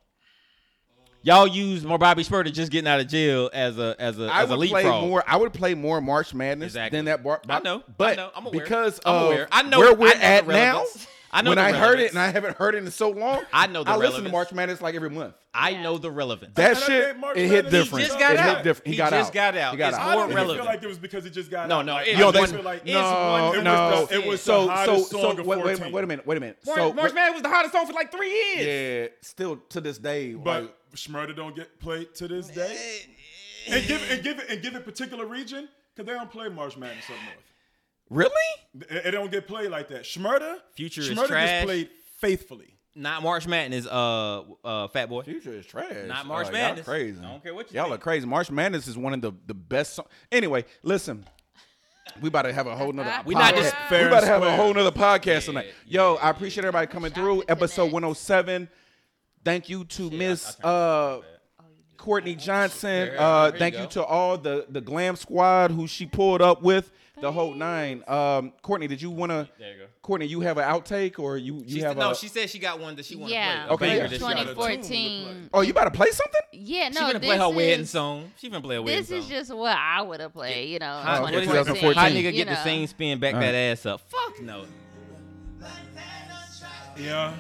Y'all use more Bobby Schmurter just getting out of jail as a as a I as a would play leapfrog. more. I would play more March Madness Exactly. than that. Bar, I know, I but know, I'm aware, because I'm of aware. I know- where I we're know the at now. relevance. I know when the I heard it relevance. and I haven't heard it in so long. I know the I listen to relevance. March Madness like every month. I know the relevance. That that shit ain't March it hit Madness. He different. just got it hit out. different. He, He got just out. got out. He got It's out. I more don't even relevant. feel like it was because he just got No, out. no, Like, it I Yo, was just that's one- feel like it's one no, different no. song. It was the so, so, hottest so, song of wait, wait, 14. wait a minute, wait a minute. March, so, March Madness was the hottest song for like three years. yeah, still to this day, But like, Schmurda don't get played to this day. and give and give it and give it particular region because they don't play Marsh Madness up north. Really? It, it don't get played like that. Schmurda, Future is Schmurda trash. gets played faithfully. Not March Madness. Uh, uh, Fat Boy. Future is trash. Uh, Not March y'all Madness. crazy. I don't care what you Y'all are think. crazy. March Madness is one of the, the best. So- anyway, listen. We about to have a whole nother. We not podcast. just- we Fair about to and have a square. whole nother podcast tonight. Yo, I appreciate everybody coming through. Shout out to Episode Connect. one hundred and seven. Thank you to Miss uh, Oh, Courtney Johnson. Oh, There, Uh, there you thank you go. to all the the glam squad who she pulled up with. The whole nine. Um, Courtney, did you want to? There you go. Courtney, you have an outtake or you you She have said, no, a? she said she got one that she wanted Yeah. to Okay, play. A yeah. banger that she wanted to play. She got a tune 2014. Oh, you about to play something? Yeah, She no. gonna this play her is, wedding song. She gonna play her wedding This song. is just what I would have played, you know. Hot, Oh, what okay, is it? 2014. Hot nigga you get the know. same spin, back All that right. ass up. Fuck no. Yeah,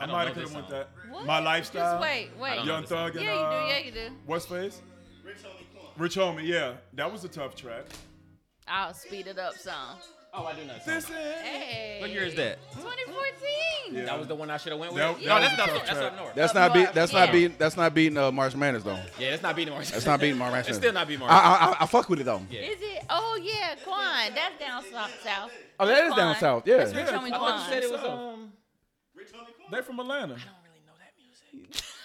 I, don't might know have could this have went song. that. What? My lifestyle. Just wait, wait. don't know Young this song. Thug and Yeah, you do. uh, Yeah, you do. What's face? Rich homie. Rich homie. Yeah, that was a tough track. I'll speed it up some. Oh, I do not. This is. Hey. What year is that? 2014. Yeah. That was the one I should have went with. That- no, that was that's a not tough that's track. up north. That's Up not beat. north, That's yeah. not beating. That's not beating uh, March Madness though. yeah, that's not beating March. That's not beating March Madness. It's still not beating March. I, I, I, I fuck with it though. Is it? Oh yeah, Quan. That's down south. south. Oh, that is down Quan. south. Yeah. That's Rich Yeah, Homie I thought you said Quan. it was So- um. They from Atlanta.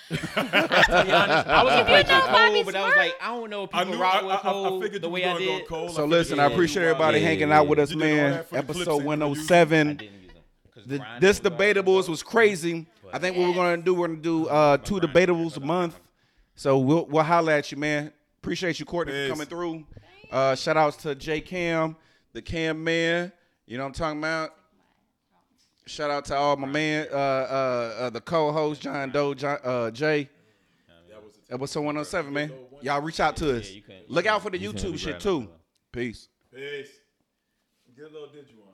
To be honest, I was gonna play You know J. Cole, Bobby but I was Smurf? like, I don't know if I people knew. I, rock I, with I, I Cole figured the you way were I gonna go did. cold. I So figured listen, you I were gonna appreciate do everybody wild. hanging out with us, You did all man. that for the clips Episode and for 107. didn't use them. 'Cause The, Grind this was already debatables dope. was crazy. I think what we're gonna do, we're gonna do uh, two debatables a month. So we'll we'll holler at you, man. Appreciate you, Courtney, for Peace. coming through. Uh, shout outs to J Cam, the Cam man. You know what I'm talking about. Shout out to all my man, uh, uh, uh, the co-host John Doe, John, uh, Jay. Episode 107, man. Y'all reach out to us. you can- Look out for the you can YouTube be shit grabbing too. that. Peace. Peace. Get a little did you on.